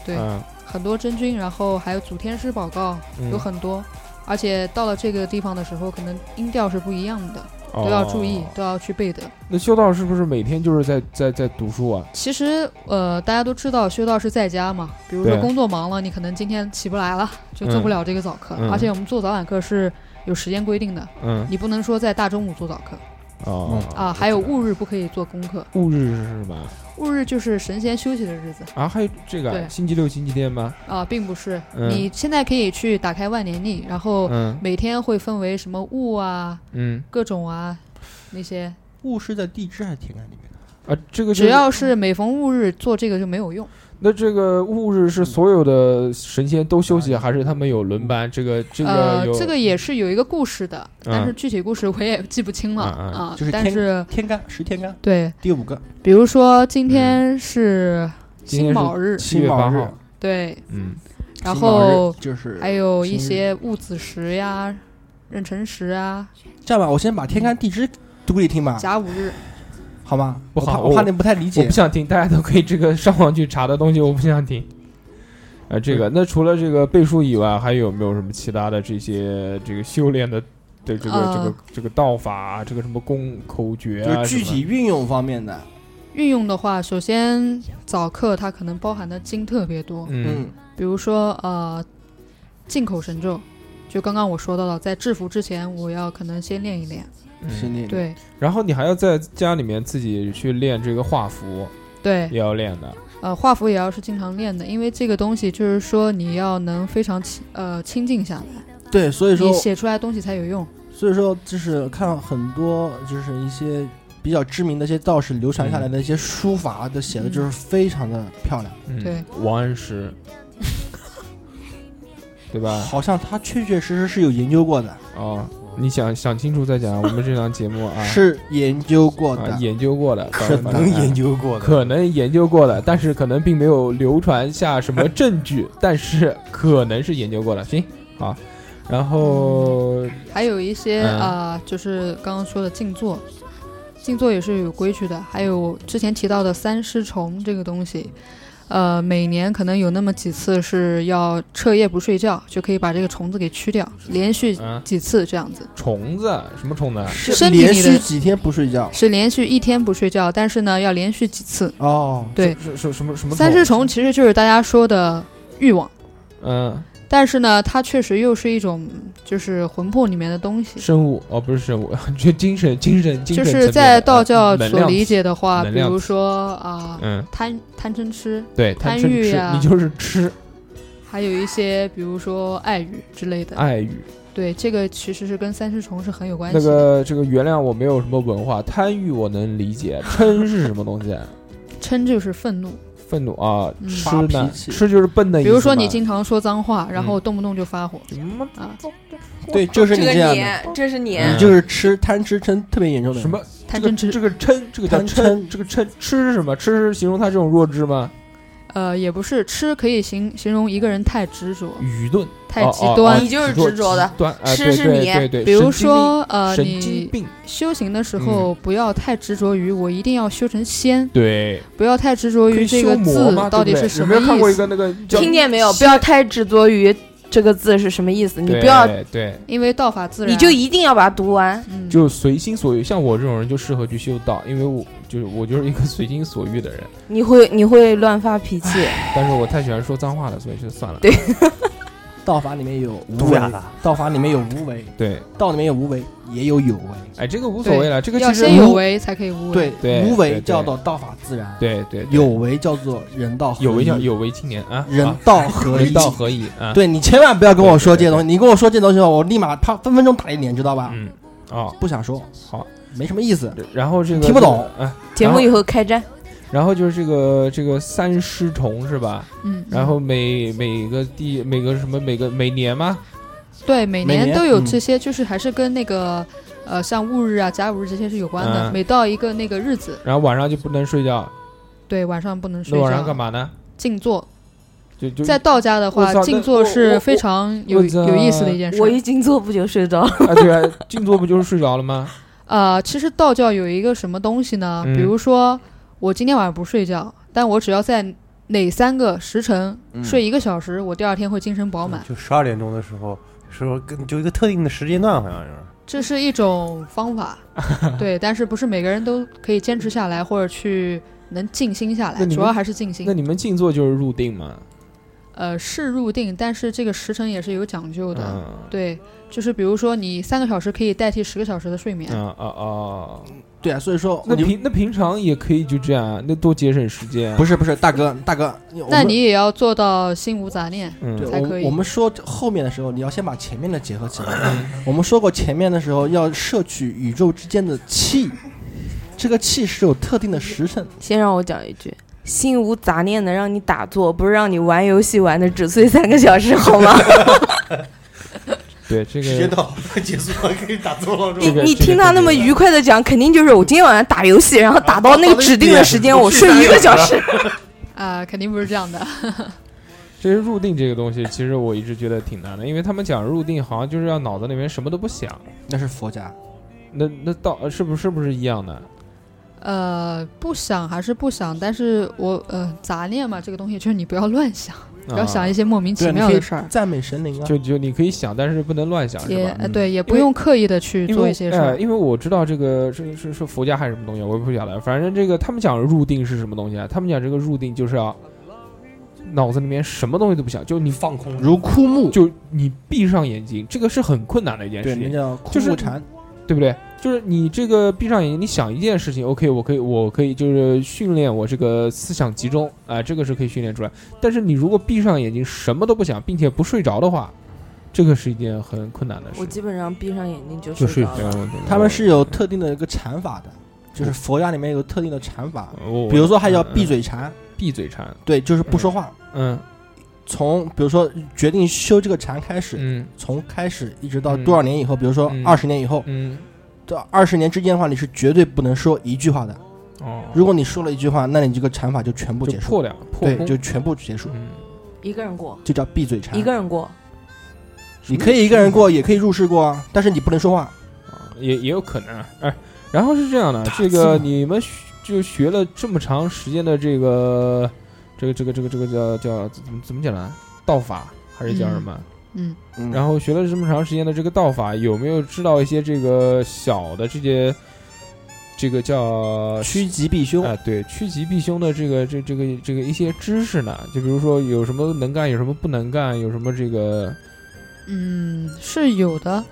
Speaker 10: 对，
Speaker 4: 嗯
Speaker 10: 很多真君，然后还有祖天师祷告，有
Speaker 4: 嗯
Speaker 10: 很多。而且到了这个地方的时候，可能音调是不一样的，都要注意
Speaker 4: 哦，
Speaker 10: 都要去背的。
Speaker 4: 那修道是不是每天就是在在在读书啊？
Speaker 10: 其实，呃，大家都知道修道是在家嘛，比如说
Speaker 4: 对
Speaker 10: 工作忙了，你可能今天起不来了，就做不了这个早课。
Speaker 4: 嗯嗯
Speaker 10: 而且我们做早晚课是有时间规定的，
Speaker 4: 嗯
Speaker 10: 你不能说在大中午做早课
Speaker 4: 哦，
Speaker 10: 啊，还有戊日不可以做功课，
Speaker 4: 戊日是什么
Speaker 10: 戊日就是神仙休息的日子
Speaker 4: 啊？还有这个啊
Speaker 10: 对
Speaker 4: 星期六、星期天吗？
Speaker 10: 啊，并不是。
Speaker 4: 嗯
Speaker 10: 你现在可以去打开万年历，然后
Speaker 4: 嗯
Speaker 10: 每天会分为什么戊啊、
Speaker 4: 嗯
Speaker 10: 各种啊那些，
Speaker 3: 悟是在地支还是天干里面？
Speaker 4: 啊，这个就
Speaker 10: 只要是每逢戊日做这个就没有用。
Speaker 4: 那这个戊日是所有的神仙都休息，还是他们有轮班？这个这个
Speaker 10: 嗯呃
Speaker 4: 有，
Speaker 10: 这个也是有一个故事的，但是
Speaker 4: 嗯
Speaker 10: 具体故事我也记不清了
Speaker 4: 嗯嗯
Speaker 10: 啊
Speaker 3: 就是。
Speaker 10: 但
Speaker 3: 天
Speaker 10: 是
Speaker 3: 天干十天干，
Speaker 10: 对，
Speaker 3: 第五个
Speaker 10: 比如说今天是
Speaker 3: 今天
Speaker 10: 辛
Speaker 3: 是
Speaker 10: 卯日，
Speaker 3: 七月八号
Speaker 10: 对，
Speaker 4: 嗯，
Speaker 10: 然
Speaker 3: 辛卯
Speaker 10: 后
Speaker 3: 日就是
Speaker 10: 还有一
Speaker 3: 辛日
Speaker 10: 些戊子时呀、壬辰时啊、
Speaker 3: 这样吧，我先把天干地支读给你听吧，
Speaker 10: 甲午日。
Speaker 3: 好吗？
Speaker 4: 不
Speaker 3: 我怕
Speaker 4: 好，
Speaker 3: 我怕你不太理
Speaker 4: 我
Speaker 3: 解
Speaker 4: 不。想听，大家都可以这个上网去查的东西，我不想听。呃，这个那除了这个背书以外，还有没有什么其他的这些这个修炼的的这个、
Speaker 10: 呃
Speaker 4: 这个这个道法啊，这个什么功口诀啊
Speaker 3: 就，具体
Speaker 4: 什么
Speaker 3: 运用方面的，
Speaker 10: 运用的话，首先早课它可能包含的经特别多，
Speaker 4: 嗯，
Speaker 10: 比如说呃，进口神咒，就刚刚我说到了，在制服之前我要可能先练一练，
Speaker 3: 是那个
Speaker 10: 对
Speaker 4: 嗯然后你还要在家里面自己去练这个画符，
Speaker 10: 对
Speaker 4: 也要练的。
Speaker 10: 呃，画符也要是经常练的，因为这个东西就是说你要能非常清呃清静下来，
Speaker 3: 对，所以说
Speaker 10: 你写出来东西才有用。
Speaker 3: 所以说就是看很多就是一些比较知名的一些道士流传下来的一些书法的写的就是
Speaker 10: 嗯
Speaker 3: 非常的漂亮，
Speaker 4: 嗯
Speaker 10: 对，
Speaker 4: 王 安石，对吧？
Speaker 3: 好像他确确实实是有研究过的，
Speaker 4: 哦，你想想清楚再讲。我们这档节目啊，
Speaker 3: 是研究过
Speaker 4: 啊
Speaker 3: 的，
Speaker 4: 研究 过的，
Speaker 3: 可
Speaker 4: 反正
Speaker 3: 能研究过的
Speaker 4: 可能研究过的，但是可能并没有流传下什么 证据，但是可能是研究过的。行，好，然后
Speaker 10: 还有一些
Speaker 4: 嗯
Speaker 10: 啊、就是刚刚说的静坐，静坐也是有规矩的。还有之前提到的三尸虫这个东西，呃，每年可能有那么几次是要彻夜不睡觉，就可以把这个虫子给驱掉，连续
Speaker 4: 啊
Speaker 10: 几次这样子。
Speaker 4: 虫子什么虫子啊？
Speaker 10: 是身体
Speaker 3: 连
Speaker 10: 里的
Speaker 3: 续几天不睡觉
Speaker 10: 是连续一天不睡觉，但是呢，要连续几次。
Speaker 3: 哦，
Speaker 10: 对
Speaker 4: 是是什么什么
Speaker 10: 三尸虫其实就是大家说的欲望，
Speaker 4: 嗯，
Speaker 10: 但是呢，它确实又是一种就是魂魄里面的东西。
Speaker 4: 生物哦，不是生物， 就精神精神精
Speaker 10: 就
Speaker 4: 神层面的，
Speaker 10: 是在道教
Speaker 4: 呃能
Speaker 10: 所
Speaker 4: 量
Speaker 10: 理
Speaker 4: 词
Speaker 10: 解的话，
Speaker 4: 能
Speaker 10: 比
Speaker 4: 量
Speaker 10: 如
Speaker 4: 词
Speaker 10: 说啊，
Speaker 4: 嗯
Speaker 10: 贪贪嗔痴，
Speaker 4: 对贪
Speaker 10: 贪
Speaker 4: 嗔
Speaker 10: 欲
Speaker 4: 痴
Speaker 10: 呀，
Speaker 4: 你就是吃
Speaker 10: 还有一些比如说爱欲之类的。
Speaker 4: 爱欲。
Speaker 10: 对，这个其实是跟三尸虫是很有关系
Speaker 4: 那
Speaker 10: 的。
Speaker 4: 个这个原谅我没有什么文化，贪欲我能理解， 嗔是什么东西？
Speaker 10: 嗔就是愤怒，
Speaker 4: 愤怒啊，
Speaker 10: 嗯
Speaker 4: 吃
Speaker 10: 发
Speaker 4: 呢
Speaker 10: 脾？气
Speaker 4: 吃就是笨的意
Speaker 10: 比
Speaker 4: 思嘛。
Speaker 10: 如说你经常说脏话，然后
Speaker 4: 嗯
Speaker 10: 动不动就发火。啊，
Speaker 3: 对，就是你
Speaker 9: 这
Speaker 3: 样
Speaker 9: 个你
Speaker 3: 的，，
Speaker 9: 这是你，
Speaker 4: 嗯
Speaker 3: 你嗯就是吃贪吃撑特别严重的人
Speaker 4: 什么？
Speaker 10: 贪
Speaker 4: 这个
Speaker 10: 嗔痴
Speaker 4: 这个嗔，这个叫
Speaker 3: 贪
Speaker 4: 嗔，这个嗔吃是什么？吃是形容他这种弱智吗？
Speaker 10: 呃，也不是吃可以形形容一个人太执着，
Speaker 4: 愚钝，
Speaker 10: 太
Speaker 4: 哦
Speaker 10: 极
Speaker 4: 哦哦
Speaker 10: 端
Speaker 9: 你就是执着的
Speaker 4: 极端啊
Speaker 9: 吃
Speaker 4: 对
Speaker 9: 是
Speaker 4: 对
Speaker 9: 你
Speaker 4: 对对，
Speaker 10: 比如
Speaker 4: 神经
Speaker 10: 说
Speaker 4: 病
Speaker 10: 呃，
Speaker 4: 神经
Speaker 10: 你
Speaker 4: 病，嗯
Speaker 10: 修行的时候不要太执着于我一定要修成仙，
Speaker 4: 对，
Speaker 10: 不要太执着
Speaker 4: 可
Speaker 10: 于
Speaker 4: 以
Speaker 10: 这
Speaker 4: 修
Speaker 10: 个
Speaker 4: 魔
Speaker 10: 字
Speaker 4: 嘛，
Speaker 10: 到底
Speaker 4: 对不对
Speaker 10: 是什
Speaker 4: 有
Speaker 10: 么
Speaker 4: 没有看过
Speaker 10: 意
Speaker 4: 一
Speaker 10: 思。
Speaker 4: 个那个叫哎
Speaker 9: 听见没有？不要太执着于这个字是什么意思，你不要，
Speaker 4: 对对，
Speaker 10: 因为道法自然，
Speaker 9: 你就一定要把它读完。
Speaker 10: 嗯
Speaker 4: 就随心所欲。像我这种人就适合去修道，因为我就是我就是一个 随心所欲的人，
Speaker 9: 你会你会乱发脾气，
Speaker 4: 但是我太喜欢说脏话了，所以就算了。
Speaker 9: 对
Speaker 3: 道法里面有无
Speaker 1: 毒
Speaker 3: 为
Speaker 1: 哑巴，
Speaker 3: 道法里面有无为，
Speaker 4: 对，
Speaker 3: 道里面有无为，也有有为。
Speaker 4: 哎，这个无所谓了，这个
Speaker 10: 要
Speaker 4: 其实
Speaker 10: 先有为才可以无为。
Speaker 3: 对，
Speaker 4: 对
Speaker 3: 无
Speaker 4: 对
Speaker 3: 为
Speaker 4: 对
Speaker 3: 叫做道法自然，
Speaker 4: 对对，对
Speaker 3: 有为叫做人道合
Speaker 4: 有为
Speaker 3: 一
Speaker 4: 叫有为青年啊，
Speaker 3: 人
Speaker 4: 啊
Speaker 3: 道合一
Speaker 4: 人。道合一啊，
Speaker 3: 对你千万不要跟我说这
Speaker 4: 对对
Speaker 3: 些东西，你跟我说这东西，我立马啪分分钟打你脸，知道吧？
Speaker 4: 嗯，哦
Speaker 3: 不想说，
Speaker 4: 好，
Speaker 3: 没什么意思。
Speaker 4: 然后这个
Speaker 3: 听不懂
Speaker 4: 啊，
Speaker 9: 节目以后开战，
Speaker 4: 然后就是这个这个三尸虫是吧？
Speaker 10: 嗯，
Speaker 4: 然后每每个地每个什么每个每年吗？
Speaker 10: 对，每
Speaker 3: 每
Speaker 10: 年
Speaker 3: 年
Speaker 10: 都有
Speaker 3: 嗯
Speaker 10: 这些，就是还是跟那个呃，像戊日啊、甲午日这些是有关的。
Speaker 4: 嗯
Speaker 10: 每到一个那个日子，
Speaker 4: 然后晚上就不能睡觉，
Speaker 10: 对，晚上不能
Speaker 4: 那
Speaker 10: 睡觉。
Speaker 4: 晚上干嘛呢？
Speaker 10: 静坐，
Speaker 4: 就就
Speaker 10: 在道家的
Speaker 4: 我
Speaker 10: 话
Speaker 4: 操，那
Speaker 10: 静坐
Speaker 4: 我我
Speaker 10: 是非常有
Speaker 4: 我操
Speaker 10: 有意思的一件
Speaker 9: 我
Speaker 10: 事。
Speaker 9: 一静坐不久睡着了。
Speaker 4: 啊，对啊，静坐不就是睡着了吗？
Speaker 10: 呃，其实道教有一个什么东西呢？
Speaker 4: 嗯
Speaker 10: 比如说，我今天晚上不睡觉，但我只要在哪三个时辰
Speaker 3: 嗯
Speaker 10: 睡一个小时，我第二天会精神饱
Speaker 4: 嗯
Speaker 10: 满。
Speaker 1: 就十二点钟的时候，时候跟就一个特定的时间段，好像是。
Speaker 10: 这是一种方 法，对，但是不是每个人都可以坚持下来，或者去能静心下
Speaker 4: 那
Speaker 10: 来，
Speaker 4: 你们
Speaker 10: 主要还是静心
Speaker 4: 那。你们静坐就是入定嘛？
Speaker 10: 呃，是入定，但是这个时辰也是有讲究的。
Speaker 4: 嗯
Speaker 10: 对，就是比如说你三个小时可以代替十个小时的睡眠。
Speaker 4: 嗯啊啊！
Speaker 3: 对啊，所以说
Speaker 4: 那
Speaker 3: 你
Speaker 4: 平那平常也可以就这样啊，那多节省时间啊。
Speaker 3: 不是不是大哥大哥，我
Speaker 10: 那
Speaker 3: 们
Speaker 10: 你也要做到心无杂念。
Speaker 3: 对
Speaker 4: 嗯
Speaker 10: 才可以
Speaker 3: 我我们说后面的时候，你要先把前面的结合起来。
Speaker 4: 嗯
Speaker 3: 我们说过前面的时候要摄取宇宙之间的气，这个气是有特定的时辰。
Speaker 9: 先让我讲一句。心无杂念的让你打坐，不是让你玩游戏玩的只睡三个小时，好吗？
Speaker 4: 对这
Speaker 2: 时间
Speaker 4: 个
Speaker 2: 到，结束了，可以打坐了。
Speaker 9: 你
Speaker 4: 这个
Speaker 9: 你
Speaker 4: 这个
Speaker 9: 听他
Speaker 4: 很
Speaker 9: 那么愉快的讲，肯定就是我今天晚上打游戏，然后打哦到 那个指定的时间，我睡一个小时。
Speaker 10: 啊、肯定不是这样的。
Speaker 4: 这个入定这个东西，其实我一直觉得挺难的，因为他们讲入定好像就是要脑子里面什么都不想。
Speaker 3: 那是佛家，
Speaker 4: 那那到呃是不是不是一样的？
Speaker 10: 呃，不想还是不想，但是我呃杂念嘛，这个东西就是你不要乱想，
Speaker 9: 嗯
Speaker 10: 不要想一
Speaker 4: 啊
Speaker 10: 些莫名其
Speaker 3: 对，你
Speaker 10: 妙
Speaker 3: 可以
Speaker 10: 的事儿。
Speaker 3: 赞美神灵啊。
Speaker 4: 就就你可以想，但是不能乱想，是
Speaker 10: 也
Speaker 4: 吧？
Speaker 10: 呃
Speaker 3: 嗯
Speaker 10: 对，也不
Speaker 4: 因为
Speaker 10: 用刻意的去
Speaker 4: 因
Speaker 10: 做
Speaker 4: 为
Speaker 10: 一些事
Speaker 4: 呃，
Speaker 10: 儿。
Speaker 4: 因为我知道这个是是是佛家还是什么东西，我也不晓得。反正这个他们讲入定是什么东西啊？他们讲这个入定就是要脑子里面什么东西都不想，就你
Speaker 2: 放空，
Speaker 3: 如枯木，
Speaker 4: 就你闭上眼睛，这个是很困难的一件
Speaker 3: 对，
Speaker 4: 事
Speaker 3: 那
Speaker 4: 情，
Speaker 3: 叫枯
Speaker 4: 就是
Speaker 3: 木禅。
Speaker 4: 对不对？就是你这个闭上眼睛，你想一件事情，OK，我可以，我可以就是训练我这个思想集中啊、这个是可以训练出来。但是你如果闭上眼睛什么都不想，并且不睡着的话，这个是一件很困难的事
Speaker 9: 我基
Speaker 4: 情。
Speaker 9: 本上闭上眼睛就
Speaker 4: 就
Speaker 9: 睡
Speaker 4: 睡
Speaker 9: 着
Speaker 4: 着
Speaker 9: 了。
Speaker 4: 了。
Speaker 3: 他们是有特定的一个禅法的，就是佛家里面有特定的禅法，
Speaker 4: 我，
Speaker 3: 比如说还叫闭
Speaker 4: 嗯
Speaker 3: 嘴禅，
Speaker 4: 闭嘴禅，
Speaker 3: 对，就是不说话。
Speaker 4: 嗯
Speaker 3: 从比如说决定修这个禅开始，
Speaker 4: 嗯
Speaker 3: 从开始一直到
Speaker 4: 嗯
Speaker 3: 多少年以后，比如说
Speaker 4: 嗯
Speaker 3: 二十年以后，
Speaker 4: 嗯，
Speaker 3: 这二十年之间的话，你是绝对不能说一句话的。
Speaker 4: 哦，
Speaker 3: 如果你说了一句话，那你这个禅法就全部
Speaker 4: 就
Speaker 3: 结束，
Speaker 4: 破掉了，破
Speaker 3: 对，
Speaker 4: 功
Speaker 3: 就全部结束，
Speaker 4: 嗯，
Speaker 9: 一个人过，
Speaker 3: 就叫闭嘴禅。
Speaker 9: 一个，人过，
Speaker 3: 你可以一个人过，也可以入室过啊，但是你不能说话。
Speaker 4: 啊也也有可能啊。哎，然后是这样的，这个你们学就学了这么长时间的这个这个这个这个这个叫叫怎么怎么讲呢？道法还是叫什么？
Speaker 10: 嗯
Speaker 1: 嗯
Speaker 4: 然后学了这么长时间的这个道法，有没有知道一些这个小的这些，这个叫趋
Speaker 3: 吉避凶
Speaker 4: 啊？对，趋吉避凶的这个这这个这个一些知识呢？就比如说有什么能干，有什么不能干，有什么这个
Speaker 10: 嗯，是有的，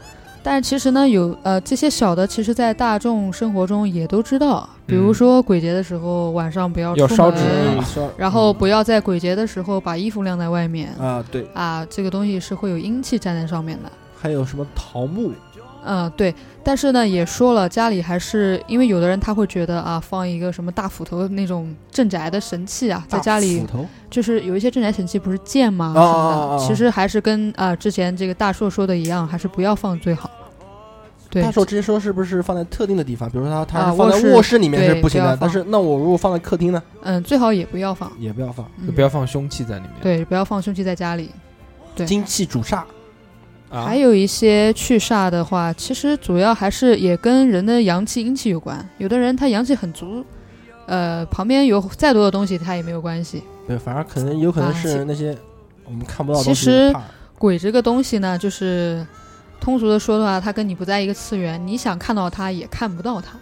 Speaker 10: 但是其实呢，有呃这些小的，其实在大众生活中也都知道，比如
Speaker 4: 嗯
Speaker 10: 说鬼节的时候晚上不要
Speaker 4: 要
Speaker 10: 出
Speaker 4: 烧纸
Speaker 10: 门
Speaker 4: 啊
Speaker 3: 烧
Speaker 10: 然后不要在鬼节的时候把衣服晾在外面
Speaker 4: 嗯
Speaker 3: 啊，对，
Speaker 10: 啊，这个东西是会有阴气站在上面的。
Speaker 3: 还有什么桃木？
Speaker 10: 嗯，对，但是呢，也说了，家里还是因为有的人他会觉得啊，放一个什么大斧头那种镇宅的神器啊，在
Speaker 3: 大
Speaker 10: 家里
Speaker 3: 斧头
Speaker 10: 就是有一些镇宅神器不是剑吗？
Speaker 3: 哦
Speaker 10: 什么的，
Speaker 3: 哦哦哦
Speaker 10: 其实还是跟啊、之前这个大硕说的一样，还是不要放最好。对
Speaker 3: 大，手之前说是不是放在特定的地方？比如说它它
Speaker 10: 啊
Speaker 3: 是放在
Speaker 10: 卧室
Speaker 3: 卧室里面是
Speaker 10: 对
Speaker 3: 不行
Speaker 10: 不
Speaker 3: 的
Speaker 10: 要，放
Speaker 3: 但是那我如果放在客厅呢，
Speaker 10: 嗯，最好也不要放，
Speaker 3: 也不要放，
Speaker 10: 嗯
Speaker 4: 不要放凶器在里面。
Speaker 10: 对，不要放凶器在家里。对，
Speaker 3: 金器主煞。
Speaker 4: 啊
Speaker 10: 还有一些去煞的话，其实主要还是也跟人的阳气、阴气有关。有的人他阳气很足，呃，旁边有再多的东西他也没有关系。
Speaker 3: 对，反而可能有可能
Speaker 10: 啊
Speaker 3: 是
Speaker 10: 其
Speaker 3: 那些我们看不到的
Speaker 10: 其
Speaker 3: 东西我
Speaker 10: 实
Speaker 3: 怕
Speaker 10: 鬼这个东西呢，就是通俗的说的话，它跟你不在一个次元，你想看到它也看不到它。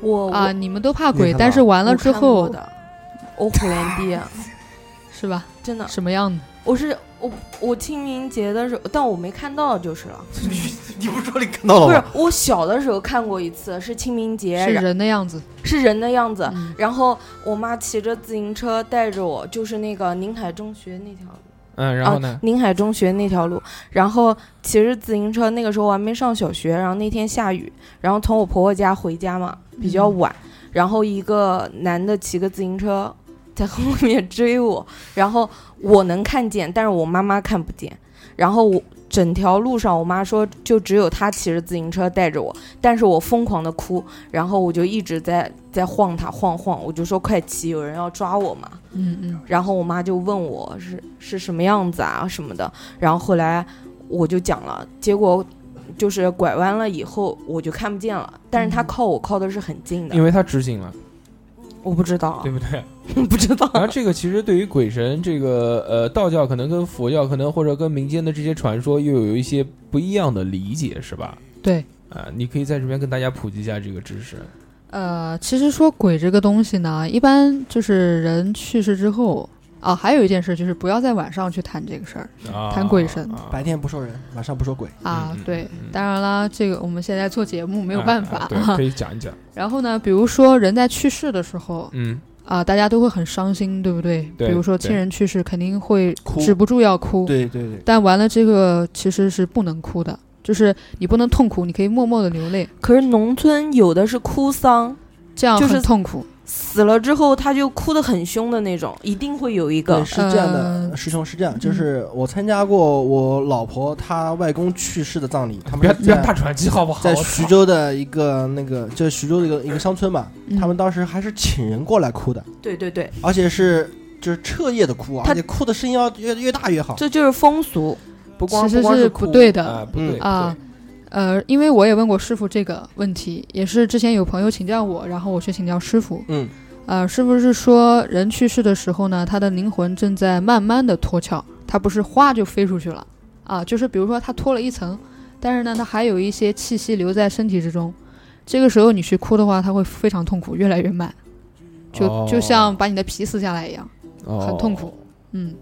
Speaker 9: 我
Speaker 10: 啊，
Speaker 9: 我
Speaker 10: 你们都怕
Speaker 9: 你
Speaker 10: 鬼，
Speaker 9: 看
Speaker 10: 但
Speaker 9: 到
Speaker 10: 是完
Speaker 9: 我
Speaker 10: 了之
Speaker 9: 看过
Speaker 10: 后，
Speaker 9: 的欧普兰蒂 啊，
Speaker 10: 是吧？
Speaker 9: 真的
Speaker 10: 什么样的？
Speaker 9: 我是我我清明节的时候，但我没看到就是了。
Speaker 2: 你不是说你 看到了
Speaker 9: 不是
Speaker 2: 吗？，
Speaker 9: 我小的时候看过一次，是清明节，
Speaker 10: 是
Speaker 9: 然
Speaker 10: 人的样子。嗯
Speaker 9: 是人的样子。然后我妈骑着自行车带着我，就是那个宁海中学那条路，
Speaker 4: 嗯，然后
Speaker 9: 啊
Speaker 4: 呢？
Speaker 9: 宁海中学那条路。然后骑着自行车，那个时候我还没上小学，然后那天下雨，然后从我婆婆家回家嘛，比较
Speaker 4: 嗯
Speaker 9: 晚，然后一个男的骑个自行车在后面追我，然后我能看见，但是我妈妈看不见，然后我。整条路上，我妈说就只有她骑着自行车带着我，但是我疯狂的哭，然后我就一直在在晃她晃晃，我就说快骑，有人要抓我嘛。
Speaker 10: 嗯嗯。
Speaker 9: 然后我妈就问我是是什么样子啊什么的，然后后来我就讲了，结果就是拐弯了以后我就看不见了，但是他靠我靠的是很
Speaker 10: 啊
Speaker 9: 近的，
Speaker 3: 嗯
Speaker 4: 因为他执行了，
Speaker 9: 我不知道
Speaker 4: 对不对？
Speaker 9: 不知道。
Speaker 4: 然后这个其实对于鬼神这个呃道教可能跟佛教可能或者跟民间的这些传说又有一些不一样的理解，是吧？
Speaker 10: 对，
Speaker 4: 啊、你可以在这边跟大家普及一下这个知识。
Speaker 10: 呃，其实说鬼这个东西呢，一般就是人去世之后啊，还有一件事就是不要在晚上去谈这个事儿，
Speaker 3: 啊
Speaker 10: 谈鬼神
Speaker 3: 白天不说人，晚上不说鬼
Speaker 10: 啊。对，当然啦，这个我们现在做节目没有
Speaker 4: 嗯啊
Speaker 10: 办
Speaker 4: 啊
Speaker 10: 法。
Speaker 4: 对，可以讲一讲。
Speaker 10: 然后呢，比如说人在去世的时候，
Speaker 4: 嗯，
Speaker 10: 啊，大家都会很伤心，对不对？
Speaker 4: 对
Speaker 10: 比如说
Speaker 4: 对
Speaker 10: 亲人去世，肯定会
Speaker 3: 哭
Speaker 10: 止不住要哭。
Speaker 3: 对对对
Speaker 10: 但完了，这个其实是不能哭的，就是你不能痛苦，你可以默默的流泪。
Speaker 9: 可是农村有的是哭丧，
Speaker 10: 这样
Speaker 9: 就是
Speaker 10: 很痛苦。
Speaker 9: 死了之后他就哭得很凶的那种，一定会有一个
Speaker 10: 嗯
Speaker 3: 对，是这样的，师兄是这样，就是我参加过我老婆她外公去世的葬礼，他们
Speaker 4: 不要
Speaker 3: 是
Speaker 4: 不要
Speaker 3: 在
Speaker 4: 大喘气好不好
Speaker 3: 在
Speaker 4: 我操
Speaker 3: 徐州的一个那个，就是徐州的一个一个乡村嘛，
Speaker 10: 嗯
Speaker 3: 他们当时还是请人过来哭的，
Speaker 9: 对对对，
Speaker 3: 而且是就是彻夜的哭啊，
Speaker 9: 他
Speaker 3: 而且哭的声音要越越大越好。
Speaker 9: 这就是风俗，
Speaker 4: 不
Speaker 10: 其实是不对的
Speaker 4: 不
Speaker 3: 嗯
Speaker 4: 对
Speaker 10: 啊。呃，因为我也问过师傅这个问题，也是之前有朋友请教我，然后我去请教师傅。
Speaker 3: 嗯，
Speaker 10: 呃，师傅是说人去世的时候呢，他的灵魂正在慢慢的脱壳，他不是哗就飞出去了啊，就是比如说他脱了一层，但是呢，他还有一些气息留在身体之中，这个时候你去哭的话，他会非常痛苦，越来越慢，就、就
Speaker 4: 哦
Speaker 10: 像把你的皮撕下来一样，很痛苦。嗯，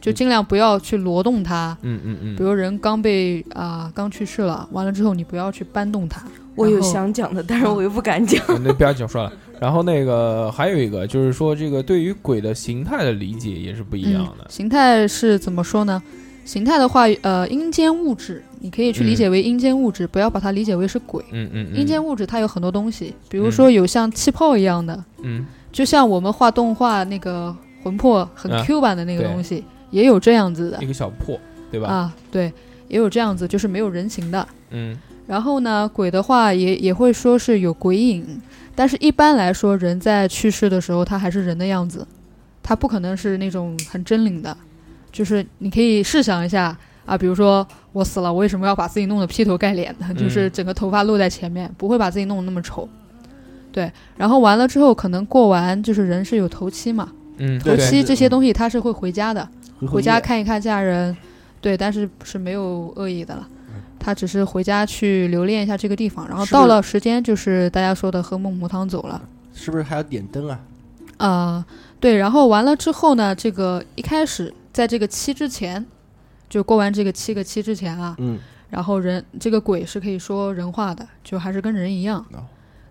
Speaker 10: 就尽量不要去挪动它。
Speaker 4: 嗯嗯嗯
Speaker 10: 比如人刚被啊、刚去世了，完了之后你不要去搬动它。
Speaker 9: 我有
Speaker 10: 然后啊
Speaker 9: 想讲的，但是我又不敢讲。
Speaker 4: 嗯那不要紧，说了。然后那个还有一个就是说，这个对于鬼的形态的理解也是不一样的。
Speaker 10: 嗯。形态是怎么说呢？形态的话，呃，阴间物质，你可以去理解为阴间物质，不要把它理解为是鬼。
Speaker 4: 嗯嗯
Speaker 10: 阴间物质它有很多东西，比如说有像气泡一样的，
Speaker 4: 嗯
Speaker 10: 就像我们画动画那个魂魄很
Speaker 4: 啊
Speaker 10: Q 版的那个
Speaker 4: 对
Speaker 10: 东西，也有这样子的
Speaker 4: 一个小破，对吧？
Speaker 10: 啊，对，也有这样子，就是没有人形的。
Speaker 4: 嗯
Speaker 10: 然后呢，鬼的话也也会说是有鬼影，但是一般来说，人在去世的时候，他还是人的样子，他不可能是那种很狰狞的。就是你可以试想一下啊，比如说我死了，我为什么要把自己弄得劈头盖脸呢？
Speaker 4: 嗯
Speaker 10: 就是整个头发露在前面，不会把自己弄得那么丑。对，然后完了之后，可能过完就是人是有头七嘛，
Speaker 4: 嗯
Speaker 10: 后
Speaker 4: 对
Speaker 10: 期这些东西他是会回家的，
Speaker 3: 会回
Speaker 10: 回家
Speaker 3: 夜
Speaker 10: 看一看家人，对，但是是没有恶意的了。他只是回家去留恋一下这个地方，然后
Speaker 3: 嗯是不
Speaker 10: 到
Speaker 3: 是
Speaker 10: 了时间就是大家说的喝孟婆汤走了。
Speaker 3: 是不是还要点灯啊？
Speaker 10: 啊，对，然后完了之后呢，这个一开始在这个七之前，就过完这个七个七之前啊，
Speaker 3: 嗯，
Speaker 10: 然后人这个鬼是可以说人话的，就还是跟人一样。
Speaker 3: 哦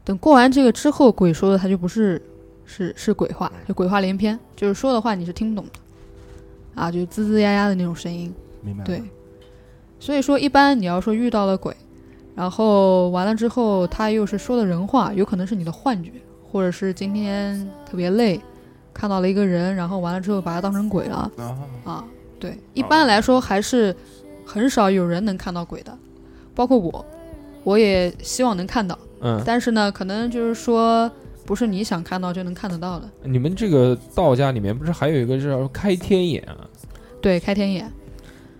Speaker 10: 等过完这个之后，鬼说的他就不是是是鬼话，
Speaker 3: 嗯
Speaker 10: 就鬼话连篇，就是说的话你是听不懂的，啊，就吱吱呀呀的那种声音。
Speaker 3: 明白了
Speaker 10: 对，所以说一般你要说遇到了鬼，然后完了之后他又是说的人话，有可能是你的幻觉，或者是今天特别累，看到了一个人，然后完了之后把他当成鬼了。啊，对，一般来说还是很少有人能看到鬼的，包括我，我也希望能看到，
Speaker 4: 嗯
Speaker 10: 但是呢，可能就是说不是你想看到就能看得到的。
Speaker 4: 你们这个道家里面不是还有一个叫开天眼啊？
Speaker 10: 对，开天眼，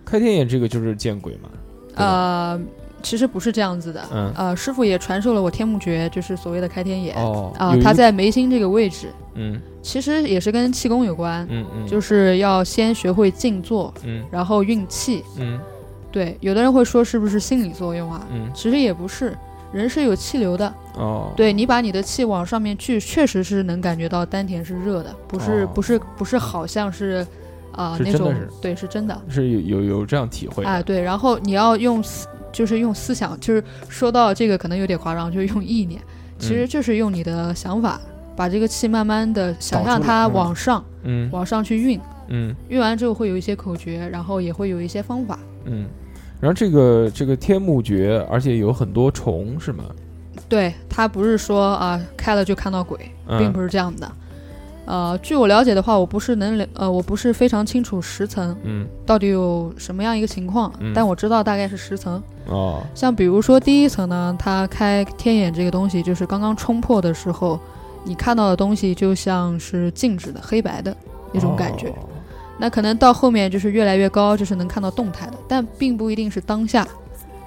Speaker 4: 开天眼这个就是见鬼嘛？
Speaker 10: 呃，其实不是这样子的，
Speaker 4: 嗯
Speaker 10: 呃，师傅也传授了我天目诀，就是所谓的开天眼，
Speaker 4: 哦
Speaker 10: 啊、
Speaker 4: 有一
Speaker 10: 它
Speaker 4: 个
Speaker 10: 在眉心这个位置，
Speaker 4: 嗯
Speaker 10: 其实也是跟气功有关，
Speaker 4: 嗯嗯
Speaker 10: 就是要先学会静坐，
Speaker 4: 嗯
Speaker 10: 然后运气，
Speaker 4: 嗯
Speaker 10: 对，有的人会说是不是心理作用啊？
Speaker 4: 嗯
Speaker 10: 其实也不是，人是有气流的。
Speaker 4: 哦，
Speaker 10: 对你把你的气往上面去，确实是能感觉到丹田是热的，不是、
Speaker 4: 哦
Speaker 10: 不是不是，好像是啊、
Speaker 4: 是
Speaker 10: 那
Speaker 4: 真的
Speaker 10: 种
Speaker 4: 是
Speaker 10: 对是真的
Speaker 4: 是有有有这样体会的
Speaker 10: 啊对，然后你要用思就是用思想，就是说到这个可能有点夸张，就是用意念，
Speaker 4: 嗯
Speaker 10: 其实就是用你的想法、把这个气慢慢的想
Speaker 4: 导
Speaker 10: 象
Speaker 4: 出来
Speaker 10: 它
Speaker 4: 嗯
Speaker 10: 往上，
Speaker 4: 嗯
Speaker 10: 往上去运，
Speaker 4: 嗯
Speaker 10: 运完之后会有一些口诀，然后也会有一些方法。
Speaker 4: 嗯。然后这个这个天目诀，而且有很多虫是吗？
Speaker 10: 对他不是说啊、开了就看到鬼，
Speaker 4: 嗯
Speaker 10: 并不是这样的。呃，据我了解的话，我不是能了呃，我不是非常清楚十层
Speaker 4: 嗯
Speaker 10: 到底有什么样一个情况，
Speaker 4: 嗯
Speaker 10: 但我知道大概是十层。
Speaker 4: 哦
Speaker 10: 像比如说第一层呢，它开天眼这个东西，就是刚刚冲破的时候，你看到的东西就像是静止的、黑白的那种感觉。那可能到后面就是越来越高，就是能看到动态的，但并不一定是当下，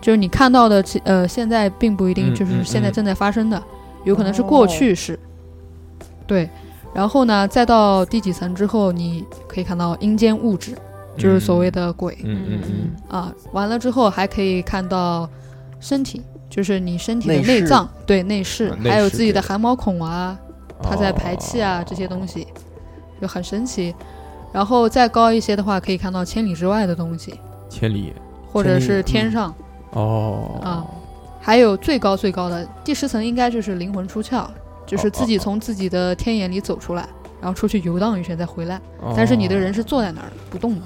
Speaker 10: 就是你看到的其，呃，现在并不一定
Speaker 11: 嗯
Speaker 10: 就是
Speaker 11: 嗯
Speaker 10: 现在
Speaker 11: 嗯
Speaker 10: 正在发生的，有可能是过去式。对，然后呢，再到第几层之后，你可以看到阴间物质，就是所谓的鬼。
Speaker 4: 嗯嗯嗯
Speaker 10: 啊，完了之后还可以看到身体，就是你身体的
Speaker 11: 内
Speaker 10: 内
Speaker 11: 饰
Speaker 10: 脏，对内饰，
Speaker 11: 啊内
Speaker 10: 还有
Speaker 11: 饰
Speaker 10: 自己
Speaker 11: 之
Speaker 10: 的
Speaker 11: 类
Speaker 10: 汗毛孔啊，
Speaker 11: 哦
Speaker 10: 它在排气啊、这些东西，就很神奇。然后再高一些的话，可以看到千里之外的东西，
Speaker 4: 千里眼，嗯
Speaker 10: 或者是天上、
Speaker 4: 哦
Speaker 10: 啊，还有最高最高的第十层，应该就是灵魂出窍，
Speaker 11: 哦
Speaker 10: 就是自己从自己的天眼里走出来，然后出去游荡一圈再回来，
Speaker 11: 哦
Speaker 10: 但是你的人是坐在那儿的不动的。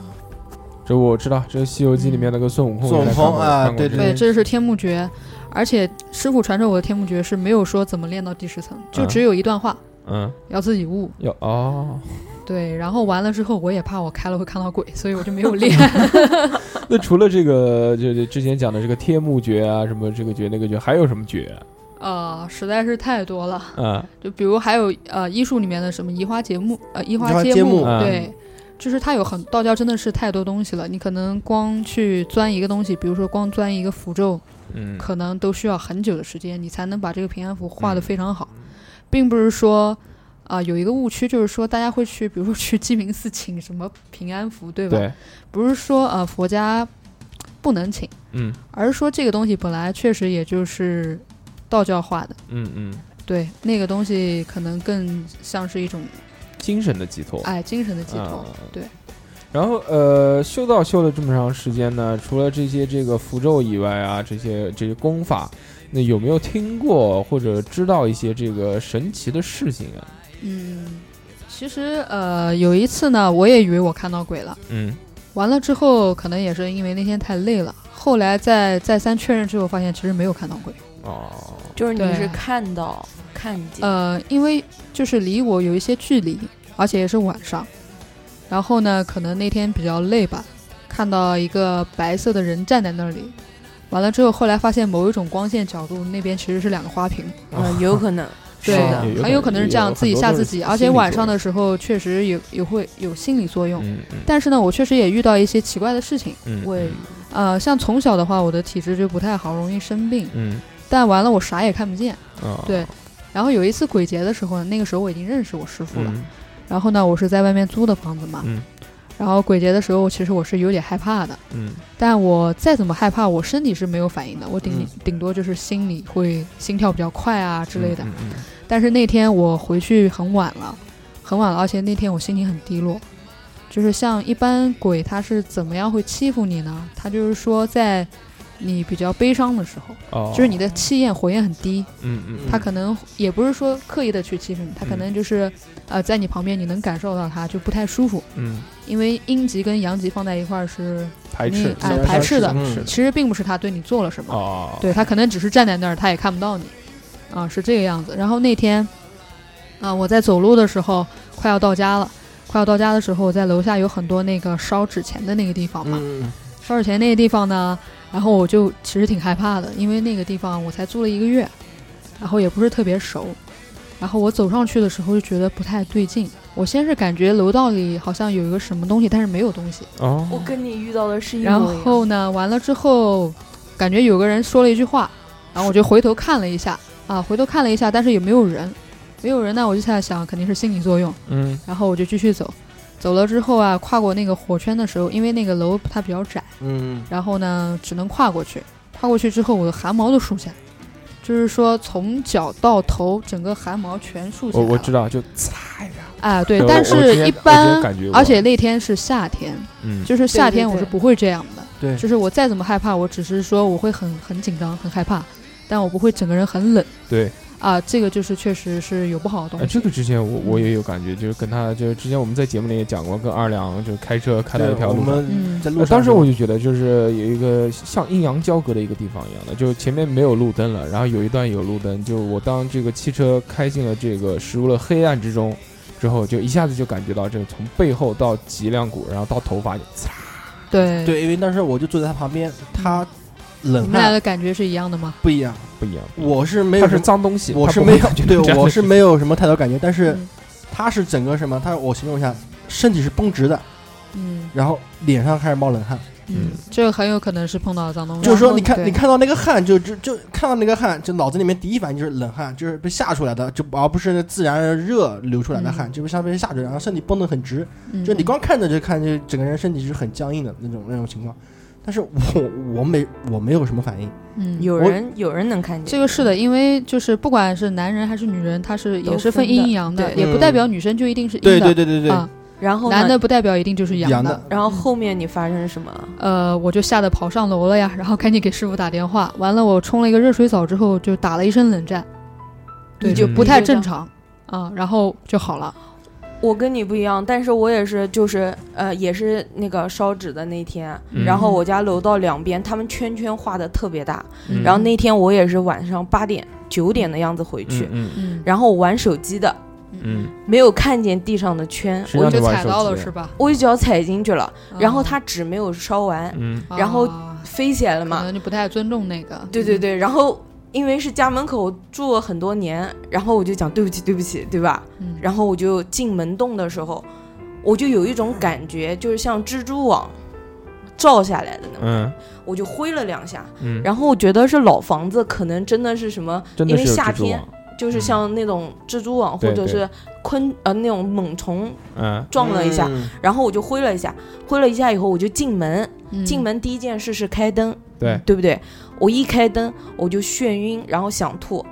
Speaker 4: 这我知道，这《西游记》里面那个孙悟空，
Speaker 1: 孙悟
Speaker 4: 我也看过
Speaker 1: 空啊
Speaker 4: 看过
Speaker 1: 对
Speaker 4: 这
Speaker 10: 对，
Speaker 4: 个
Speaker 10: 这是天目诀，而且师傅传授我的天目诀是没有说怎么练到第十层，就
Speaker 4: 嗯
Speaker 10: 只有一段话，
Speaker 4: 嗯，
Speaker 10: 要自己悟。
Speaker 4: 要哦，
Speaker 10: 对，然后完了之后，我也怕我开了会看到鬼，所以我就没有 练。
Speaker 4: 那除了这个，就就之前讲的这个天目诀啊，什么这个诀那个诀，还有什么诀
Speaker 10: 呃，实在是太多了。
Speaker 4: 啊？
Speaker 10: 就比如还有呃医术里面的什么移花接木，呃移
Speaker 4: 移
Speaker 10: 花
Speaker 4: 花
Speaker 10: 接
Speaker 4: 接
Speaker 10: 木，
Speaker 4: 木嗯
Speaker 10: 对，就是它有很道教真的是太多东西了，你可能光去钻一个东西，比如说光钻一个符咒，
Speaker 4: 嗯
Speaker 10: 可能都需要很久的时间，你才能把这个平安符画得非常好，并不是说。啊、有一个误区就是说，大家会去，比如说去鸡鸣寺请什么平安符，对吧？
Speaker 4: 对
Speaker 10: 不是说呃佛家不能请，
Speaker 4: 嗯
Speaker 10: 而是说这个东西本来确实也就是道教化的，
Speaker 4: 嗯嗯，
Speaker 10: 对，那个东西可能更像是一种
Speaker 4: 精神的寄托，
Speaker 10: 哎精神的寄托。
Speaker 4: 嗯
Speaker 10: 对，
Speaker 4: 然后呃，修道修了这么长时间呢，除了这些这个符咒以外啊，这些这些功法，那有没有听过或者知道一些这个神奇的事情啊？
Speaker 10: 嗯，其实呃有一次呢，我也以为我看到鬼了，
Speaker 4: 嗯
Speaker 10: 完了之后可能也是因为那天太累了，后来再再三确认之后，发现其实没有看到鬼。
Speaker 4: 哦，
Speaker 9: 就是你
Speaker 10: 对
Speaker 9: 是看到看见，
Speaker 10: 呃，因为就是离我有一些距离，而且也是晚上。然后呢，可能那天比较累吧，看到一个白色的人站在那里。完了之后，后来发现某一种光线角度那边其实是两个 花瓶。
Speaker 9: 嗯，有可能，
Speaker 10: 对
Speaker 9: 是的，
Speaker 10: 很有可能是这样，自己吓自己。而且晚上的时候确实有也会有心理作用。
Speaker 3: 嗯
Speaker 10: 但是呢，我确实也遇到一些奇怪的事情。
Speaker 4: 嗯
Speaker 9: 我也
Speaker 10: 呃，像从小的话，我的体质就不太好，容易生病。
Speaker 4: 嗯
Speaker 10: 但完了，我啥也看不见。
Speaker 4: 哦
Speaker 10: 对，然后有一次鬼节的时候，那个时候我已经认识我师傅了。
Speaker 4: 嗯
Speaker 10: 然后呢，我是在外面租的房子嘛，
Speaker 4: 嗯
Speaker 10: 然后鬼节的时候，其实我是有点害怕的，
Speaker 4: 嗯
Speaker 10: 但我再怎么害怕，我身体是没有反应的，我顶、
Speaker 4: 嗯
Speaker 10: 顶多就是心里会心跳比较快啊之类的。
Speaker 4: 嗯嗯
Speaker 10: 但是那天我回去很晚了，很晚了，而且那天我心情很低落。就是像一般鬼，他是怎么样会欺负你呢？他就是说，在你比较悲伤的时候，
Speaker 4: 哦
Speaker 10: 就是你的气焰、火焰很低，
Speaker 4: 嗯嗯嗯
Speaker 10: 他可能也不是说刻意的去欺负你，他可能就是、呃，在你旁边你能感受到他就不太舒服，
Speaker 4: 嗯
Speaker 10: 因为阴极跟阳极放在一块儿是
Speaker 4: 排斥
Speaker 10: 你哎
Speaker 4: 是
Speaker 10: 排斥的
Speaker 4: 是的是的，
Speaker 10: 其实并不是他对你做了什么，
Speaker 7: 啊
Speaker 4: 哦
Speaker 10: 对他可能只是站在那儿，他也看不到你，啊，是这个样子。然后那天，啊，我在走路的时候快要到家了，快要到家的时候，我在楼下有很多那个烧纸钱的那个地方嘛，
Speaker 3: 嗯
Speaker 10: 烧纸钱那个地方呢，然后我就其实挺害怕的，因为那个地方我才租了一个月，然后也不是特别熟，然后我走上去的时候就觉得不太对劲，我先是感觉楼道里好像有一个什么东西，但是没有东西，
Speaker 4: 哦
Speaker 9: 我跟你遇到的是一
Speaker 10: 然
Speaker 9: 模一样。
Speaker 10: 后呢，完了之后，感觉有个人说了一句话，然后我就回头看了一下，啊，回头看了一下，但是也没有人，没有人呢，我就在想肯定是心理作用，
Speaker 4: 嗯
Speaker 10: 然后我就继续走，走了之后啊，跨过那个火圈的时候，因为那个楼它比较窄，
Speaker 3: 嗯
Speaker 10: 然后呢，只能跨过去，跨过去之后，我的汗毛都竖起来，就是说从脚到头，整个汗毛全竖起
Speaker 4: 我
Speaker 10: 来
Speaker 4: 我
Speaker 10: 了。
Speaker 4: 知道，就擦一下。
Speaker 10: 啊，对
Speaker 3: 呃
Speaker 4: 对，我
Speaker 10: 但
Speaker 4: 我之
Speaker 10: 是
Speaker 4: 前
Speaker 10: 一
Speaker 4: 我之
Speaker 10: 般
Speaker 4: 前感觉，过
Speaker 10: 而且那天是夏天，
Speaker 4: 嗯
Speaker 10: 就是夏
Speaker 9: 对对
Speaker 10: 天
Speaker 9: 对
Speaker 10: 我是不会这样的，
Speaker 3: 对
Speaker 10: 就是我再怎么害怕，我只是说我会很很紧张、很害怕，但我不会整个人很冷
Speaker 4: 对，
Speaker 10: 啊，这个就是确实是有不好的东
Speaker 3: 哎
Speaker 4: 呃，
Speaker 10: 西，嗯
Speaker 4: 这个之前我我也有感觉，就是跟他，就是之前我们在节目里也讲过，跟二两就开车开到一条
Speaker 3: 我
Speaker 4: 路上，
Speaker 10: 嗯
Speaker 3: 们在路
Speaker 4: 呃
Speaker 3: 上，
Speaker 4: 当时我就觉得就是有一个像阴阳交隔的一个地方一样的，就前面没有路灯了，然后有一段有路灯，就我当这个汽车开进了这个驶入了黑暗之中之后，就一下子就感觉到这个从背后到脊梁骨，然后到头发，擦，
Speaker 10: 对，
Speaker 3: 对，因为当时我就坐在他旁边，他
Speaker 10: 你
Speaker 3: 冷
Speaker 10: 们俩
Speaker 3: 汗
Speaker 10: 的感觉是一样的吗？
Speaker 3: 不一样，
Speaker 4: 不一样，
Speaker 3: 我是没有
Speaker 4: 它
Speaker 3: 什
Speaker 4: 是
Speaker 3: 么
Speaker 4: 脏东西，
Speaker 3: 我
Speaker 4: 它
Speaker 3: 是
Speaker 4: 不
Speaker 3: 没
Speaker 4: 会
Speaker 3: 有
Speaker 4: 感觉，
Speaker 3: 对
Speaker 4: 到这样
Speaker 3: 我
Speaker 4: 的
Speaker 3: 是没有什么太多感觉，但是
Speaker 10: 嗯
Speaker 3: 他是整个什么？他我形容一下，身体是绷直的，
Speaker 10: 嗯
Speaker 3: 然后脸上开始冒冷汗，
Speaker 10: 嗯，这个很有可能是碰到脏东西，
Speaker 3: 就是说你
Speaker 10: 然后
Speaker 3: 看
Speaker 10: 对
Speaker 3: 你看到那个汗，就就就看到那个汗，就脑子里面第一反应就是冷汗，就是被吓出来的，就而不是自然热流出来的汗，就是像被吓着，然后身体绷得很直，
Speaker 10: 嗯
Speaker 3: 就你光看着就看就整个人身体是很僵硬的那种那种情况。但是我我没我没有什么反应，
Speaker 10: 嗯
Speaker 9: 有
Speaker 3: 我
Speaker 9: 人有人能看见
Speaker 10: 这个是的，因为就是不管是男人还是女人，他是也
Speaker 9: 都
Speaker 10: 是
Speaker 9: 分的
Speaker 10: 阴阳的，
Speaker 9: 对
Speaker 10: 也不
Speaker 3: 嗯
Speaker 10: 代表女生就一定是阴的。
Speaker 3: 对对对对对
Speaker 10: 啊，
Speaker 9: 然后呢
Speaker 10: 男的不代表一定就是阳
Speaker 3: 阳的
Speaker 9: 然后后面你发生什么？
Speaker 10: 呃，我就吓得跑上楼了呀，然后赶紧给师傅打电话。完了，我冲了一个热水澡之后，就打了一身冷战，对，
Speaker 9: 你就
Speaker 10: 不太
Speaker 9: 你就这
Speaker 10: 正
Speaker 9: 样
Speaker 10: 常啊，然后就好了。
Speaker 9: 我跟你不一样，但是我也是，就是呃，也是那个烧纸的那天，
Speaker 4: 嗯
Speaker 9: 然后我家楼道两边他们圈圈画的特别大，
Speaker 4: 嗯
Speaker 9: 然后那天我也是晚上八点九点的样子回去，
Speaker 4: 嗯嗯
Speaker 10: 嗯，
Speaker 9: 然后我玩手机的，
Speaker 4: 嗯，
Speaker 9: 没有看见地上的圈，
Speaker 4: 谁
Speaker 9: 我
Speaker 4: 让
Speaker 10: 就
Speaker 4: 你玩
Speaker 10: 踩
Speaker 4: 手
Speaker 10: 到了
Speaker 4: 机啊
Speaker 10: 是吧？
Speaker 9: 我一脚踩进去了，然后
Speaker 10: 啊
Speaker 9: 它纸没有烧完，
Speaker 4: 嗯
Speaker 9: 然后
Speaker 10: 啊
Speaker 9: 飞起来了
Speaker 10: 可
Speaker 9: 嘛，
Speaker 10: 能就不太尊重那个。嗯
Speaker 9: 对对对，然后因为是家门口住了很多年，然后我就讲对不起对不起，对吧？
Speaker 10: 嗯，
Speaker 9: 然后我就进门洞的时候，我就有一种感觉，就是像蜘蛛网罩下来的那种，
Speaker 4: 嗯
Speaker 9: 我就挥了两下，
Speaker 4: 嗯，
Speaker 9: 然后我觉得是老房子，可能真的是什么，
Speaker 4: 真
Speaker 9: 因
Speaker 4: 的
Speaker 9: 为
Speaker 4: 是有
Speaker 9: 夏
Speaker 4: 蜘蛛
Speaker 9: 天
Speaker 4: 网，
Speaker 9: 就是
Speaker 4: 嗯
Speaker 9: 像那种蜘蛛网或
Speaker 4: 对
Speaker 9: 者
Speaker 4: 对
Speaker 9: 是昆呃那种猛虫
Speaker 4: 嗯
Speaker 9: 撞了一下，
Speaker 3: 嗯
Speaker 9: 然后我就挥了一下，挥了一下以后我就进门，
Speaker 10: 嗯
Speaker 9: 进门第一件事是开灯，
Speaker 4: 对，
Speaker 9: 对不对？我一开灯我就眩晕，然后想吐。
Speaker 4: 嗯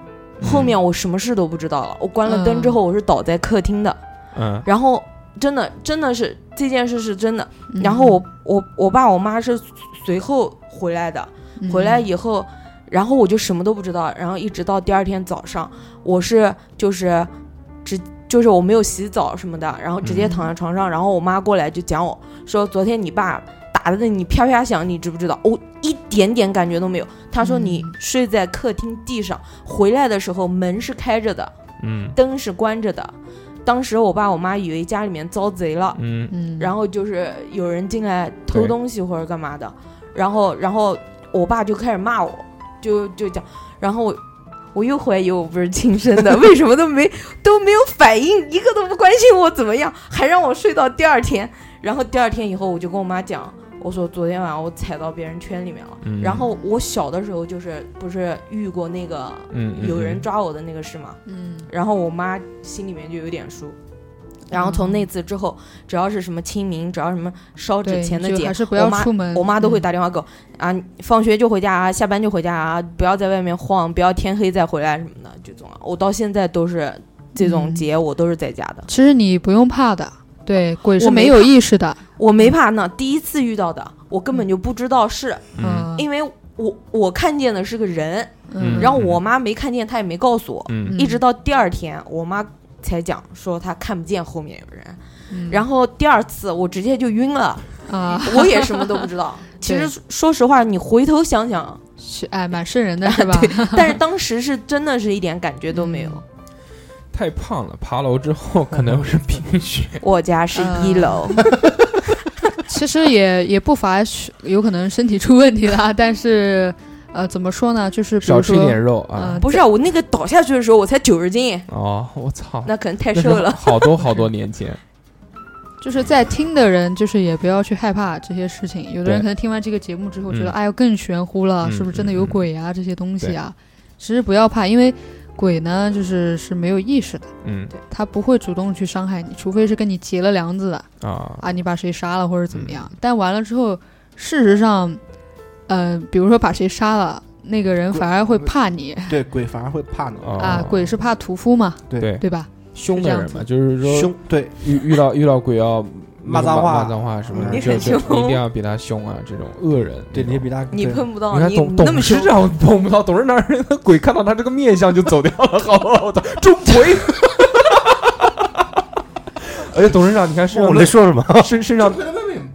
Speaker 9: 后面我什么事都不知道了。我关了灯之后，我是倒在客厅的。
Speaker 4: 嗯
Speaker 9: 然后真的真的是这件事是真的。
Speaker 10: 嗯
Speaker 9: 然后我我我爸我妈是随后回来的，回来
Speaker 10: 嗯
Speaker 9: 以后，然后我就什么都不知道，然后一直到第二天早上，我是就是直就是我没有洗澡什么的，然后直接躺在床
Speaker 10: 嗯
Speaker 9: 上，然后我妈过来就讲我说昨天你爸打的你啪啪响，你知不知道？我一点点感觉都没有。她说你
Speaker 10: 嗯
Speaker 9: 睡在客厅地上，回来的时候门是开着的，
Speaker 4: 嗯
Speaker 9: 灯是关着的。当时我爸我妈以为家里面遭贼了，
Speaker 4: 嗯
Speaker 10: 嗯，
Speaker 9: 然后就是有人进来偷
Speaker 4: 对
Speaker 9: 东西或者干嘛的，然后然后我爸就开始骂我，就就讲，然后我我又怀疑我不是亲生 的，为什么都没都没有反应，一个都不关心我怎么样，还让我睡到第二天，然后第二天以后我就跟我妈讲。我说昨天晚上我踩到别人圈里面了，
Speaker 4: 嗯
Speaker 9: 然后我小的时候就是不是遇过那个
Speaker 4: 嗯嗯
Speaker 9: 有人
Speaker 4: 嗯
Speaker 9: 抓我的那个事嘛，
Speaker 10: 嗯
Speaker 9: 然后我妈心里面就有点数，然后从那次之后，只要是什么清明，只要什么烧纸
Speaker 10: 对
Speaker 9: 钱的
Speaker 10: 就
Speaker 9: 节，
Speaker 10: 还是不要
Speaker 9: 我妈
Speaker 10: 出门嗯
Speaker 9: 我妈都会打电话给我、啊，你放学就回家啊，下班就回家啊，不要在外面晃，不要天黑再回来什么的，这种啊。我到现在都是这
Speaker 10: 嗯
Speaker 9: 种节，我都是在家的。
Speaker 10: 其实你不用怕的，对，鬼是
Speaker 9: 我没
Speaker 10: 没有
Speaker 9: 怕
Speaker 10: 意识的。
Speaker 9: 我没怕呢，第一次遇到的，我根本就不知道是，
Speaker 10: 嗯
Speaker 9: 因为我我看见的是个人，
Speaker 10: 嗯
Speaker 9: 然后我妈没看见，她也没告诉我，
Speaker 10: 嗯
Speaker 9: 一直到第二天我妈才讲说她看不见后面有人，
Speaker 10: 嗯
Speaker 9: 然后第二次我直接就晕了，
Speaker 10: 啊，。
Speaker 9: 我也什么都不知 道其
Speaker 10: 对
Speaker 9: 实说实话，你回头想想，
Speaker 10: 是哎，蛮瘆 人的是吧？
Speaker 9: 但是当时是真的是一点感觉都没有。
Speaker 4: 太胖了，爬楼之后可能是贫血。
Speaker 9: 我家是一楼，
Speaker 10: 其实也也不乏是有可能身体出问题 啦，但是呃，怎么说呢，就是比如
Speaker 4: 少吃一
Speaker 10: 说
Speaker 4: 点肉啊
Speaker 10: 呃
Speaker 9: 不是啊，我那个倒下去的时候我才九十斤，
Speaker 4: 哦，我操，
Speaker 9: 那可能太
Speaker 4: 那是
Speaker 9: 瘦了
Speaker 4: 好多好多年前，
Speaker 10: 就是在听的人，就是也不要去害怕这些事情。有的人
Speaker 4: 对
Speaker 10: 可能听完这个节目之后，觉得
Speaker 4: 嗯
Speaker 10: 哎呦更玄乎了，
Speaker 4: 嗯
Speaker 10: 是不是真的有鬼啊、这些东西啊？其实不要怕，因为鬼呢就是是没有意识的，
Speaker 4: 嗯，
Speaker 10: 他不会主动去伤害你，除非是跟你结了梁子的
Speaker 4: 啊，嗯
Speaker 10: 啊，你把谁杀了或者怎么样。但完了之后，事实上，呃，比如说把谁杀了，那个人反而会怕你
Speaker 3: 对，鬼反而会怕你
Speaker 10: 啊，鬼是怕屠夫嘛，
Speaker 3: 对
Speaker 4: 对
Speaker 10: 对吧？
Speaker 4: 哦凶
Speaker 10: 是这
Speaker 4: 的
Speaker 10: 样
Speaker 4: 人
Speaker 10: 子
Speaker 4: 嘛，就是说
Speaker 3: 凶对
Speaker 4: 遇遇到遇到鬼要
Speaker 3: 骂
Speaker 4: 那个
Speaker 3: 脏话
Speaker 4: 骂脏话什
Speaker 3: 嗯
Speaker 4: 么的，
Speaker 3: 你
Speaker 4: 就
Speaker 3: 很
Speaker 4: 就
Speaker 3: 凶
Speaker 4: 一定要比他凶啊，这种恶人，
Speaker 3: 对
Speaker 4: 那种
Speaker 3: 你比他
Speaker 9: 你
Speaker 3: 对
Speaker 9: 碰不到
Speaker 4: 你看
Speaker 9: 你
Speaker 4: 董
Speaker 9: 那么
Speaker 4: 董事
Speaker 9: 凶
Speaker 4: 长碰不到，董事长人家鬼看到他这个面相就走掉了，好不好？我操，捉鬼！而且董事长，你看身
Speaker 3: 哦
Speaker 4: 上
Speaker 1: 我
Speaker 4: 的
Speaker 1: 没说什 么
Speaker 4: 身身上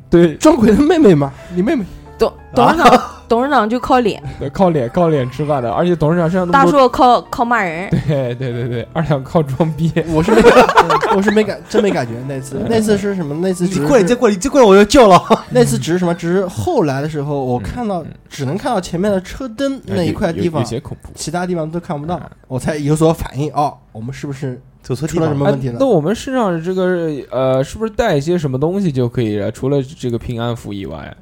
Speaker 3: 对撞鬼的妹妹嘛，你妹妹
Speaker 9: 董董事长、
Speaker 10: 啊
Speaker 9: 董事长就靠脸，
Speaker 4: 对靠脸靠脸吃饭的，而且董事长身上
Speaker 9: 大
Speaker 4: 那么多
Speaker 9: 硕靠靠骂人，
Speaker 4: 对对对对，二两靠装逼，
Speaker 3: 我是没，嗯我是没感，真没感觉那次
Speaker 4: 嗯。
Speaker 3: 那次是什么？那次
Speaker 1: 你过来，你再过来，你再过来，我要叫了。
Speaker 3: 那次只是什么？只是后来的时候，我看到只能看到前面的车灯那一块地
Speaker 4: 嗯哎有有
Speaker 3: 方
Speaker 4: 有些恐怖，嗯
Speaker 3: 其他地方都看不到，我才有所反应。哦，我们是不是
Speaker 1: 走错
Speaker 3: 出了什么
Speaker 4: 哎
Speaker 3: 问题了
Speaker 4: 那？我们身上这个呃，是不是带一些什么东西就可以了？除了这个平安符以外，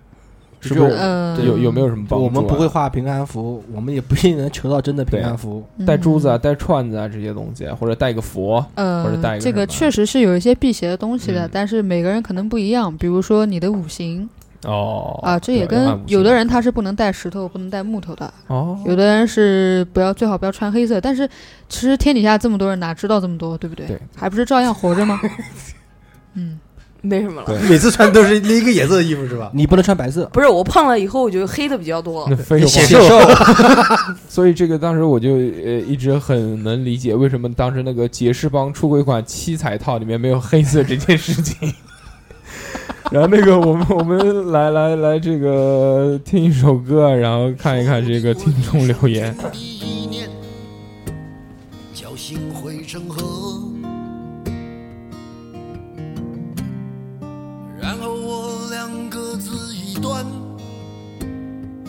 Speaker 4: 是不
Speaker 3: 就是
Speaker 10: 嗯
Speaker 4: 有有没有什么帮助啊？
Speaker 3: 我们不会画平安符，我们也不一定能求到真的平安符。
Speaker 10: 嗯
Speaker 4: 带珠子啊、带串子啊这些东西，或者带个佛，或者带一
Speaker 10: 呃，这个
Speaker 4: 个嗯
Speaker 10: 确实是有一些辟邪的东西的，但是每个人可能不一样。比如说你的五行
Speaker 4: 个哦
Speaker 10: 啊，这也
Speaker 4: 对
Speaker 10: 跟
Speaker 4: 按五行
Speaker 10: 有的人他是不能带石头、不能带木头的，
Speaker 4: 哦
Speaker 10: 有的人是不要最好不要穿黑色。但是其实天底下这么多人，哪知道这么多，对不对？
Speaker 4: 对
Speaker 10: 还不是照样活着 吗？ 嗯，
Speaker 9: 没什么了。
Speaker 1: 每次穿都是一个颜色的衣服是吧？
Speaker 3: 你不能穿白色，
Speaker 9: 不是我胖了以后我就黑的比较多
Speaker 4: 那，废话，
Speaker 1: 显瘦
Speaker 4: 所以这个当时我就呃一直很能理解为什么当时那个杰士邦出轨款七彩套里面没有黑色这件事情。 然后那个我们我们来来来这个听一首歌，啊然后看一看这个听众留言。
Speaker 11: 侥幸汇成河。然后我俩各自一端，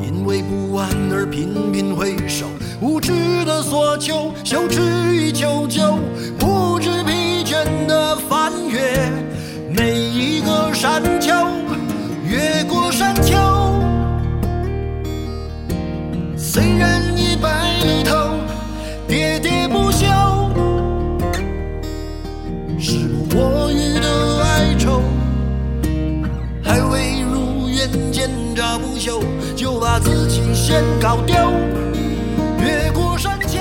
Speaker 11: 因为不安而频频回首，无知的所求，羞耻与求救，不知疲倦地翻越每一个山丘，越过山丘。虽然已白了头，喋喋不休，时不我予的哀愁，还未如愿见着不朽，就把自己先搞丢，越过山丘。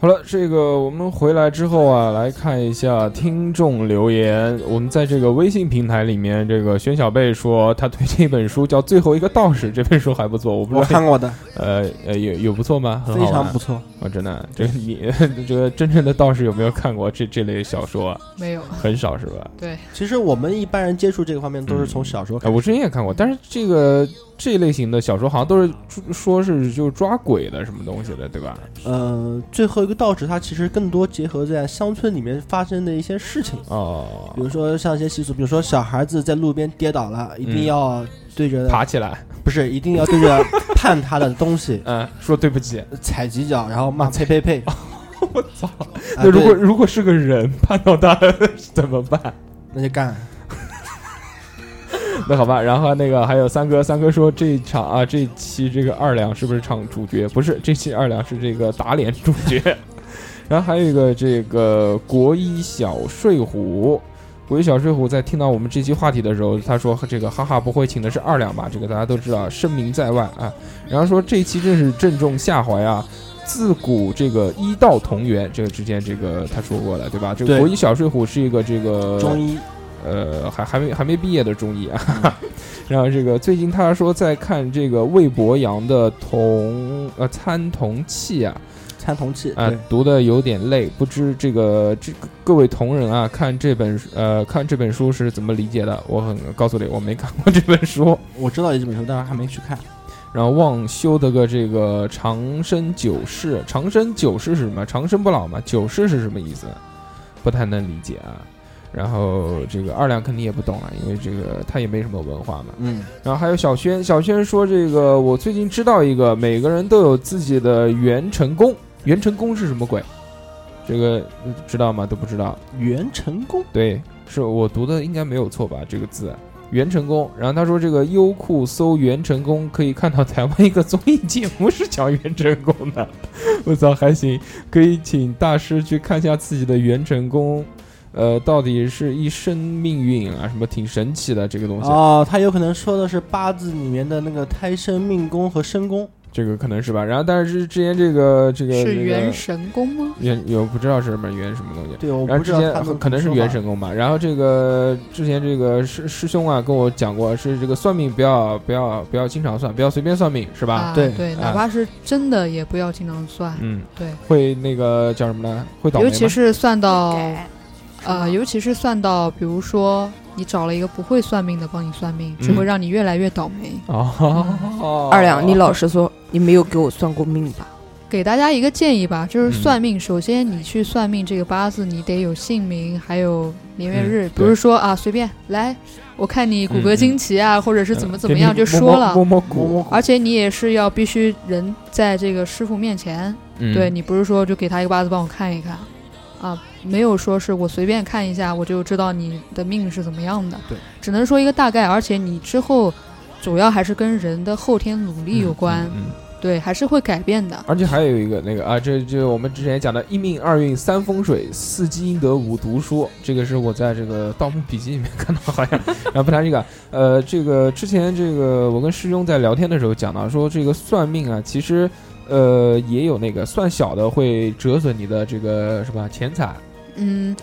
Speaker 4: 好了，这个我们回来之后啊，来看一下听众留言。我们在这个微信平台里面，这个宣小贝说他推荐一本书叫《最后一个道士》，这本书还不错，我不知道
Speaker 3: 我看过的。
Speaker 4: 呃呃，有有不错吗？很
Speaker 3: 非
Speaker 4: 好玩
Speaker 3: 常不错。
Speaker 4: 哦，真的，这个你 这个真正的道士有没有看过这这类小说啊？
Speaker 10: 没有
Speaker 4: 很少是吧？
Speaker 10: 对，
Speaker 3: 其实我们一般人接触这个方面都是从小时候
Speaker 4: 哎，
Speaker 3: 开始。
Speaker 4: 我之前也看过，但是这个这类型的小说好像都是说是就是抓鬼的什么东西的，对吧？
Speaker 3: 呃，最后一个道士他其实更多结合在乡村里面发生的一些事情
Speaker 4: 哦，
Speaker 3: 比如说像一些习俗，比如说小孩子在路边跌倒了，一
Speaker 4: 嗯
Speaker 3: 定要对啊着、
Speaker 4: 爬起来，
Speaker 3: 不是一定要对着判他的东西，
Speaker 4: 嗯，说对不起，
Speaker 3: 踩几脚，然后骂呸呸 啊呸。我操！
Speaker 4: 那如果如果是个人判到他 怎么办？
Speaker 3: 那就干。
Speaker 4: 那好吧，然后那个还有三哥，三哥说这一场啊，这一期这个二两是不是唱主角？不是，这期二两是这个打脸主角。 然后还有一个这个国一小睡虎，国一小睡虎在听到我们这期话题的时候，他说这个哈哈不会请的是二两吧？这个大家都知道，声名在外啊。然后说这一期真是正中下怀啊。自古这个医道同源，这个之前这个他说过了，对吧？这个
Speaker 3: 对
Speaker 4: 国医小睡虎是一个这个
Speaker 3: 中医，嗯
Speaker 4: 呃，还还没还没毕业的中医啊。 然后这个最近他说在看这个魏博阳的同呃参同契啊，
Speaker 3: 参同契
Speaker 4: 啊
Speaker 3: 对，
Speaker 4: 读的有点累，不知这个这个各位同仁啊，看这本书呃看这本书是怎么理解的？我很告诉你，我没看过这本书，
Speaker 3: 我知道有这本书，但是还没去看。
Speaker 4: 然后望修的个这个长生久世，长生久世是什么？长生不老嘛？久世是什么意思？不太能理解啊。然后这个二两肯定也不懂啊，因为这个他也没什么文化嘛。
Speaker 3: 嗯，
Speaker 4: 然后还有小轩，小轩说这个我最近知道一个，每个人都有自己的元辰宫，元辰宫是什么鬼？这个呃知道吗？都不知道。
Speaker 3: 袁成功，
Speaker 4: 对，是我读的应该没有错吧？这个字元成功。然后他说这个优酷搜元成功，可以看到台湾一个综艺节目是讲元成功的。 我操，还行，可以请大师去看一下自己的元成功。呃，到底是一生命运啊，什么挺神奇的这个东西，
Speaker 3: 哦，他有可能说的是八字里面的那个胎生、命宫和身宫。
Speaker 4: 这个可能是吧。然后，但是之前这个这个
Speaker 10: 是
Speaker 4: 那个
Speaker 10: 元神功吗？
Speaker 4: 元有不知道是什么元什么东西，
Speaker 3: 对我
Speaker 4: 然后
Speaker 3: 不
Speaker 4: 之
Speaker 3: 知道
Speaker 4: 前
Speaker 3: 他们
Speaker 4: 很
Speaker 3: 怎
Speaker 4: 可
Speaker 3: 么
Speaker 4: 能是
Speaker 3: 说
Speaker 4: 元
Speaker 3: 法
Speaker 4: 神功吧，然后这个之前这个师师兄啊跟我讲过，是这个算命不要不要不要经常算，不要随便算命是吧？
Speaker 10: 啊，对，
Speaker 4: 啊
Speaker 10: 哪怕是真的也不要经常算。
Speaker 4: 嗯
Speaker 10: 对，
Speaker 4: 会那个叫什么呢？会倒霉
Speaker 10: 尤
Speaker 4: 吗，嗯
Speaker 10: 其是算到，呃，尤其是算到，比如说你找了一个不会算命的帮你算命，只
Speaker 9: 嗯
Speaker 10: 会让你越来越倒霉。
Speaker 4: 哦
Speaker 9: 二两，你老实说，你没有给我算过命吧？
Speaker 10: 给大家一个建议吧，就是
Speaker 9: 嗯
Speaker 10: 算命，首先你去算命这个八字，你得有姓名，还有年月日
Speaker 4: 嗯，
Speaker 10: 不是说啊随便来，我看你骨骼惊奇啊，或者是怎么怎么样
Speaker 4: 嗯给
Speaker 10: 就
Speaker 4: 你
Speaker 10: 说了。
Speaker 4: 摸摸摸摸骨摸摸骨
Speaker 10: 而且你也是要必须人在这个师傅面前，
Speaker 4: 嗯
Speaker 10: 对你不是说就给他一个八字帮我看一看，啊，没有说是我随便看一下我就知道你的命是怎么样的，
Speaker 4: 对，
Speaker 10: 只能说一个大概，而且你之后主要还是跟人的后天努
Speaker 4: 嗯
Speaker 10: 力有关，对，还是会改变的。
Speaker 4: 而且还有一个那个啊，这这我们之前讲的一命二运三风水四积阴德五读书，这个是我在这个《盗墓笔记》里面看到，好像。然后不谈这个， 呃，这个之前这个我跟师兄在聊天的时候讲到，说这个算命啊，其实呃也有那个算小的会折损你的这个什么钱财，
Speaker 10: 嗯，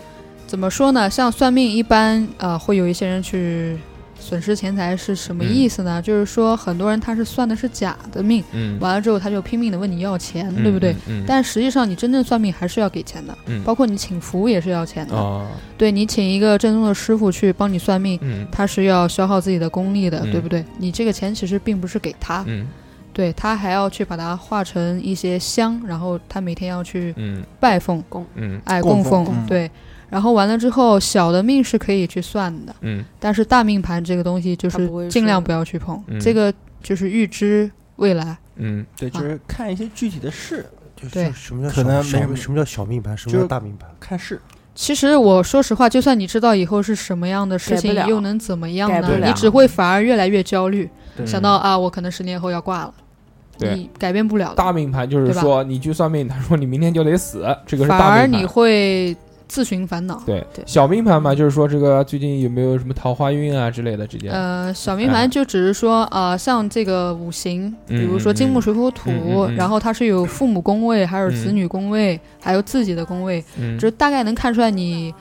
Speaker 10: 怎么说呢？像算命一般，啊，会有一些人去损失钱财，是什么意思呢？就是说，很多人他是算的是假的命，
Speaker 4: 嗯
Speaker 10: 完了之后他就拼命的问你要钱，
Speaker 4: 嗯
Speaker 10: 对不对？
Speaker 4: 嗯嗯
Speaker 10: 但实际上，你真正算命还是要给钱的，
Speaker 4: 嗯
Speaker 10: 包括你请服务也是要钱的。
Speaker 4: 哦
Speaker 10: 对你请一个正宗的师傅去帮你算命，
Speaker 4: 嗯
Speaker 10: 他是要消耗自己的功力的，
Speaker 4: 嗯
Speaker 10: 对不对？你这个钱其实并不是给他，
Speaker 4: 嗯
Speaker 10: 对他还要去把它化成一些香，然后他每天要去
Speaker 4: 嗯
Speaker 10: 拜奉
Speaker 9: 供
Speaker 4: 嗯
Speaker 10: 哎
Speaker 4: 供
Speaker 10: 供
Speaker 4: 奉
Speaker 10: 奉
Speaker 4: 嗯
Speaker 10: 对，然后完了之后小的命是可以去算的，
Speaker 4: 嗯
Speaker 10: 但是大命盘这个东西就是
Speaker 3: 不会
Speaker 10: 尽量
Speaker 3: 是
Speaker 10: 不要去碰，
Speaker 3: 嗯
Speaker 10: 这个就是预知未来，
Speaker 4: 嗯，
Speaker 3: 对，就是看一些具体的事，就是
Speaker 10: 啊对
Speaker 1: 什么叫
Speaker 3: 可能
Speaker 1: 小
Speaker 3: 没
Speaker 1: 小什么叫小命盘，什么
Speaker 3: 就是
Speaker 1: 叫大命盘？
Speaker 3: 看事。
Speaker 10: 其实我说实话，就算你知道以后是什么样的事
Speaker 9: 改不
Speaker 10: 情
Speaker 9: 了，
Speaker 10: 又能怎么样
Speaker 9: 改不
Speaker 10: 呢？你
Speaker 9: 了
Speaker 10: 只会反而越来越焦虑，
Speaker 4: 对
Speaker 10: 想到啊，我可能十年后要挂了，
Speaker 4: 对
Speaker 10: 你改变不了的。
Speaker 4: 大命盘就是
Speaker 10: 对吧
Speaker 4: 说你去算命，他说你明天就得死，这个是
Speaker 10: 反
Speaker 4: 大
Speaker 10: 而
Speaker 4: 命盘。
Speaker 10: 你会自寻烦恼。
Speaker 4: 对，小命盘嘛，就是说这个最近有没有什么桃花运啊之类的这些。
Speaker 10: 呃，小命盘就只是说，呃，像这个五行，比如说
Speaker 4: 嗯嗯
Speaker 10: 金木水火土，
Speaker 4: 嗯嗯嗯
Speaker 10: 然后它是有父母宫位，还有子女宫位，还有自己的宫位，
Speaker 4: 嗯
Speaker 10: 就是大概能看出来你，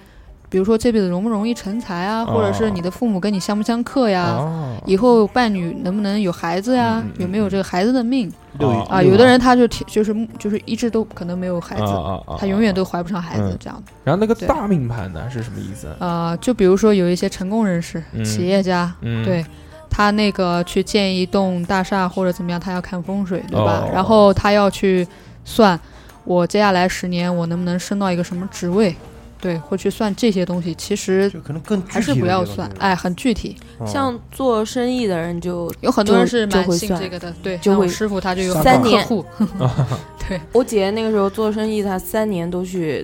Speaker 10: 比如说这辈子容不容易成才啊，或者
Speaker 4: 哦
Speaker 10: 是你的父母跟你相不相克呀，
Speaker 4: 哦嗯
Speaker 10: 以后伴侣能不能有孩子呀，有没有这个孩子的命
Speaker 4: 六一
Speaker 10: 啊？
Speaker 4: 六
Speaker 10: 有
Speaker 4: 一
Speaker 10: 的人他就挺就是就是一直都可能没有孩子，
Speaker 4: 啊啊啊
Speaker 10: 他永远都怀不上孩子、
Speaker 4: 嗯
Speaker 10: 这样的。
Speaker 4: 然后那个
Speaker 10: 对
Speaker 4: 大命盘呢是什么意思？
Speaker 10: 呃，就比如说有一些成功人士、
Speaker 4: 嗯
Speaker 10: 企业家，
Speaker 4: 嗯
Speaker 10: 对，他那个去建一栋大厦或者怎么样，他要看风水，对吧？
Speaker 12: 哦
Speaker 10: 然后他要去算我接下来十年我能不能升到一个什么职位，对，会去算这些东西。其实
Speaker 1: 可能更
Speaker 10: 还是
Speaker 1: 具体
Speaker 10: 不
Speaker 1: 的
Speaker 10: 要
Speaker 1: 这个
Speaker 10: 算
Speaker 1: 东，
Speaker 10: 哎，很具体。
Speaker 4: 哦
Speaker 9: 像做生意的人就
Speaker 10: 有很多人是
Speaker 9: 就
Speaker 10: 蛮
Speaker 9: 就会
Speaker 10: 信
Speaker 9: 算
Speaker 10: 这个的对
Speaker 9: 就
Speaker 10: 像我
Speaker 9: 会
Speaker 10: 师傅他就有很
Speaker 9: 三
Speaker 10: 多
Speaker 9: 年
Speaker 10: 客 户 对，
Speaker 9: 我姐那个时候做生意，她三年都去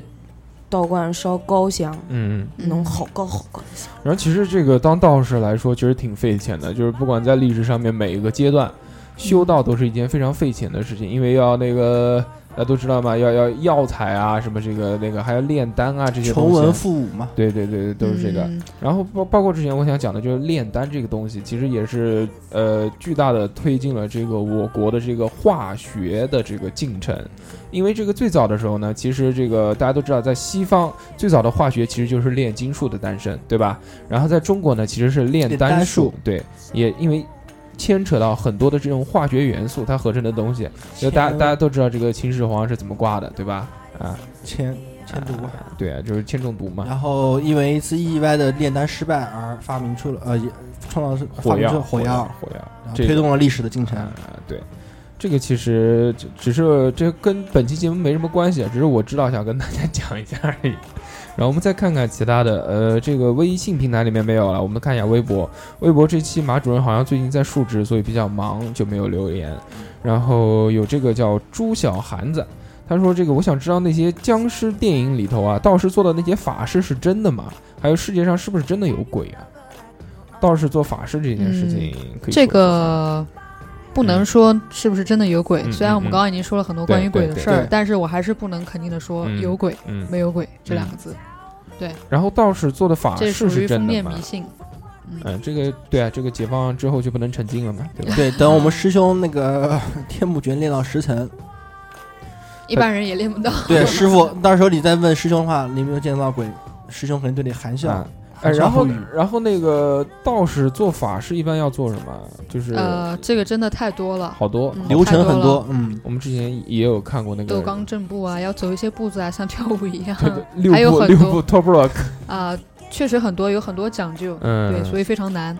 Speaker 9: 道观烧高香，
Speaker 4: 嗯
Speaker 9: 弄好高好高的香。
Speaker 4: 然后其实这个当道士来说，其实挺费钱的，就是不管在历史上面每一个阶段，修道都是一件非常费钱的事情，因为要那个大家都知道嘛，要要药材啊，什么这个那个，还要炼丹啊这些东西。
Speaker 3: 重文复武嘛
Speaker 4: 对对对，都是这个。
Speaker 3: 嗯
Speaker 4: 然后包包括之前我想讲的，就是炼丹这个东西，其实也是呃巨大的推进了这个我国的这个化学的这个进程。因为这个最早的时候呢，其实这个大家都知道，在西方最早的化学其实就是炼金术的诞生，对吧？然后在中国呢，其实是炼
Speaker 3: 炼
Speaker 4: 丹
Speaker 3: 丹
Speaker 4: 术
Speaker 3: 术，
Speaker 4: 对，也因为牵扯到很多的这种化学元素，它合成的东西，就大家大家都知道这个秦始皇是怎么挂的，对吧？啊，
Speaker 3: 铅铅毒。
Speaker 4: 对啊，就是铅中毒嘛。
Speaker 3: 然后因为一次意外的炼丹失败而发明出了呃，也创造
Speaker 4: 火
Speaker 3: 发明
Speaker 4: 药
Speaker 3: 出了火
Speaker 4: 火药
Speaker 3: 药，
Speaker 4: 火药
Speaker 3: 然后
Speaker 4: 这个
Speaker 3: 推动了历史的进程。
Speaker 4: 对，这个其实只只是这跟本期节目没什么关系，啊只是我知道想跟大家 讲一下而已。然后我们再看看其他的，呃，这个微信平台里面没有了，我们看一下微博。微博这期马主任好像最近在述职，所以比较忙，就没有留言。然后有这个叫朱小韩子，他说这个我想知道那些僵尸电影里头啊，道士做的那些法事是真的吗？还有世界上是不是真的有鬼啊？道士做法事这件事情
Speaker 10: 嗯
Speaker 4: 可以说一下、
Speaker 10: 这个不能说是不是真的有鬼，
Speaker 4: 嗯
Speaker 10: 虽然我们
Speaker 4: 嗯
Speaker 10: 刚刚已经说了很多
Speaker 4: 对
Speaker 10: 关于鬼的
Speaker 4: 对
Speaker 10: 事
Speaker 4: 对
Speaker 10: 儿
Speaker 4: 对，
Speaker 10: 但是我还是不能肯定的说
Speaker 4: 嗯
Speaker 10: 有鬼、
Speaker 4: 嗯
Speaker 10: 没有鬼这
Speaker 4: 嗯
Speaker 10: 两个字。对，
Speaker 4: 然后道士做的法
Speaker 10: 这
Speaker 4: 事
Speaker 10: 属于封
Speaker 4: 啊是真的
Speaker 10: 建
Speaker 4: 吗
Speaker 10: 迷？信。
Speaker 4: 嗯，这个对啊，这个解放之后就不能成精了嘛，对吧？
Speaker 3: 对，等 我们师兄那个 天目诀练到十层，
Speaker 10: 一般人也练 不到。
Speaker 3: 对师傅，到时候你再问师兄的话，你有没有见到鬼？师兄肯定对你含笑
Speaker 4: 啊。哎，
Speaker 3: 含笑
Speaker 4: 然后
Speaker 3: 不语
Speaker 4: 然后那个道士做法事一般要做什么？就是
Speaker 10: 呃，这个真的太多了，
Speaker 4: 好多
Speaker 10: 嗯、太了，
Speaker 3: 嗯，
Speaker 4: 我们之前也有看过那
Speaker 10: 斗
Speaker 4: 个
Speaker 10: 刚正步啊，要走一些步子啊，像跳舞一样，
Speaker 4: 六
Speaker 10: 还有
Speaker 4: 部
Speaker 10: 很
Speaker 4: 六
Speaker 10: 多
Speaker 4: 部 top rock，
Speaker 10: 啊、确实很多，有很多讲究，
Speaker 4: 嗯
Speaker 10: 对，所以非常难。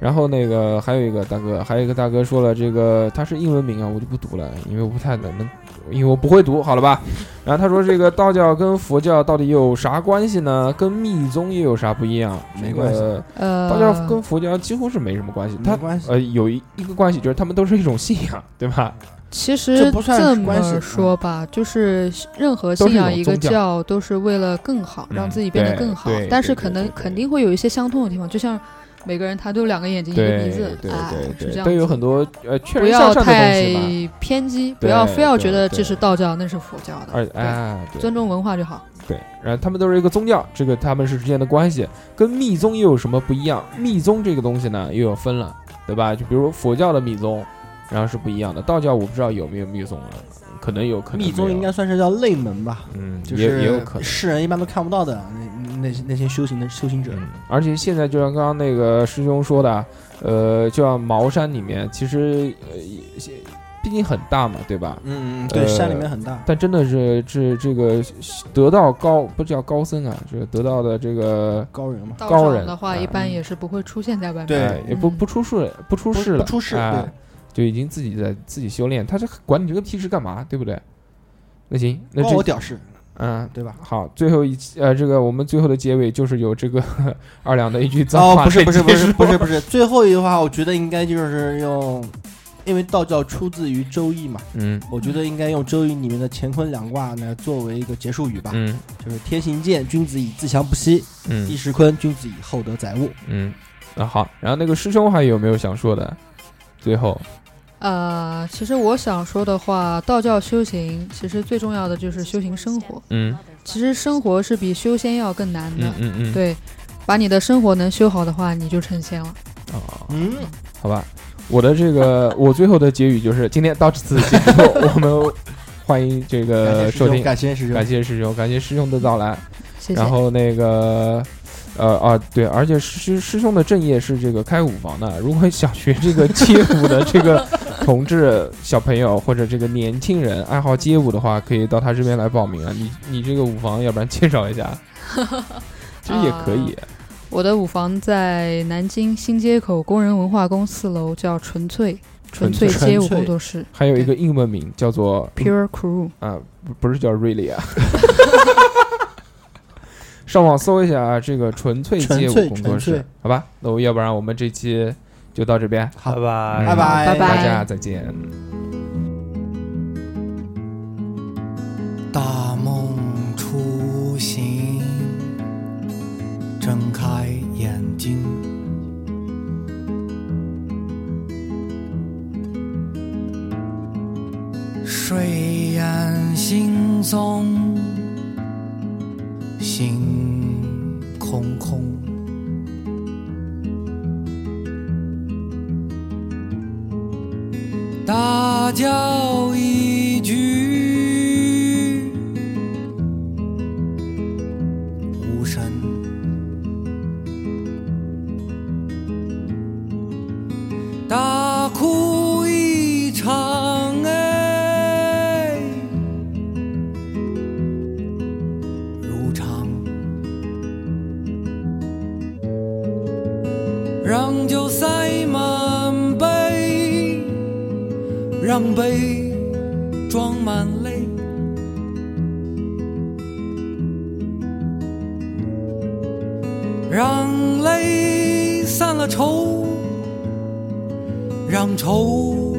Speaker 4: 然后那个还有一个大哥，还有一个大哥说了，这个他是英文名啊，我就不读了，因为我不太能能，因为我不会读，好了吧？ 然后他说这个道教跟佛教到底有啥关系呢？跟密宗又有啥不一样？
Speaker 3: 没关系
Speaker 4: 这个
Speaker 3: 呃
Speaker 4: 道教跟佛教几乎是没什么关系，它呃有一一个关系就是他们都是一种信仰，对吧？
Speaker 10: 其实
Speaker 3: 这不算是
Speaker 10: 这
Speaker 3: 关系
Speaker 10: 么
Speaker 3: 嗯
Speaker 10: 说吧，就是任何
Speaker 4: 都
Speaker 10: 信
Speaker 4: 是一
Speaker 10: 仰
Speaker 4: 种
Speaker 10: 一个
Speaker 4: 宗教
Speaker 10: 教都是为了更好，
Speaker 4: 嗯
Speaker 10: 让自己变得
Speaker 4: 对
Speaker 10: 更好
Speaker 4: 对。
Speaker 10: 但
Speaker 4: 对
Speaker 10: 是
Speaker 4: 对
Speaker 10: 可能肯定会有一些相通的地方，就像每个人他都有两个眼睛一个
Speaker 4: 对
Speaker 10: 鼻子
Speaker 4: 对，对
Speaker 10: 哎，是这
Speaker 4: 对，
Speaker 10: 样
Speaker 4: 都
Speaker 10: 子。
Speaker 4: 有很多呃劝
Speaker 10: 不
Speaker 4: 人向
Speaker 10: 要哦
Speaker 4: 善的东
Speaker 10: 太
Speaker 4: 西嘛。
Speaker 10: 偏激，不
Speaker 4: 对
Speaker 10: 要非要觉
Speaker 4: 对
Speaker 10: 得
Speaker 4: 对
Speaker 10: 这是道教，那是佛教的。
Speaker 4: 而
Speaker 10: 对
Speaker 4: 哎对
Speaker 10: 尊重文化就好。
Speaker 4: 对，然后他们都是一个宗教，这个他们是之间的关系，跟密宗又有什么不一样？密宗这个东西呢，又有分了，对吧？就比如佛教的密宗，然后是不一样的。道教我不知道有没有密宗了，可能有，可能
Speaker 3: 密宗应
Speaker 4: 该
Speaker 3: 该算是叫内门吧，
Speaker 4: 嗯
Speaker 3: 就
Speaker 4: 也也有
Speaker 3: 是
Speaker 4: 可能
Speaker 3: 世人一般都看不到的那那些那些修行的修行者。
Speaker 4: 而且现在就像刚刚那个师兄说的，呃，就像茅山里面，其实呃，也毕竟很大嘛，对吧？呃
Speaker 3: 嗯嗯对山里面很大
Speaker 4: 但真的是这这个得道高不叫高僧啊，这个得道的这个
Speaker 3: 高人嘛，
Speaker 10: 道
Speaker 4: 高
Speaker 10: 长
Speaker 4: 人
Speaker 10: 的话，
Speaker 4: 哎
Speaker 10: 一般也是不会出现在外面。嗯
Speaker 4: 哎也不不出世，不出世
Speaker 3: 不
Speaker 4: 了，
Speaker 3: 出世
Speaker 4: 哎
Speaker 3: 对
Speaker 4: 就已经自己在自己修炼，他这管你这个屁事干嘛，对不对？那行，那
Speaker 3: 关
Speaker 4: 这
Speaker 3: 我屌事，
Speaker 4: 嗯，
Speaker 3: 对吧？
Speaker 4: 好，最后一期呃，这个我们最后的结尾就是有这个 二两的一句脏
Speaker 3: 哦
Speaker 4: 话，
Speaker 3: 不是不是不是不是不
Speaker 4: 是，
Speaker 3: 是，最后一句话我觉得应该就是用，因为道教出自于《周易》嘛，
Speaker 4: 嗯
Speaker 3: 我觉得应该用《周易》里面的乾坤两卦呢作为一个结束语吧，
Speaker 4: 嗯，
Speaker 3: 就是天行健，君子以自强不息，
Speaker 4: 嗯
Speaker 3: 地势坤，君子以厚德载物。
Speaker 4: 嗯，那好，然后那个师兄还有没有想说的？最后，
Speaker 10: 呃，其实我想说的话，道教修行其实最重要的就是修行生活。
Speaker 4: 嗯
Speaker 10: 其实生活是比修仙要更难的。
Speaker 4: 嗯嗯嗯
Speaker 10: 对，把你的生活能修好的话，你就成仙了。
Speaker 4: 哦，
Speaker 3: 嗯，
Speaker 4: 好吧，我的这个 我最后的结语就是今天到此结束，我们欢迎这个
Speaker 3: 感谢师
Speaker 4: 收
Speaker 3: 兄
Speaker 4: 听，
Speaker 3: 感谢师兄
Speaker 4: 感谢师兄，感谢师兄的到来，
Speaker 10: 谢谢
Speaker 4: 然后那个。呃啊，对，而且师师兄的正业是这个开舞房的。如果想学这个街舞的这个同志小朋友或者这个年轻人爱好街舞的话，可以到他这边来报名啊。你你这个舞房，要不然介绍一下，其实也可以。
Speaker 10: 呃我的舞房在南京新街口工人文化宫四楼，叫纯粹纯粹街舞工作室。
Speaker 4: 还有一个英文名叫做
Speaker 10: Pure Crew
Speaker 4: 啊，不不是叫 Really 啊。 上网搜一下啊，这个纯粹街舞工作
Speaker 3: 纯粹纯
Speaker 4: 室
Speaker 3: 粹，
Speaker 4: 好吧？那我要不然我们这期就到这边，
Speaker 1: 好
Speaker 4: 吧
Speaker 3: 拜拜拜拜
Speaker 4: 大家再见。
Speaker 12: 大梦初醒，睁开眼睛，睡眼惺忪，心空空，大叫一句。无声。
Speaker 13: 大哭一场哎，
Speaker 12: 如常，
Speaker 13: 让酒塞满杯，
Speaker 12: 让杯装满泪。
Speaker 13: 让泪散了愁，
Speaker 12: 让愁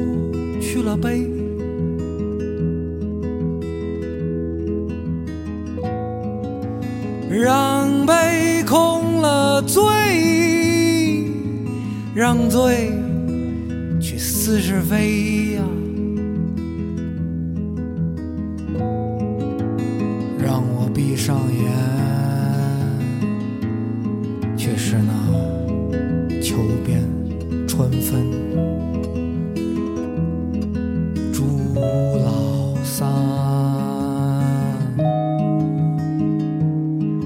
Speaker 12: 去了悲。
Speaker 13: 让杯空了醉，
Speaker 12: 让醉去似是非呀、让我闭上眼，却是那秋边春分。朱老三，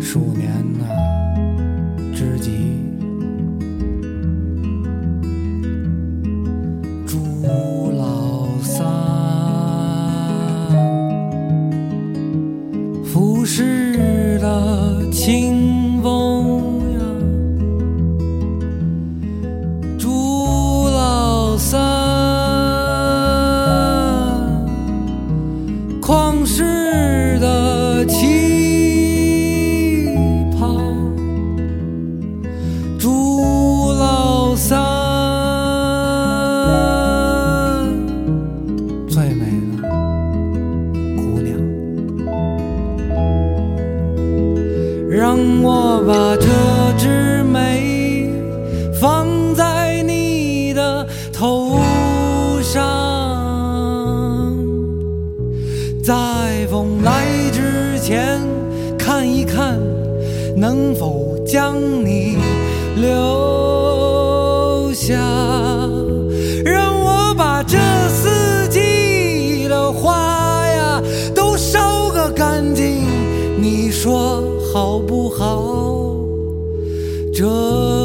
Speaker 12: 数年的知己。朱老三，
Speaker 13: 浮世的清风呀，
Speaker 12: 朱老三，旷世的旗袍，
Speaker 13: 朱老三，
Speaker 12: 最美的姑娘。
Speaker 13: 让我把这枝梅放在你的头上，
Speaker 12: 在风来之前，看一看能否将你留下。
Speaker 13: 让我把这四季的花呀都烧个干净，你说好不好？这。